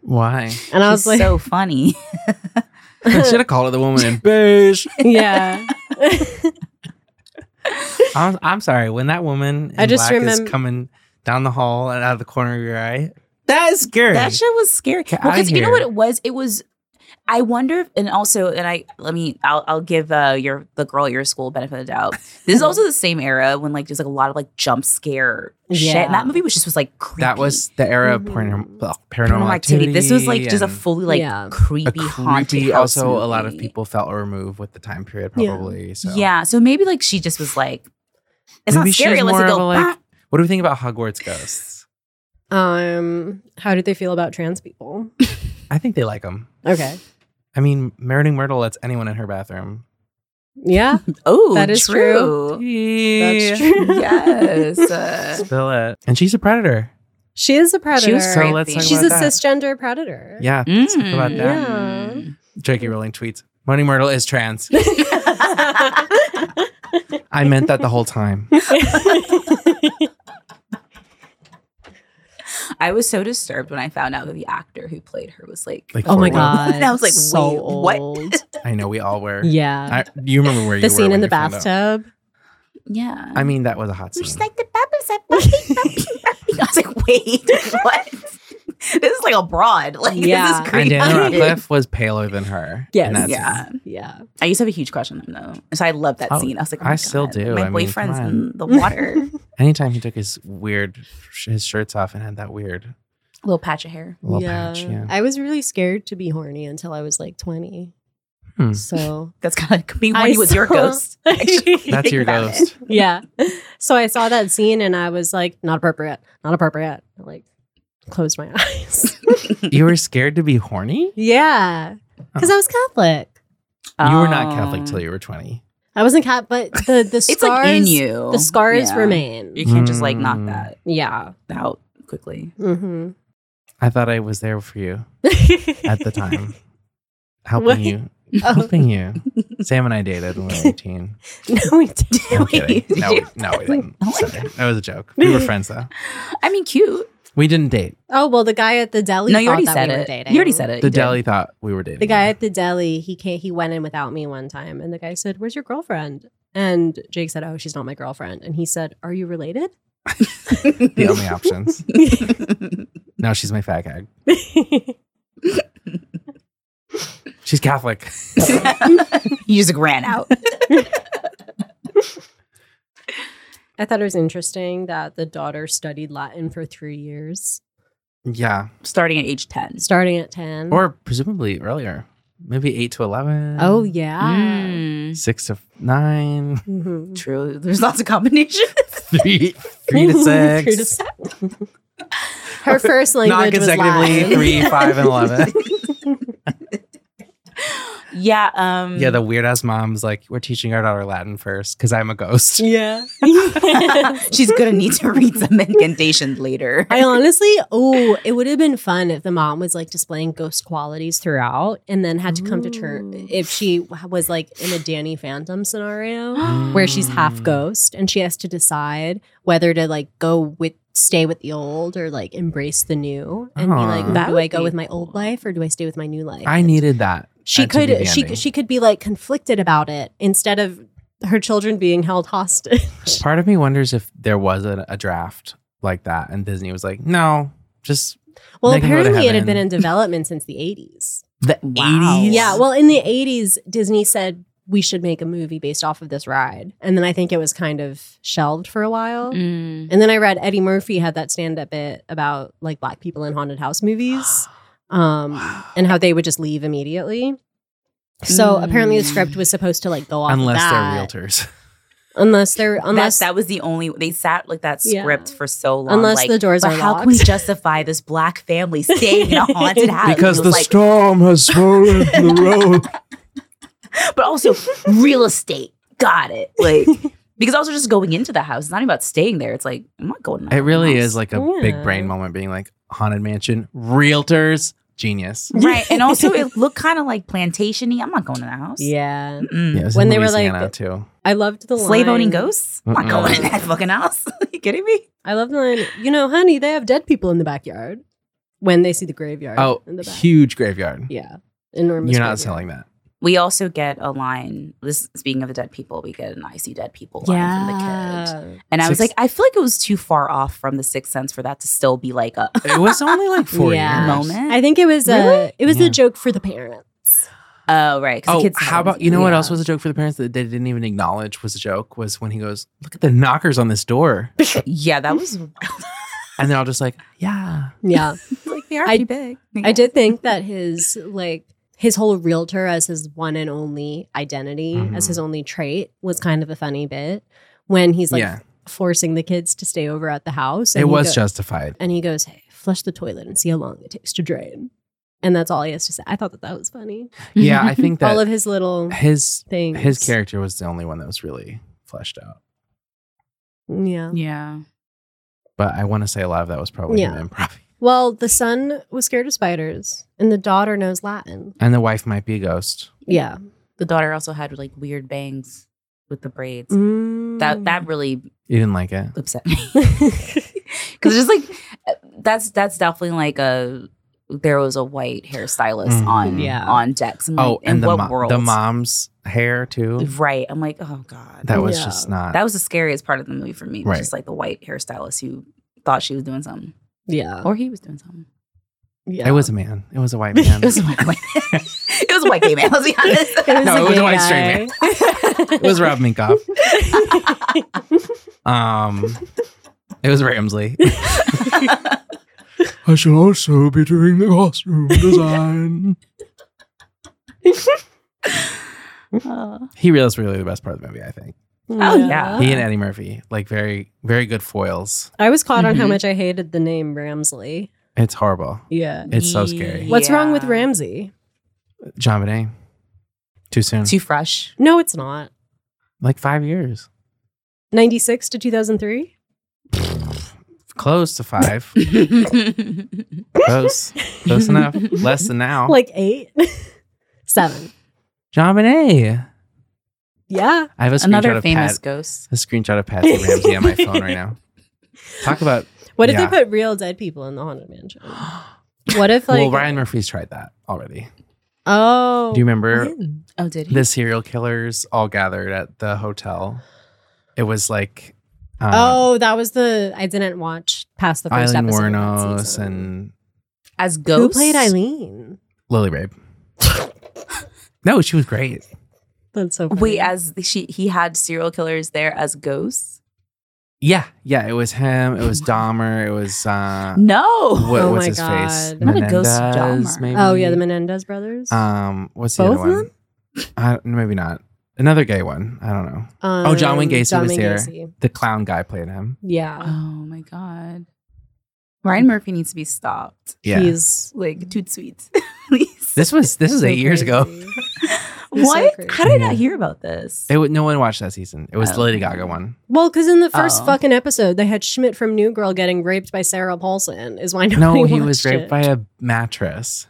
Speaker 2: why
Speaker 1: And I was
Speaker 3: She's
Speaker 1: like,
Speaker 2: <laughs>
Speaker 3: so funny.
Speaker 2: i should have called it the
Speaker 1: <laughs>
Speaker 2: woman in beige
Speaker 1: yeah.
Speaker 2: I'm, I'm sorry when that woman in
Speaker 1: I just
Speaker 2: black is
Speaker 1: remem-
Speaker 2: coming down the hall and out of the corner of your eye that is scary
Speaker 3: That shit was scary.
Speaker 2: Get
Speaker 3: Well,
Speaker 2: outta
Speaker 3: 'cause you know
Speaker 2: here.
Speaker 3: what it was? It was. I wonder, if, and also, and I let me. I'll, I'll give uh, your the girl at your school benefit of the doubt.
Speaker 2: <laughs>
Speaker 3: This is also the same era when like there's like a lot of like jump scare shit,
Speaker 1: Yeah.
Speaker 3: and that movie was just was like creepy.
Speaker 2: that was the era of
Speaker 1: Mhm.
Speaker 2: paranormal, well,
Speaker 3: Paranormal
Speaker 2: paranormal
Speaker 3: activity.
Speaker 2: activity.
Speaker 3: This was like just a
Speaker 2: and
Speaker 3: fully like
Speaker 1: Yeah.
Speaker 3: creepy,
Speaker 2: a creepy.
Speaker 3: haunted. house
Speaker 2: Also, a lot of
Speaker 3: movie.
Speaker 2: people felt removed with the time period,
Speaker 1: Yeah.
Speaker 2: probably. So
Speaker 3: Yeah, so maybe like she just was like, it's
Speaker 2: Maybe
Speaker 3: not
Speaker 2: she
Speaker 3: scary
Speaker 2: was
Speaker 3: unless it
Speaker 2: more
Speaker 3: go.
Speaker 2: of a, like-
Speaker 3: "Bah."
Speaker 2: What do we think about Hogwarts ghosts?
Speaker 1: um, how did they feel about trans people?
Speaker 2: I think they like them.
Speaker 1: Okay.
Speaker 2: I mean, Meredith Myrtle lets anyone in her bathroom. <laughs>
Speaker 1: Yeah.
Speaker 3: oh,
Speaker 1: That is true. That's true.
Speaker 2: <laughs>
Speaker 3: yes. Uh,
Speaker 2: Spill it. And she's a predator.
Speaker 1: She is a predator.
Speaker 3: She was
Speaker 2: So let's
Speaker 3: creepy.
Speaker 2: talk
Speaker 1: She's
Speaker 2: about
Speaker 1: a
Speaker 2: that.
Speaker 1: cisgender predator. <laughs>
Speaker 2: Yeah. let's talk about
Speaker 3: Mm.
Speaker 2: that.
Speaker 1: Yeah.
Speaker 2: J.K. Rowling tweets. Money Myrtle is trans. I meant that the
Speaker 1: <laughs>
Speaker 2: whole time.
Speaker 3: I was so disturbed when I found out that the actor who played her was like,
Speaker 2: Like,
Speaker 1: oh my
Speaker 2: forward.
Speaker 1: god.
Speaker 3: And I was like,
Speaker 1: so
Speaker 3: wait, what?
Speaker 1: old.
Speaker 2: I know we all were.
Speaker 1: Yeah.
Speaker 2: I, you remember where you
Speaker 1: the
Speaker 2: were
Speaker 1: scene
Speaker 2: when
Speaker 1: in the
Speaker 2: you found out.
Speaker 1: bathtub.
Speaker 3: yeah.
Speaker 2: I mean, that was a hot scene.
Speaker 3: We're just like the bubbles are bumping, bumping,
Speaker 2: <laughs>
Speaker 3: bumping. <laughs> I was like, wait, what? <laughs> this is like a broad. Like
Speaker 1: Yeah.
Speaker 3: this is
Speaker 2: and
Speaker 3: creepy. <laughs>
Speaker 2: Daniel Radcliffe was paler than her.
Speaker 1: Yes.
Speaker 2: in that scene.
Speaker 3: yeah.
Speaker 1: Yeah.
Speaker 3: I used to have a huge crush on him though. So I love that
Speaker 2: Oh,
Speaker 3: scene. I was like, oh
Speaker 2: I
Speaker 3: my
Speaker 2: still
Speaker 3: God,
Speaker 2: do.
Speaker 3: My
Speaker 2: I mean,
Speaker 3: boyfriend's
Speaker 2: come on. <laughs>
Speaker 3: in the water.
Speaker 2: Anytime he took his weird his shirts off and had that weird
Speaker 3: Little patch of hair.
Speaker 2: little patch, yeah.
Speaker 1: <laughs> I was really scared to be horny until I was like 20.
Speaker 2: Hmm.
Speaker 1: So,
Speaker 3: That's kind of being
Speaker 1: I
Speaker 3: horny was your
Speaker 1: saw-
Speaker 3: ghost.
Speaker 1: <laughs>
Speaker 3: actually.
Speaker 2: <laughs> That's
Speaker 3: Think
Speaker 2: your
Speaker 3: about it.
Speaker 2: ghost.
Speaker 1: yeah. So I saw that scene and I was like, not appropriate. Not appropriate. I like closed my <laughs> eyes.
Speaker 2: You were scared to be horny?
Speaker 1: yeah. Cuz I was Catholic.
Speaker 2: You were not Catholic
Speaker 3: Um,
Speaker 2: till you were 20.
Speaker 1: I wasn't cat, but the the
Speaker 3: It's
Speaker 1: scars
Speaker 3: like in you.
Speaker 1: the scars
Speaker 3: Yeah.
Speaker 1: remain.
Speaker 3: You can't just like knock
Speaker 2: Mm.
Speaker 3: that
Speaker 1: Yeah.
Speaker 3: out quickly.
Speaker 1: hmm
Speaker 2: I thought I was there for you <laughs> at the time. Helping
Speaker 1: What?
Speaker 2: you.
Speaker 1: <laughs> Oh.
Speaker 2: Helping you. Sam and I dated when we were 18.
Speaker 1: no, we did.
Speaker 2: I'm
Speaker 1: <laughs>
Speaker 3: Wait,
Speaker 2: kidding. <laughs>
Speaker 3: did
Speaker 2: No,
Speaker 3: you?
Speaker 2: we, no, we didn't.
Speaker 3: Oh my
Speaker 2: Sorry. That was a joke. We were friends though.
Speaker 3: I mean, cute.
Speaker 2: We didn't date.
Speaker 1: Oh well, the guy at the deli.
Speaker 3: no, you
Speaker 1: thought
Speaker 3: already
Speaker 1: that
Speaker 3: said
Speaker 1: we were
Speaker 3: it.
Speaker 1: Dating.
Speaker 3: You already said it.
Speaker 2: The
Speaker 3: You did.
Speaker 2: deli thought we were dating.
Speaker 1: The guy at the deli, he can't. He went in without me one time, and the guy said, "Where's your girlfriend?" And Jake said, "Oh, she's not my girlfriend." And he said, "Are you
Speaker 3: <laughs>
Speaker 1: related?"
Speaker 2: the only options. Now she's my fag hag. She's Catholic. <laughs>
Speaker 3: <laughs> you just like, ran out.
Speaker 1: I thought it was interesting that the daughter studied Latin for three years,
Speaker 2: Yeah.
Speaker 3: Starting at age 10.
Speaker 1: starting at ten.
Speaker 2: Or presumably earlier. Maybe 8 to 11.
Speaker 1: oh yeah,
Speaker 3: Mm.
Speaker 2: 6 to
Speaker 1: <laughs>
Speaker 2: 9.
Speaker 1: Mhm.
Speaker 3: True. There's lots
Speaker 1: <laughs>
Speaker 3: of combinations.
Speaker 2: 3, three to 6.
Speaker 1: Three to six. Her first
Speaker 2: Not
Speaker 1: language was Mm-hmm.
Speaker 2: consecutively.
Speaker 1: Latin.
Speaker 2: 3, 5, and
Speaker 1: <laughs>
Speaker 2: 11.
Speaker 3: yeah. Um,
Speaker 1: <laughs>
Speaker 2: yeah, the weird ass mom's like, we're teaching our daughter Latin first because I'm a ghost.
Speaker 1: Yeah.
Speaker 3: <laughs>
Speaker 2: <laughs>
Speaker 3: She's going to need to read some incantations later.
Speaker 1: I honestly, oh, it would have been fun if the mom was like displaying ghost qualities throughout and then had to come to
Speaker 3: Ooh.
Speaker 1: terms if she was like in a Danny Phantom scenario <gasps> where she's half
Speaker 2: Mm.
Speaker 1: ghost and she has to decide whether to like go with stay with the old or like embrace the new and be
Speaker 2: Aw.
Speaker 1: like
Speaker 3: That
Speaker 1: do
Speaker 3: would
Speaker 1: I go
Speaker 3: be
Speaker 1: with my
Speaker 3: cool.
Speaker 1: old life or do I stay with my new life?
Speaker 2: I needed that.
Speaker 1: she
Speaker 2: that to be the
Speaker 1: could she
Speaker 2: ending.
Speaker 1: she could be like conflicted about it instead of her children being held hostage. <laughs>
Speaker 2: Part of me wonders if there was a, a draft like that and Disney was like, no, just
Speaker 1: Well,
Speaker 2: Make 'em go to
Speaker 1: apparently it had been
Speaker 2: heaven.
Speaker 1: in development since the 80s.
Speaker 2: the
Speaker 3: Wow.
Speaker 2: 80s.
Speaker 1: Yeah, well, in the 80s, Disney said we should make a movie based off of this ride. And then I think it was kind of shelved for a while.
Speaker 3: Mm.
Speaker 1: And then I read Eddie Murphy had that stand up bit about like black people in haunted house movies
Speaker 3: <gasps>
Speaker 1: um, and how they would just leave immediately. So apparently the
Speaker 3: Mm.
Speaker 1: script was supposed to like go off of
Speaker 2: Unless
Speaker 1: that.
Speaker 2: they're realtors. <laughs>
Speaker 1: unless they're
Speaker 3: Unless
Speaker 1: unless
Speaker 3: that, was the only they sat like that
Speaker 1: Yeah.
Speaker 3: script for so long.
Speaker 1: unless
Speaker 3: like,
Speaker 1: the doors
Speaker 3: but
Speaker 1: are
Speaker 3: how
Speaker 1: locked.
Speaker 3: can we justify this black family staying in a
Speaker 1: <laughs>
Speaker 3: haunted house?
Speaker 2: because
Speaker 3: It
Speaker 2: the
Speaker 3: was like,
Speaker 2: storm has swollen the road.
Speaker 3: but <laughs> also real estate. Got it. Like <laughs> because also just going into the house, it's not even about staying there. It's like I'm not going. in that
Speaker 2: It really
Speaker 3: house.
Speaker 2: is like a big brain
Speaker 1: Yeah.
Speaker 2: moment being like haunted mansion, realtors, genius.
Speaker 3: right, and
Speaker 2: <laughs>
Speaker 3: also it looked kind of like plantationy. I'm not going to the house.
Speaker 1: yeah,
Speaker 3: Mm-mm.
Speaker 2: Yeah, it was
Speaker 1: Mm-hmm. When
Speaker 2: in
Speaker 1: they were, like,
Speaker 2: Louisiana, too.
Speaker 1: I loved the
Speaker 3: Slave owning
Speaker 1: line-
Speaker 3: ghosts? I'm not
Speaker 2: Mm-mm.
Speaker 3: going in that fucking house. <laughs> you kidding me?
Speaker 1: I love the line. You know, honey, they have dead people in the backyard when they see the graveyard.
Speaker 2: Oh,
Speaker 1: in the back.
Speaker 2: huge graveyard.
Speaker 1: yeah, enormous.
Speaker 2: You're not
Speaker 1: graveyard.
Speaker 2: selling that.
Speaker 3: We also get a line. This speaking of the dead people, we get an "I see dead people" line from the kid,
Speaker 1: Yeah,
Speaker 3: and I was
Speaker 2: Six-
Speaker 3: like, I feel like it was too far off from the Sixth Sense for that to still be like a
Speaker 2: It was only like
Speaker 3: <laughs>
Speaker 2: four
Speaker 1: Yeah.
Speaker 2: years.
Speaker 3: moment.
Speaker 1: I think it was
Speaker 3: Really?
Speaker 1: a it was
Speaker 2: Yeah.
Speaker 1: a joke for the parents.
Speaker 3: oh, right. 'cause the
Speaker 2: Oh,
Speaker 3: kids
Speaker 2: how
Speaker 3: don't-
Speaker 2: about you know what
Speaker 3: yeah.
Speaker 2: else was a joke for the parents that they didn't even acknowledge was a joke was when he goes, Look at the knockers on this
Speaker 3: <laughs>
Speaker 2: door.
Speaker 3: Yeah, that was
Speaker 2: And they're all just like, Yeah.
Speaker 1: Yeah,
Speaker 3: <laughs> like they are
Speaker 1: I-
Speaker 3: pretty big.
Speaker 1: I did think that his like his whole realtor as his one and only identity
Speaker 2: Mhm.
Speaker 1: as his only trait was kind of a funny bit when he's like
Speaker 2: yeah.
Speaker 1: forcing the kids to stay over at the house.
Speaker 2: It
Speaker 1: he
Speaker 2: was
Speaker 1: go-
Speaker 3: <laughs>
Speaker 2: justified.
Speaker 1: and he goes, "Hey, flush the toilet and see how long it takes to drain." And that's all he has to say. I thought that that was funny.
Speaker 2: Yeah,
Speaker 3: <laughs>
Speaker 2: I think that
Speaker 1: all of his little
Speaker 2: his
Speaker 1: things.
Speaker 2: his character was the only one that was really fleshed out.
Speaker 1: Yeah.
Speaker 3: Yeah.
Speaker 2: But I want to say a lot of that was probably
Speaker 1: Yeah.
Speaker 2: him improv.
Speaker 1: Well, the son was scared of spiders, and the daughter knows Latin.
Speaker 2: And the wife might be a ghost.
Speaker 1: Yeah.
Speaker 3: The daughter also had like weird bangs with the braids.
Speaker 1: Mm.
Speaker 2: Mm.
Speaker 3: That that <laughs> really
Speaker 2: You didn't like it.
Speaker 3: upset me <laughs> because just like uh, that's that's definitely like a there was a white hairstylist
Speaker 2: Mhm.
Speaker 3: on
Speaker 1: Yeah.
Speaker 3: on decks. I'm like,
Speaker 2: Oh,
Speaker 3: in
Speaker 2: and the,
Speaker 3: what
Speaker 2: mo-
Speaker 3: world?
Speaker 2: the mom's hair too.
Speaker 3: right? I'm like, oh god,
Speaker 2: That was
Speaker 1: Yeah.
Speaker 2: just not.
Speaker 3: That was the scariest part of the movie for me. was
Speaker 2: Right.
Speaker 3: Just like the white hairstylist who thought she was doing something
Speaker 1: <laughs> yeah.
Speaker 3: or he was doing something.
Speaker 1: yeah.
Speaker 2: It was a man. It was a white man.
Speaker 3: <laughs> It was a white, <laughs> it was a white gay man. Let's be honest.
Speaker 1: <laughs> It was a
Speaker 2: No, it was a
Speaker 1: gay
Speaker 2: white
Speaker 1: guy.
Speaker 2: <laughs>
Speaker 1: <laughs>
Speaker 2: It was Rob Minkoff. Um, it was Ramsley. I should also be doing the costume design.
Speaker 3: oh
Speaker 2: he really was really the best part of the movie, I think.
Speaker 1: Oh,
Speaker 3: yeah.
Speaker 2: He and Eddie Murphy, like very, very good foils.
Speaker 1: I was caught on how
Speaker 2: Mm-hmm.
Speaker 3: Mhm.
Speaker 1: much I hated the name Ramsley.
Speaker 2: It's horrible.
Speaker 1: Yeah.
Speaker 2: It's so scary.
Speaker 1: What's wrong with
Speaker 3: Yeah.
Speaker 1: Ramsey?
Speaker 2: John Bonet. Too soon.
Speaker 3: Too fresh.
Speaker 1: No, it's not.
Speaker 2: like five years.
Speaker 1: 96 to 2003?
Speaker 2: Close to five. Close. Close enough. Less than now.
Speaker 1: Like <laughs> 8? 7.
Speaker 2: John Bonet.
Speaker 1: Yeah.
Speaker 2: I have a screenshot
Speaker 3: Another
Speaker 2: of
Speaker 3: famous
Speaker 2: Pat,
Speaker 3: ghost.
Speaker 2: a screenshot of Patsy Ramsey on my phone right now. Talk about
Speaker 1: What if
Speaker 2: Yeah.
Speaker 1: they put real dead people in the haunted mansion? What if like
Speaker 2: well, Ryan Murphy's tried that already.
Speaker 1: Oh.
Speaker 2: Do you remember
Speaker 1: when?
Speaker 3: Oh, did he?
Speaker 2: the serial killers all gathered at the hotel? It was like um,
Speaker 1: oh, that was the I didn't watch past the first
Speaker 2: Eileen
Speaker 1: episode. of that
Speaker 2: Warnos
Speaker 1: season.
Speaker 2: and
Speaker 3: As ghosts.
Speaker 1: who played Eileen?
Speaker 2: Lily Rabe. <laughs> no, she was great.
Speaker 1: That's so funny.
Speaker 3: Wait, as she he had serial killers there as ghosts.
Speaker 2: Yeah, yeah. It was him. It was Dahmer. It was uh,
Speaker 3: No.
Speaker 2: what
Speaker 1: Oh
Speaker 2: was
Speaker 1: my
Speaker 2: his face?
Speaker 1: God.
Speaker 3: Not a ghost of
Speaker 2: Menendez,
Speaker 3: Dahmer.
Speaker 2: maybe?
Speaker 1: oh yeah, the Menendez brothers.
Speaker 2: Um, what's the
Speaker 1: Both
Speaker 2: other
Speaker 1: of
Speaker 2: one? I, maybe not. Another gay one. I don't know.
Speaker 1: oh,
Speaker 2: John Wayne Gacy was there. The clown guy played him.
Speaker 3: Oh
Speaker 1: Yeah.
Speaker 3: my god. Ryan Murphy needs to be stopped.
Speaker 2: Yeah.
Speaker 1: He's
Speaker 3: Like too sweet. <laughs> Please.
Speaker 2: This was this was
Speaker 1: so
Speaker 2: eight years ago.
Speaker 1: crazy. so
Speaker 3: what?
Speaker 1: crazy.
Speaker 3: How did I
Speaker 2: Yeah.
Speaker 3: not hear about this?
Speaker 2: It would, no one watched that season. It was the
Speaker 3: Oh.
Speaker 2: Lady Gaga one.
Speaker 1: Well, because in the first
Speaker 3: Oh.
Speaker 1: fucking episode, they had Schmidt from New Girl getting raped by Sarah Paulson. Is why <laughs> nobody
Speaker 2: <laughs> No, he was
Speaker 1: watched
Speaker 2: raped
Speaker 1: it.
Speaker 2: by a mattress.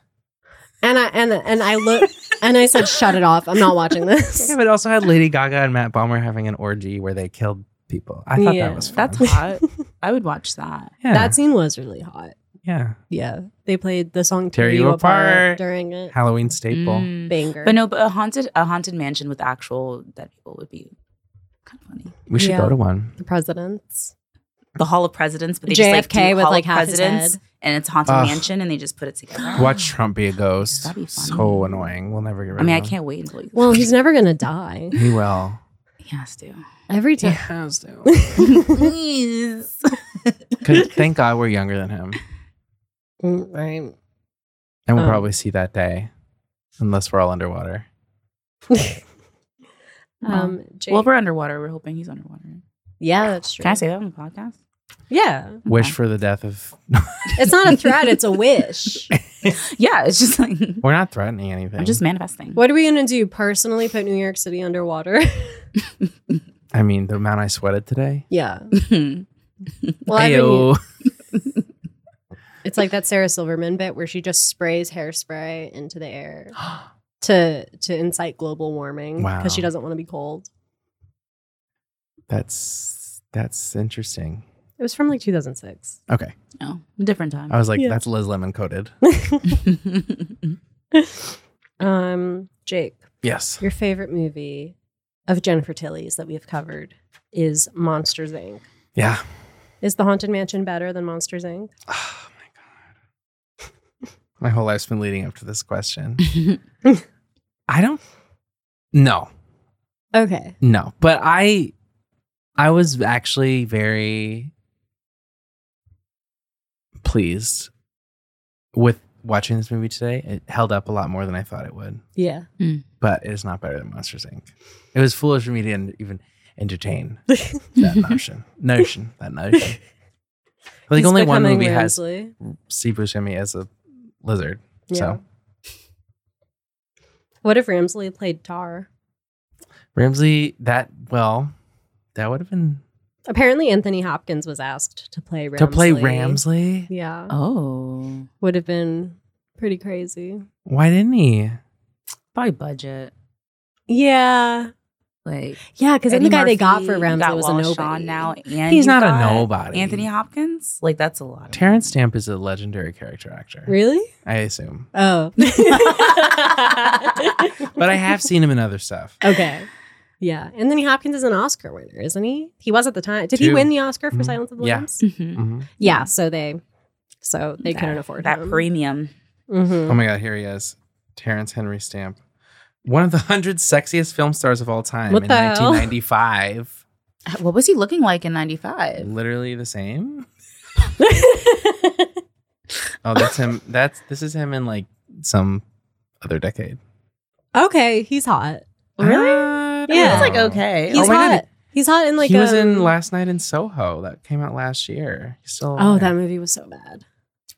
Speaker 1: And I and and I look and I said, "Shut it off! I'm not
Speaker 2: <laughs>
Speaker 1: watching this."
Speaker 2: Yeah, but it also had Lady Gaga and Matt Bomber having an orgy where they killed people. I thought
Speaker 1: Yeah.
Speaker 2: that was fun.
Speaker 3: That's
Speaker 2: <laughs>
Speaker 3: hot. I would watch that.
Speaker 2: yeah.
Speaker 1: That scene was really hot.
Speaker 2: yeah.
Speaker 1: Yeah, they played the song
Speaker 2: Tear
Speaker 1: "Tear
Speaker 2: You
Speaker 1: You Apart"
Speaker 2: Apart.
Speaker 1: during it.
Speaker 2: <laughs> Halloween staple.
Speaker 3: Mm.
Speaker 1: Banger.
Speaker 3: But no, but a haunted a haunted mansion with actual dead people would be kind of funny.
Speaker 2: We should
Speaker 1: Yeah.
Speaker 2: go to one.
Speaker 1: the presidents.
Speaker 3: The Hall of Presidents, but they just like
Speaker 1: JFK
Speaker 3: do
Speaker 1: with,
Speaker 3: Hall
Speaker 1: like,
Speaker 3: of
Speaker 1: half his
Speaker 3: Presidents,
Speaker 1: head.
Speaker 3: and it's haunted
Speaker 2: Ugh.
Speaker 3: mansion, and they just put it together.
Speaker 2: Watch Trump be a ghost.
Speaker 3: That'd be fun.
Speaker 2: so annoying. We'll never get rid
Speaker 3: I mean, I
Speaker 2: of him.
Speaker 3: can't wait until he,
Speaker 1: Well, he's never gonna die.
Speaker 2: He <laughs> will.
Speaker 3: <laughs> he
Speaker 1: <laughs>
Speaker 3: has to.
Speaker 1: Every time.
Speaker 2: has to.
Speaker 3: Please.
Speaker 2: thank God we're younger than him.
Speaker 1: <laughs> Mm, Right.
Speaker 2: And
Speaker 3: Oh.
Speaker 2: we'll
Speaker 1: Um.
Speaker 2: probably see that day. Unless we're all underwater.
Speaker 1: Um, Jake.
Speaker 3: Well, we're underwater. We're hoping he's underwater.
Speaker 1: yeah, that's true.
Speaker 3: Can I say that on the podcast?
Speaker 1: Yeah,
Speaker 2: Wish for the death of.
Speaker 1: it's
Speaker 2: <laughs>
Speaker 1: not a threat; it's a wish.
Speaker 3: Yeah, it's just like <laughs>
Speaker 2: We're not threatening anything.
Speaker 3: I'm just manifesting. <laughs>
Speaker 1: What are we gonna do? Personally, put New York City underwater? <laughs>
Speaker 2: I mean, the amount I sweated today.
Speaker 1: yeah. Well, I mean,
Speaker 2: Ayo.
Speaker 1: it's like that Sarah Silverman bit where she just sprays hairspray into the air to to incite global warming because she
Speaker 2: Wow.
Speaker 1: doesn't want to be cold.
Speaker 2: <gasps> That's that's interesting.
Speaker 1: It was from like 2006.
Speaker 2: Okay,
Speaker 3: no, different time.
Speaker 2: I
Speaker 3: <laughs>
Speaker 2: was like,
Speaker 1: Yeah.
Speaker 2: that's Liz Lemon coded.
Speaker 1: <laughs> Um, Jake,
Speaker 2: Yes.
Speaker 1: your favorite movie of Jennifer Tilly's that we have covered is Monsters Inc.
Speaker 2: Yeah. <sighs>
Speaker 1: Is The Haunted Mansion better than Monsters Inc?
Speaker 2: Oh my god. <laughs> My whole life's been leading up to this question. I don't. No,
Speaker 1: Okay.
Speaker 2: no. But I, I was actually very pleased with watching this movie today. It held up a lot more than I thought it would.
Speaker 1: <laughs> Yeah.
Speaker 2: but it is not better than Monsters Inc. It was foolish for me to en- even entertain
Speaker 1: <laughs>
Speaker 2: that notion. Notion. That notion. I think
Speaker 1: He's
Speaker 2: only one
Speaker 1: becoming
Speaker 2: movie has
Speaker 1: Ramsley.
Speaker 2: Steve Buscemi as a lizard. So
Speaker 1: What if Ramsley played Tar?
Speaker 2: Ramsey, that well, that would have been
Speaker 1: Apparently, Anthony Hopkins was asked to play Ramsley.
Speaker 2: to play Ramsley.
Speaker 1: Yeah.
Speaker 3: oh,
Speaker 1: Would have been pretty crazy.
Speaker 2: Why didn't he?
Speaker 3: probably budget.
Speaker 1: Yeah.
Speaker 3: Like,
Speaker 1: Yeah, because then
Speaker 3: Eddie
Speaker 1: the guy they got
Speaker 3: Murphy,
Speaker 1: for
Speaker 3: you
Speaker 1: Ramsley
Speaker 3: got
Speaker 1: was
Speaker 3: Wallace
Speaker 1: a nobody.
Speaker 3: Shawn now, and
Speaker 2: He's
Speaker 3: you
Speaker 2: not a
Speaker 3: got
Speaker 2: nobody.
Speaker 3: Anthony Hopkins, like that's a lot.
Speaker 2: Terrence Stamp is a legendary character actor.
Speaker 1: Really?
Speaker 2: I assume,
Speaker 3: <laughs>
Speaker 1: Oh.
Speaker 2: <laughs> but I have seen him in other stuff.
Speaker 1: Okay. Yeah. Anthony Hopkins is an Oscar winner, isn't he? He was at the time. Did he
Speaker 2: Two.
Speaker 1: win the Oscar for
Speaker 2: Mhm.
Speaker 1: Silence of the
Speaker 2: Yeah.
Speaker 1: Lambs?
Speaker 3: <laughs> Mhm.
Speaker 2: hmm
Speaker 1: Yeah. So they so they couldn't
Speaker 3: That-
Speaker 1: afford
Speaker 3: that
Speaker 1: him.
Speaker 3: premium.
Speaker 1: Mhm.
Speaker 2: <laughs> Oh my god, here he is. Terrence Henry Stamp. One of the <laughs> hundred sexiest film stars of all time
Speaker 1: What
Speaker 2: in
Speaker 1: the hell?
Speaker 2: 1995.
Speaker 3: What was he looking like in '95?
Speaker 2: Literally the same. Oh, that's him. That's this is him in like some other decade.
Speaker 1: <laughs> okay, he's hot.
Speaker 3: Uh,
Speaker 2: Really?
Speaker 1: Yeah.
Speaker 3: It's like okay. Oh,
Speaker 1: He's
Speaker 2: Oh my
Speaker 1: hot.
Speaker 2: God,
Speaker 1: He's hot in like
Speaker 2: he was
Speaker 1: um,
Speaker 2: in Last Night in Soho. That came out last year. He's still
Speaker 1: Oh,
Speaker 2: alive.
Speaker 1: that movie was so bad.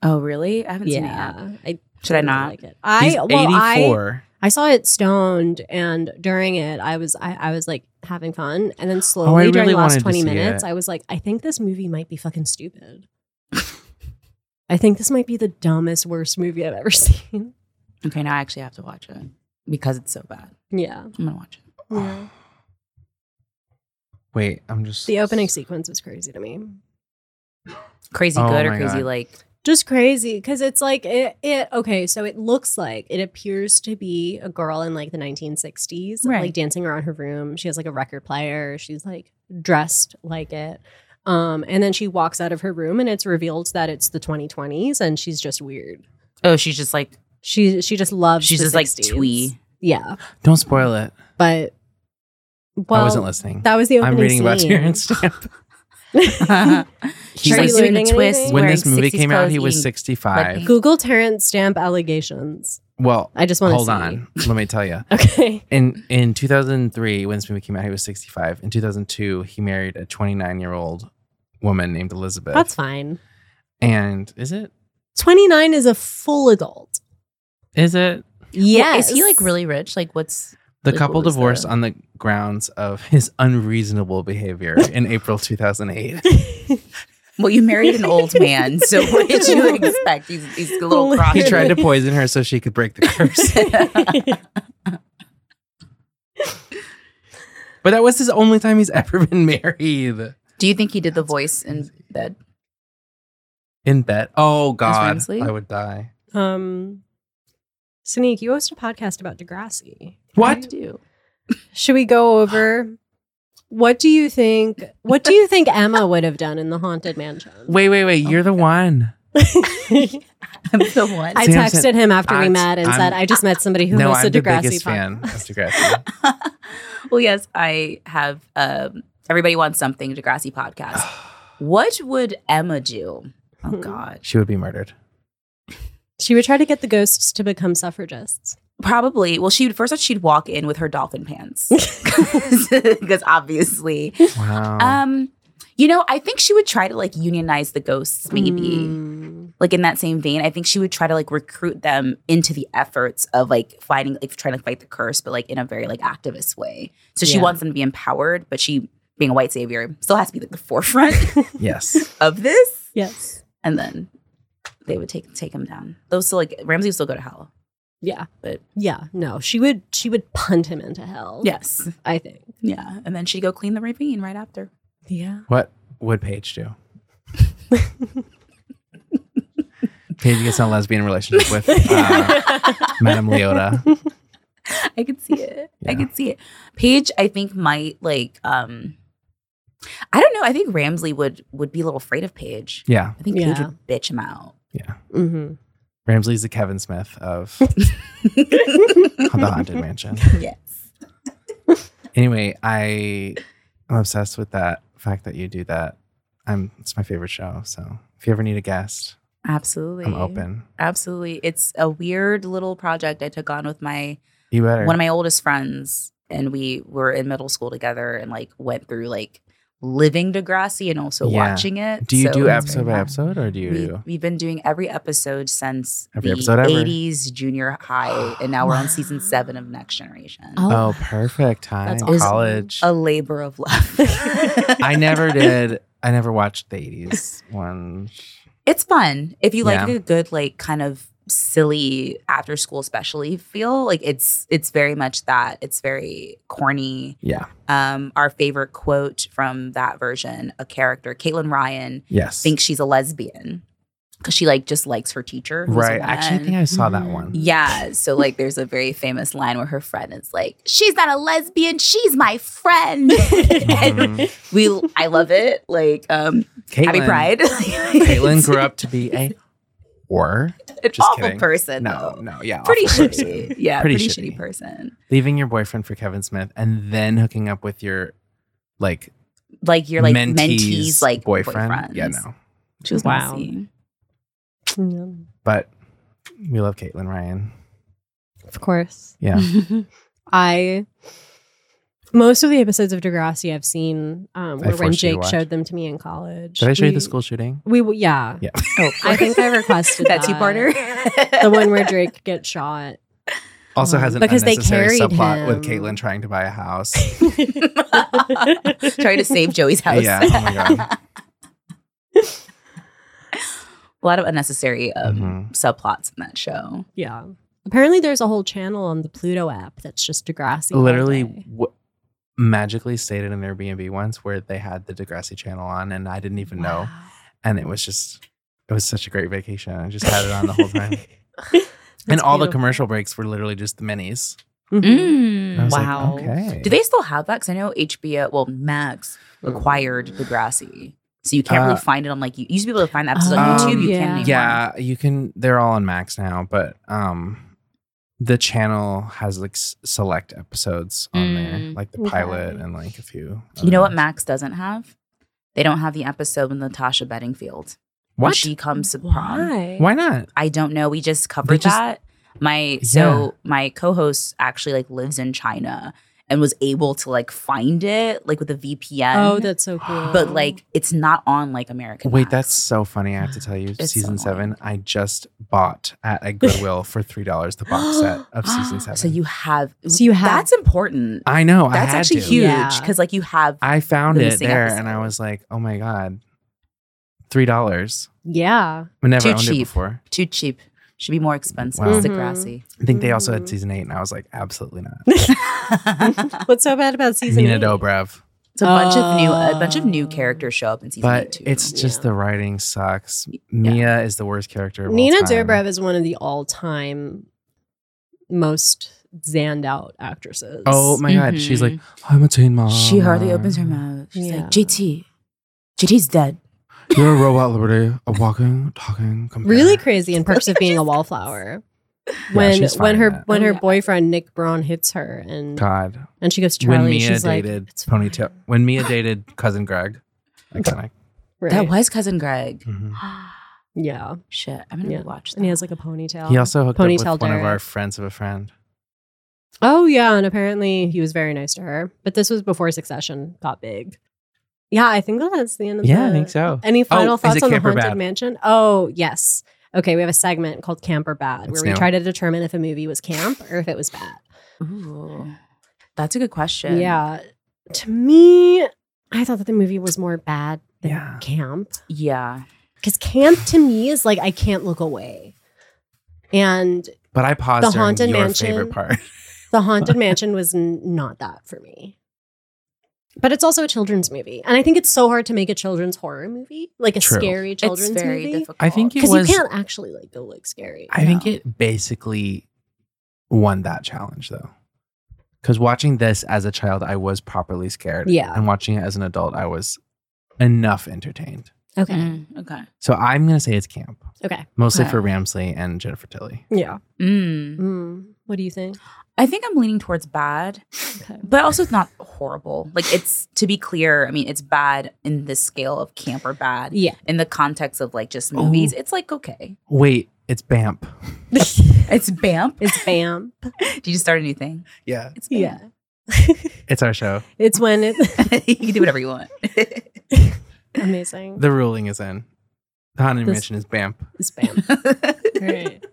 Speaker 3: Oh, really? I haven't seen it yet.
Speaker 1: I
Speaker 3: Should I
Speaker 1: didn't
Speaker 3: not?
Speaker 1: like it. I
Speaker 2: He's
Speaker 1: well, I
Speaker 2: 84.
Speaker 1: I saw it stoned, and during it, I was I, I was like having fun, and then slowly during
Speaker 2: Oh, really
Speaker 1: the last
Speaker 2: wanted to
Speaker 1: twenty
Speaker 2: see
Speaker 1: minutes,
Speaker 2: it.
Speaker 1: I was like, I think this movie might be fucking
Speaker 2: <laughs>
Speaker 1: stupid. I think this might be the dumbest, worst movie I've ever <laughs> seen.
Speaker 3: Okay, now I actually have to watch it because it's so bad.
Speaker 1: Yeah,
Speaker 3: I'm gonna watch it.
Speaker 1: yeah.
Speaker 2: Wait, I'm just
Speaker 1: The opening sequence was crazy to me.
Speaker 3: Crazy
Speaker 2: Oh
Speaker 3: good or
Speaker 2: my
Speaker 3: crazy
Speaker 2: God.
Speaker 3: like?
Speaker 1: just crazy because it's like it, it okay so it looks like it appears to be a girl in like the 1960s
Speaker 3: Right.
Speaker 1: like dancing around her room she has like a record player she's like dressed like it um and then she walks out of her room and it's revealed that it's the 2020s and she's just weird
Speaker 3: Oh, she's just like
Speaker 1: she she just loves
Speaker 3: she's
Speaker 1: the
Speaker 3: just like
Speaker 1: 60s. <laughs>
Speaker 3: twee. <laughs>
Speaker 1: yeah
Speaker 2: Don't spoil it.
Speaker 1: but well
Speaker 2: I wasn't listening.
Speaker 1: that was the opening
Speaker 2: I'm reading about
Speaker 1: scene. <laughs>
Speaker 2: Terrence Stamp. He
Speaker 1: Are
Speaker 3: <laughs> She's
Speaker 1: you
Speaker 3: like
Speaker 2: was,
Speaker 3: doing a
Speaker 1: learning
Speaker 3: twist.
Speaker 1: anything?
Speaker 2: when
Speaker 3: wearing
Speaker 2: this movie
Speaker 3: 60s
Speaker 2: came out,
Speaker 3: clothes,
Speaker 2: he was
Speaker 3: eating- <laughs>
Speaker 2: 65.
Speaker 1: <laughs>
Speaker 3: like-
Speaker 1: google terrence stamp allegations
Speaker 2: Well,
Speaker 1: i just want to
Speaker 2: hold on. Let me tell you.
Speaker 1: okay
Speaker 2: In in 2003, when this movie came out, he was 65. In 2002, he married a 29 year old woman named Elizabeth.
Speaker 1: that's fine
Speaker 2: and is it
Speaker 1: 29 is a full adult
Speaker 2: is it
Speaker 1: Yeah.
Speaker 3: Is he like really rich? Like what's
Speaker 2: the
Speaker 3: Like, what
Speaker 2: couple
Speaker 3: was
Speaker 2: divorced
Speaker 3: the-
Speaker 2: on the grounds of his unreasonable behavior in April 2008.
Speaker 3: well, you married an old
Speaker 1: <laughs>
Speaker 3: man, so what did you expect? He's, he's a little cross.
Speaker 2: he tried to poison her so she could break the curse. but that was his only time he's ever been married.
Speaker 3: <laughs> Do you think he did the voice in bed?
Speaker 2: In bed. Oh God,
Speaker 3: Ramsley?
Speaker 2: I would die.
Speaker 1: <laughs> um Sneak, you host a podcast about Degrassi.
Speaker 2: What?
Speaker 3: do?
Speaker 1: Should we go over what do you think what do you think Emma would have done in the haunted mansion?
Speaker 2: <laughs> Wait, wait, wait. You're the one.
Speaker 3: I'm <laughs> the one.
Speaker 1: I
Speaker 2: Samson,
Speaker 1: texted him after we
Speaker 2: I'm-
Speaker 1: met and said,
Speaker 2: I'm-
Speaker 1: I just met somebody who
Speaker 2: no,
Speaker 1: hosts
Speaker 2: I'm
Speaker 1: a
Speaker 2: the
Speaker 1: Degrassi
Speaker 2: biggest
Speaker 1: podcast.
Speaker 2: fan of Degrassi.
Speaker 3: well, yes, I have. Um, Everybody wants something. Degrassi podcast. What would Emma do? Oh
Speaker 1: Mhm.
Speaker 3: God.
Speaker 2: she would be murdered.
Speaker 1: She would try to get the ghosts to become suffragists.
Speaker 3: Probably. Well, she would first off she'd walk in with her dolphin pants <laughs> because obviously.
Speaker 2: Wow.
Speaker 3: Um, you know, I think she would try to like unionize the ghosts, maybe.
Speaker 1: Mm.
Speaker 3: Like in that same vein, I think she would try to like recruit them into the efforts of like fighting, like trying to fight the curse, but like in a very like activist way. So she
Speaker 1: Yeah.
Speaker 3: wants them to be empowered, but she, being a white savior, still has to be like the forefront <laughs>
Speaker 2: yes.
Speaker 3: of this.
Speaker 1: Yes.
Speaker 3: And then they would take take him down. Those still like Ramsey would still go to hell.
Speaker 1: Yeah.
Speaker 3: But-
Speaker 1: yeah, no, she would she would punt him into hell.
Speaker 3: Yes. <laughs>
Speaker 1: I think.
Speaker 3: Yeah. And then she'd go clean the ravine right after.
Speaker 1: Yeah.
Speaker 2: What would Paige do? Paige gets in a lesbian relationship with uh, Madame Leota.
Speaker 3: I could see
Speaker 2: <laughs>
Speaker 3: it. I
Speaker 2: Yeah.
Speaker 3: could see it. Paige, I think, might like um I don't know. I think Ramsley would would be a little afraid of Paige.
Speaker 2: Yeah.
Speaker 3: I think Paige
Speaker 1: Yeah.
Speaker 3: would bitch him out.
Speaker 1: hmm
Speaker 2: Ramsey's the Kevin Smith
Speaker 3: <laughs>
Speaker 2: of the Haunted Mansion.
Speaker 3: yes.
Speaker 2: Anyway, I am obsessed with that fact that you do that. I'm it's my favorite show. So if you ever need a guest,
Speaker 3: Absolutely.
Speaker 2: I'm open.
Speaker 3: Absolutely. It's a weird little project I took on with my
Speaker 2: You better.
Speaker 3: one of my oldest friends and we were in middle school together and like went through like living Degrassi and also
Speaker 2: Yeah.
Speaker 3: watching it.
Speaker 2: do you
Speaker 3: So
Speaker 2: do
Speaker 3: it's
Speaker 2: episode
Speaker 3: very
Speaker 2: by
Speaker 3: fun.
Speaker 2: episode or do you do?
Speaker 3: We, have been doing every episode since
Speaker 2: Every
Speaker 3: the
Speaker 2: episode ever.
Speaker 3: 80s junior high, and now we're on
Speaker 2: <gasps>
Speaker 3: season
Speaker 1: Wow.
Speaker 3: seven of Next Generation.
Speaker 1: Oh.
Speaker 3: <laughs>
Speaker 2: Oh, perfect time.
Speaker 1: That's
Speaker 3: awesome.
Speaker 2: College.
Speaker 3: A labor of love.
Speaker 2: <laughs>
Speaker 3: <laughs>
Speaker 2: I never did. I never watched the 80s one.
Speaker 3: It's fun if you like
Speaker 2: Yeah.
Speaker 3: a good, like, kind of silly after school, especially feel. Like it's it's very much that. It's very corny.
Speaker 2: Yeah.
Speaker 3: Um, our favorite quote from that version: a character, Caitlin Ryan,
Speaker 2: Yes.
Speaker 3: thinks she's a lesbian because she like just likes her teacher. who's a
Speaker 2: right. Actually, I
Speaker 3: woman.
Speaker 2: think I saw that
Speaker 1: Mhm.
Speaker 3: <laughs>
Speaker 2: one.
Speaker 3: Yeah. So like there's a very famous line where her friend is like, She's not a lesbian, she's my friend. <laughs> and
Speaker 2: Mhm.
Speaker 3: we I love it. Like, um Happy
Speaker 2: Caitlyn-
Speaker 3: Pride. <laughs>
Speaker 2: Caitlin grew up to be a whore.
Speaker 3: an
Speaker 2: just
Speaker 3: awful
Speaker 2: kidding.
Speaker 3: person.
Speaker 2: No,
Speaker 3: though.
Speaker 2: no, yeah.
Speaker 3: Uh, Pretty
Speaker 2: awful
Speaker 3: shitty.
Speaker 2: person.
Speaker 3: <laughs> Yeah,
Speaker 2: Pretty
Speaker 3: pretty,
Speaker 2: shitty.
Speaker 3: shitty person.
Speaker 2: Leaving your boyfriend for Kevin Smith and then hooking up with your like
Speaker 3: Like you're like
Speaker 2: mentee's,
Speaker 3: mentees, like
Speaker 2: boyfriend.
Speaker 3: boyfriends.
Speaker 2: Yeah, no.
Speaker 3: She was
Speaker 1: Wow.
Speaker 3: messy.
Speaker 1: Mm,
Speaker 2: But we love Caitlin Ryan.
Speaker 1: <laughs> Of course.
Speaker 2: Yeah.
Speaker 3: <laughs>
Speaker 1: I most of the episodes of Degrassi I've seen um, were when
Speaker 2: forced you to
Speaker 1: Jake
Speaker 2: watch.
Speaker 1: showed them to me in college.
Speaker 2: Did I show you
Speaker 1: We-
Speaker 2: the school shooting?
Speaker 1: We w- yeah. <laughs>
Speaker 2: Yeah.
Speaker 3: oh,
Speaker 1: I think I <laughs> requested
Speaker 3: that two parter.
Speaker 1: The one <laughs> where Drake gets
Speaker 3: <laughs>
Speaker 1: shot.
Speaker 2: Also
Speaker 1: Um,
Speaker 2: has an
Speaker 1: because they
Speaker 2: unnecessary
Speaker 1: carried
Speaker 2: subplot with
Speaker 1: him.
Speaker 2: Caitlin trying to buy a house.
Speaker 3: Trying to save Joey's <laughs> house. <laughs>
Speaker 2: Yeah, oh my God.
Speaker 3: a lot of unnecessary um,
Speaker 2: Mhm.
Speaker 3: subplots in that show.
Speaker 1: <laughs> Yeah. Apparently, there's a whole channel on the Pluto app that's just Degrassi. all
Speaker 2: literally <laughs>
Speaker 1: day.
Speaker 2: w- magically stayed at an Airbnb once where they had the Degrassi channel on, and I didn't even know. And it was just, it was such a great vacation. I just had it on the whole
Speaker 3: <laughs>
Speaker 2: time. and
Speaker 1: <laughs> That's
Speaker 2: all the
Speaker 1: beautiful.
Speaker 2: commercial breaks were literally just the minis.
Speaker 1: Mhm.
Speaker 2: And I was like,
Speaker 3: wow.
Speaker 2: okay.
Speaker 3: Mm. Do they still have that? Because I know HBO, well, Max acquired Degrassi. So you can't
Speaker 2: Uh,
Speaker 3: really find it on like, you you used to be able to find episodes on
Speaker 2: Oh,
Speaker 3: YouTube. You
Speaker 1: yeah.
Speaker 3: can't anymore.
Speaker 2: Yeah, you can. They're all on Max now, but um, the channel has like s- select episodes on there,
Speaker 3: Mm,
Speaker 2: like the
Speaker 1: okay.
Speaker 2: pilot and like a few.
Speaker 3: You
Speaker 2: other
Speaker 3: know what
Speaker 2: ones.
Speaker 3: Max doesn't have? They don't have the episode with Natasha Bedingfield. when
Speaker 2: What?
Speaker 3: She comes to prom.
Speaker 1: Why?
Speaker 2: Why not?
Speaker 3: I don't know. We just covered
Speaker 2: just-
Speaker 3: that. My so my co-host actually like lives in China and was able to like find it like with a VPN.
Speaker 1: Oh, that's so cool.
Speaker 3: but like it's not on like American.
Speaker 2: Wait,
Speaker 3: Max.
Speaker 2: that's so funny. I have to tell
Speaker 3: <sighs>
Speaker 2: you,
Speaker 3: so
Speaker 2: season seven,
Speaker 3: annoying.
Speaker 2: I just bought at a
Speaker 3: <laughs>
Speaker 2: Goodwill for $3 the box
Speaker 3: <gasps>
Speaker 2: set of season seven.
Speaker 3: So you have.
Speaker 1: So you have-
Speaker 3: That's important.
Speaker 2: I know. I
Speaker 3: that's
Speaker 2: had
Speaker 3: actually
Speaker 2: to.
Speaker 3: huge
Speaker 1: Yeah.
Speaker 3: because like you have.
Speaker 2: I found
Speaker 3: The
Speaker 2: it
Speaker 3: missing
Speaker 2: there
Speaker 3: episode.
Speaker 2: and I was like, oh my God, $3. <laughs>
Speaker 1: yeah.
Speaker 2: I never
Speaker 3: Too
Speaker 2: owned it
Speaker 3: cheap.
Speaker 2: before.
Speaker 3: Too cheap. Should be more expensive.
Speaker 2: Wow.
Speaker 3: It's Degrassi.
Speaker 2: I think they also had
Speaker 1: Mhm.
Speaker 2: season eight and I was like, absolutely not.
Speaker 1: <laughs>
Speaker 3: <laughs>
Speaker 1: What's so bad about season
Speaker 2: Nina
Speaker 1: eight?
Speaker 2: Dobrev.
Speaker 3: it's a bunch of new. A bunch of
Speaker 1: Oh.
Speaker 3: new characters show up in season eight
Speaker 2: But
Speaker 3: too.
Speaker 2: it's just
Speaker 1: Yeah.
Speaker 2: the writing sucks. Mia is the worst character. Of
Speaker 1: Nina
Speaker 2: all time.
Speaker 1: Dobrev is one of the all-time most zanned out actresses.
Speaker 2: Oh my God. She's like,
Speaker 1: Mm-hmm.
Speaker 2: I'm a teen mom.
Speaker 3: She hardly opens her mouth. She's
Speaker 1: Yeah.
Speaker 3: like, JT. JT's dead.
Speaker 2: You're a robot, Liberty. A walking, talking, compare.
Speaker 1: really crazy in
Speaker 2: <laughs>
Speaker 1: Perks of Being a Wallflower.
Speaker 2: Yeah,
Speaker 1: When
Speaker 2: she's fine
Speaker 1: when
Speaker 2: in
Speaker 1: her
Speaker 2: that.
Speaker 1: when
Speaker 3: Oh,
Speaker 1: her
Speaker 3: yeah.
Speaker 1: boyfriend Nick Braun hits her and
Speaker 2: God.
Speaker 1: and she goes Charlie
Speaker 2: when Mia
Speaker 1: she's
Speaker 2: dated
Speaker 1: like "It's fine."
Speaker 2: ponytail, when Mia dated
Speaker 1: <laughs>
Speaker 2: cousin Greg, iconic.
Speaker 1: Right.
Speaker 3: That was cousin <gasps> Greg.
Speaker 2: Mhm.
Speaker 1: yeah
Speaker 3: Shit, I'm gonna
Speaker 1: Yeah.
Speaker 3: watch that.
Speaker 1: and he has like a ponytail
Speaker 2: He also hooked
Speaker 1: Ponytail
Speaker 2: up with one of
Speaker 1: Derek.
Speaker 2: our friends of a friend.
Speaker 1: Oh yeah, and apparently he was very nice to her. But this was before Succession got big. Yeah, I think that's the end of
Speaker 2: Yeah,
Speaker 1: the
Speaker 2: I think so.
Speaker 1: Any final
Speaker 2: Oh, is
Speaker 1: thoughts
Speaker 2: it
Speaker 1: on the
Speaker 2: Camper
Speaker 1: haunted
Speaker 2: Bad?
Speaker 1: mansion? Oh yes. Okay, we have a segment called Camp or Bad
Speaker 2: That's
Speaker 1: where we
Speaker 2: new.
Speaker 1: try to determine if a movie was camp or if it was bad.
Speaker 3: Ooh, that's a good question.
Speaker 1: Yeah. To me, I thought that the movie was more bad than
Speaker 2: Yeah.
Speaker 1: camp.
Speaker 3: yeah.
Speaker 1: Because camp to me is like I can't look away. And
Speaker 2: But I paused
Speaker 1: The
Speaker 2: during
Speaker 1: Haunted
Speaker 2: your
Speaker 1: Mansion.
Speaker 2: favorite part.
Speaker 1: The
Speaker 2: <laughs>
Speaker 1: Haunted Mansion was n- not that for me. But it's also a children's movie. And I think it's so hard to make a children's horror movie, like a
Speaker 2: True.
Speaker 1: scary children's
Speaker 3: it's very
Speaker 1: movie.
Speaker 3: difficult.
Speaker 2: I think it
Speaker 1: Because you
Speaker 2: was.
Speaker 1: can't actually like go like scary.
Speaker 2: I think
Speaker 3: No.
Speaker 2: it basically won that challenge though. Because watching this as a child, I was properly scared.
Speaker 1: Yeah.
Speaker 2: And watching it as an adult, I was enough entertained.
Speaker 1: Okay.
Speaker 3: Mm, okay.
Speaker 2: So I'm going to say it's camp,
Speaker 1: Okay.
Speaker 2: mostly
Speaker 3: Okay.
Speaker 2: for Ramsley and Jennifer Tilly.
Speaker 1: Yeah.
Speaker 3: Mm.
Speaker 1: Mm. What do you think?
Speaker 3: I think I'm leaning towards bad,
Speaker 1: Okay.
Speaker 3: but also it's not horrible. Like it's to be clear, I mean it's bad in the scale of camp or bad.
Speaker 1: Yeah.
Speaker 3: In the context of like just movies, it's like okay.
Speaker 2: Wait, it's BAMP.
Speaker 1: <laughs> it's
Speaker 3: It's BAMP.
Speaker 1: BAM.
Speaker 3: Did you start a new thing?
Speaker 2: Yeah.
Speaker 3: It's
Speaker 1: Yeah.
Speaker 3: BAMP.
Speaker 2: It's our show.
Speaker 1: <laughs> it's when it <laughs>
Speaker 3: <laughs> you can do whatever you want.
Speaker 1: amazing.
Speaker 2: The ruling is in. The Haunted
Speaker 1: This-
Speaker 2: Mansion is BAMP.
Speaker 1: It's <laughs> BAM. All right.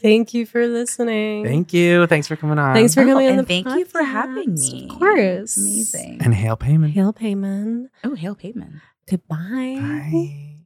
Speaker 1: Thank you for listening.
Speaker 2: Thank you. Thanks for coming on.
Speaker 1: Thanks for
Speaker 3: Oh,
Speaker 1: coming on
Speaker 3: and
Speaker 1: the
Speaker 3: thank you for having
Speaker 1: podcast.
Speaker 3: me.
Speaker 1: Of course.
Speaker 3: Amazing.
Speaker 2: And hail payment.
Speaker 1: Hail Payman.
Speaker 3: Oh, hail pavement.
Speaker 1: Goodbye.
Speaker 2: Bye.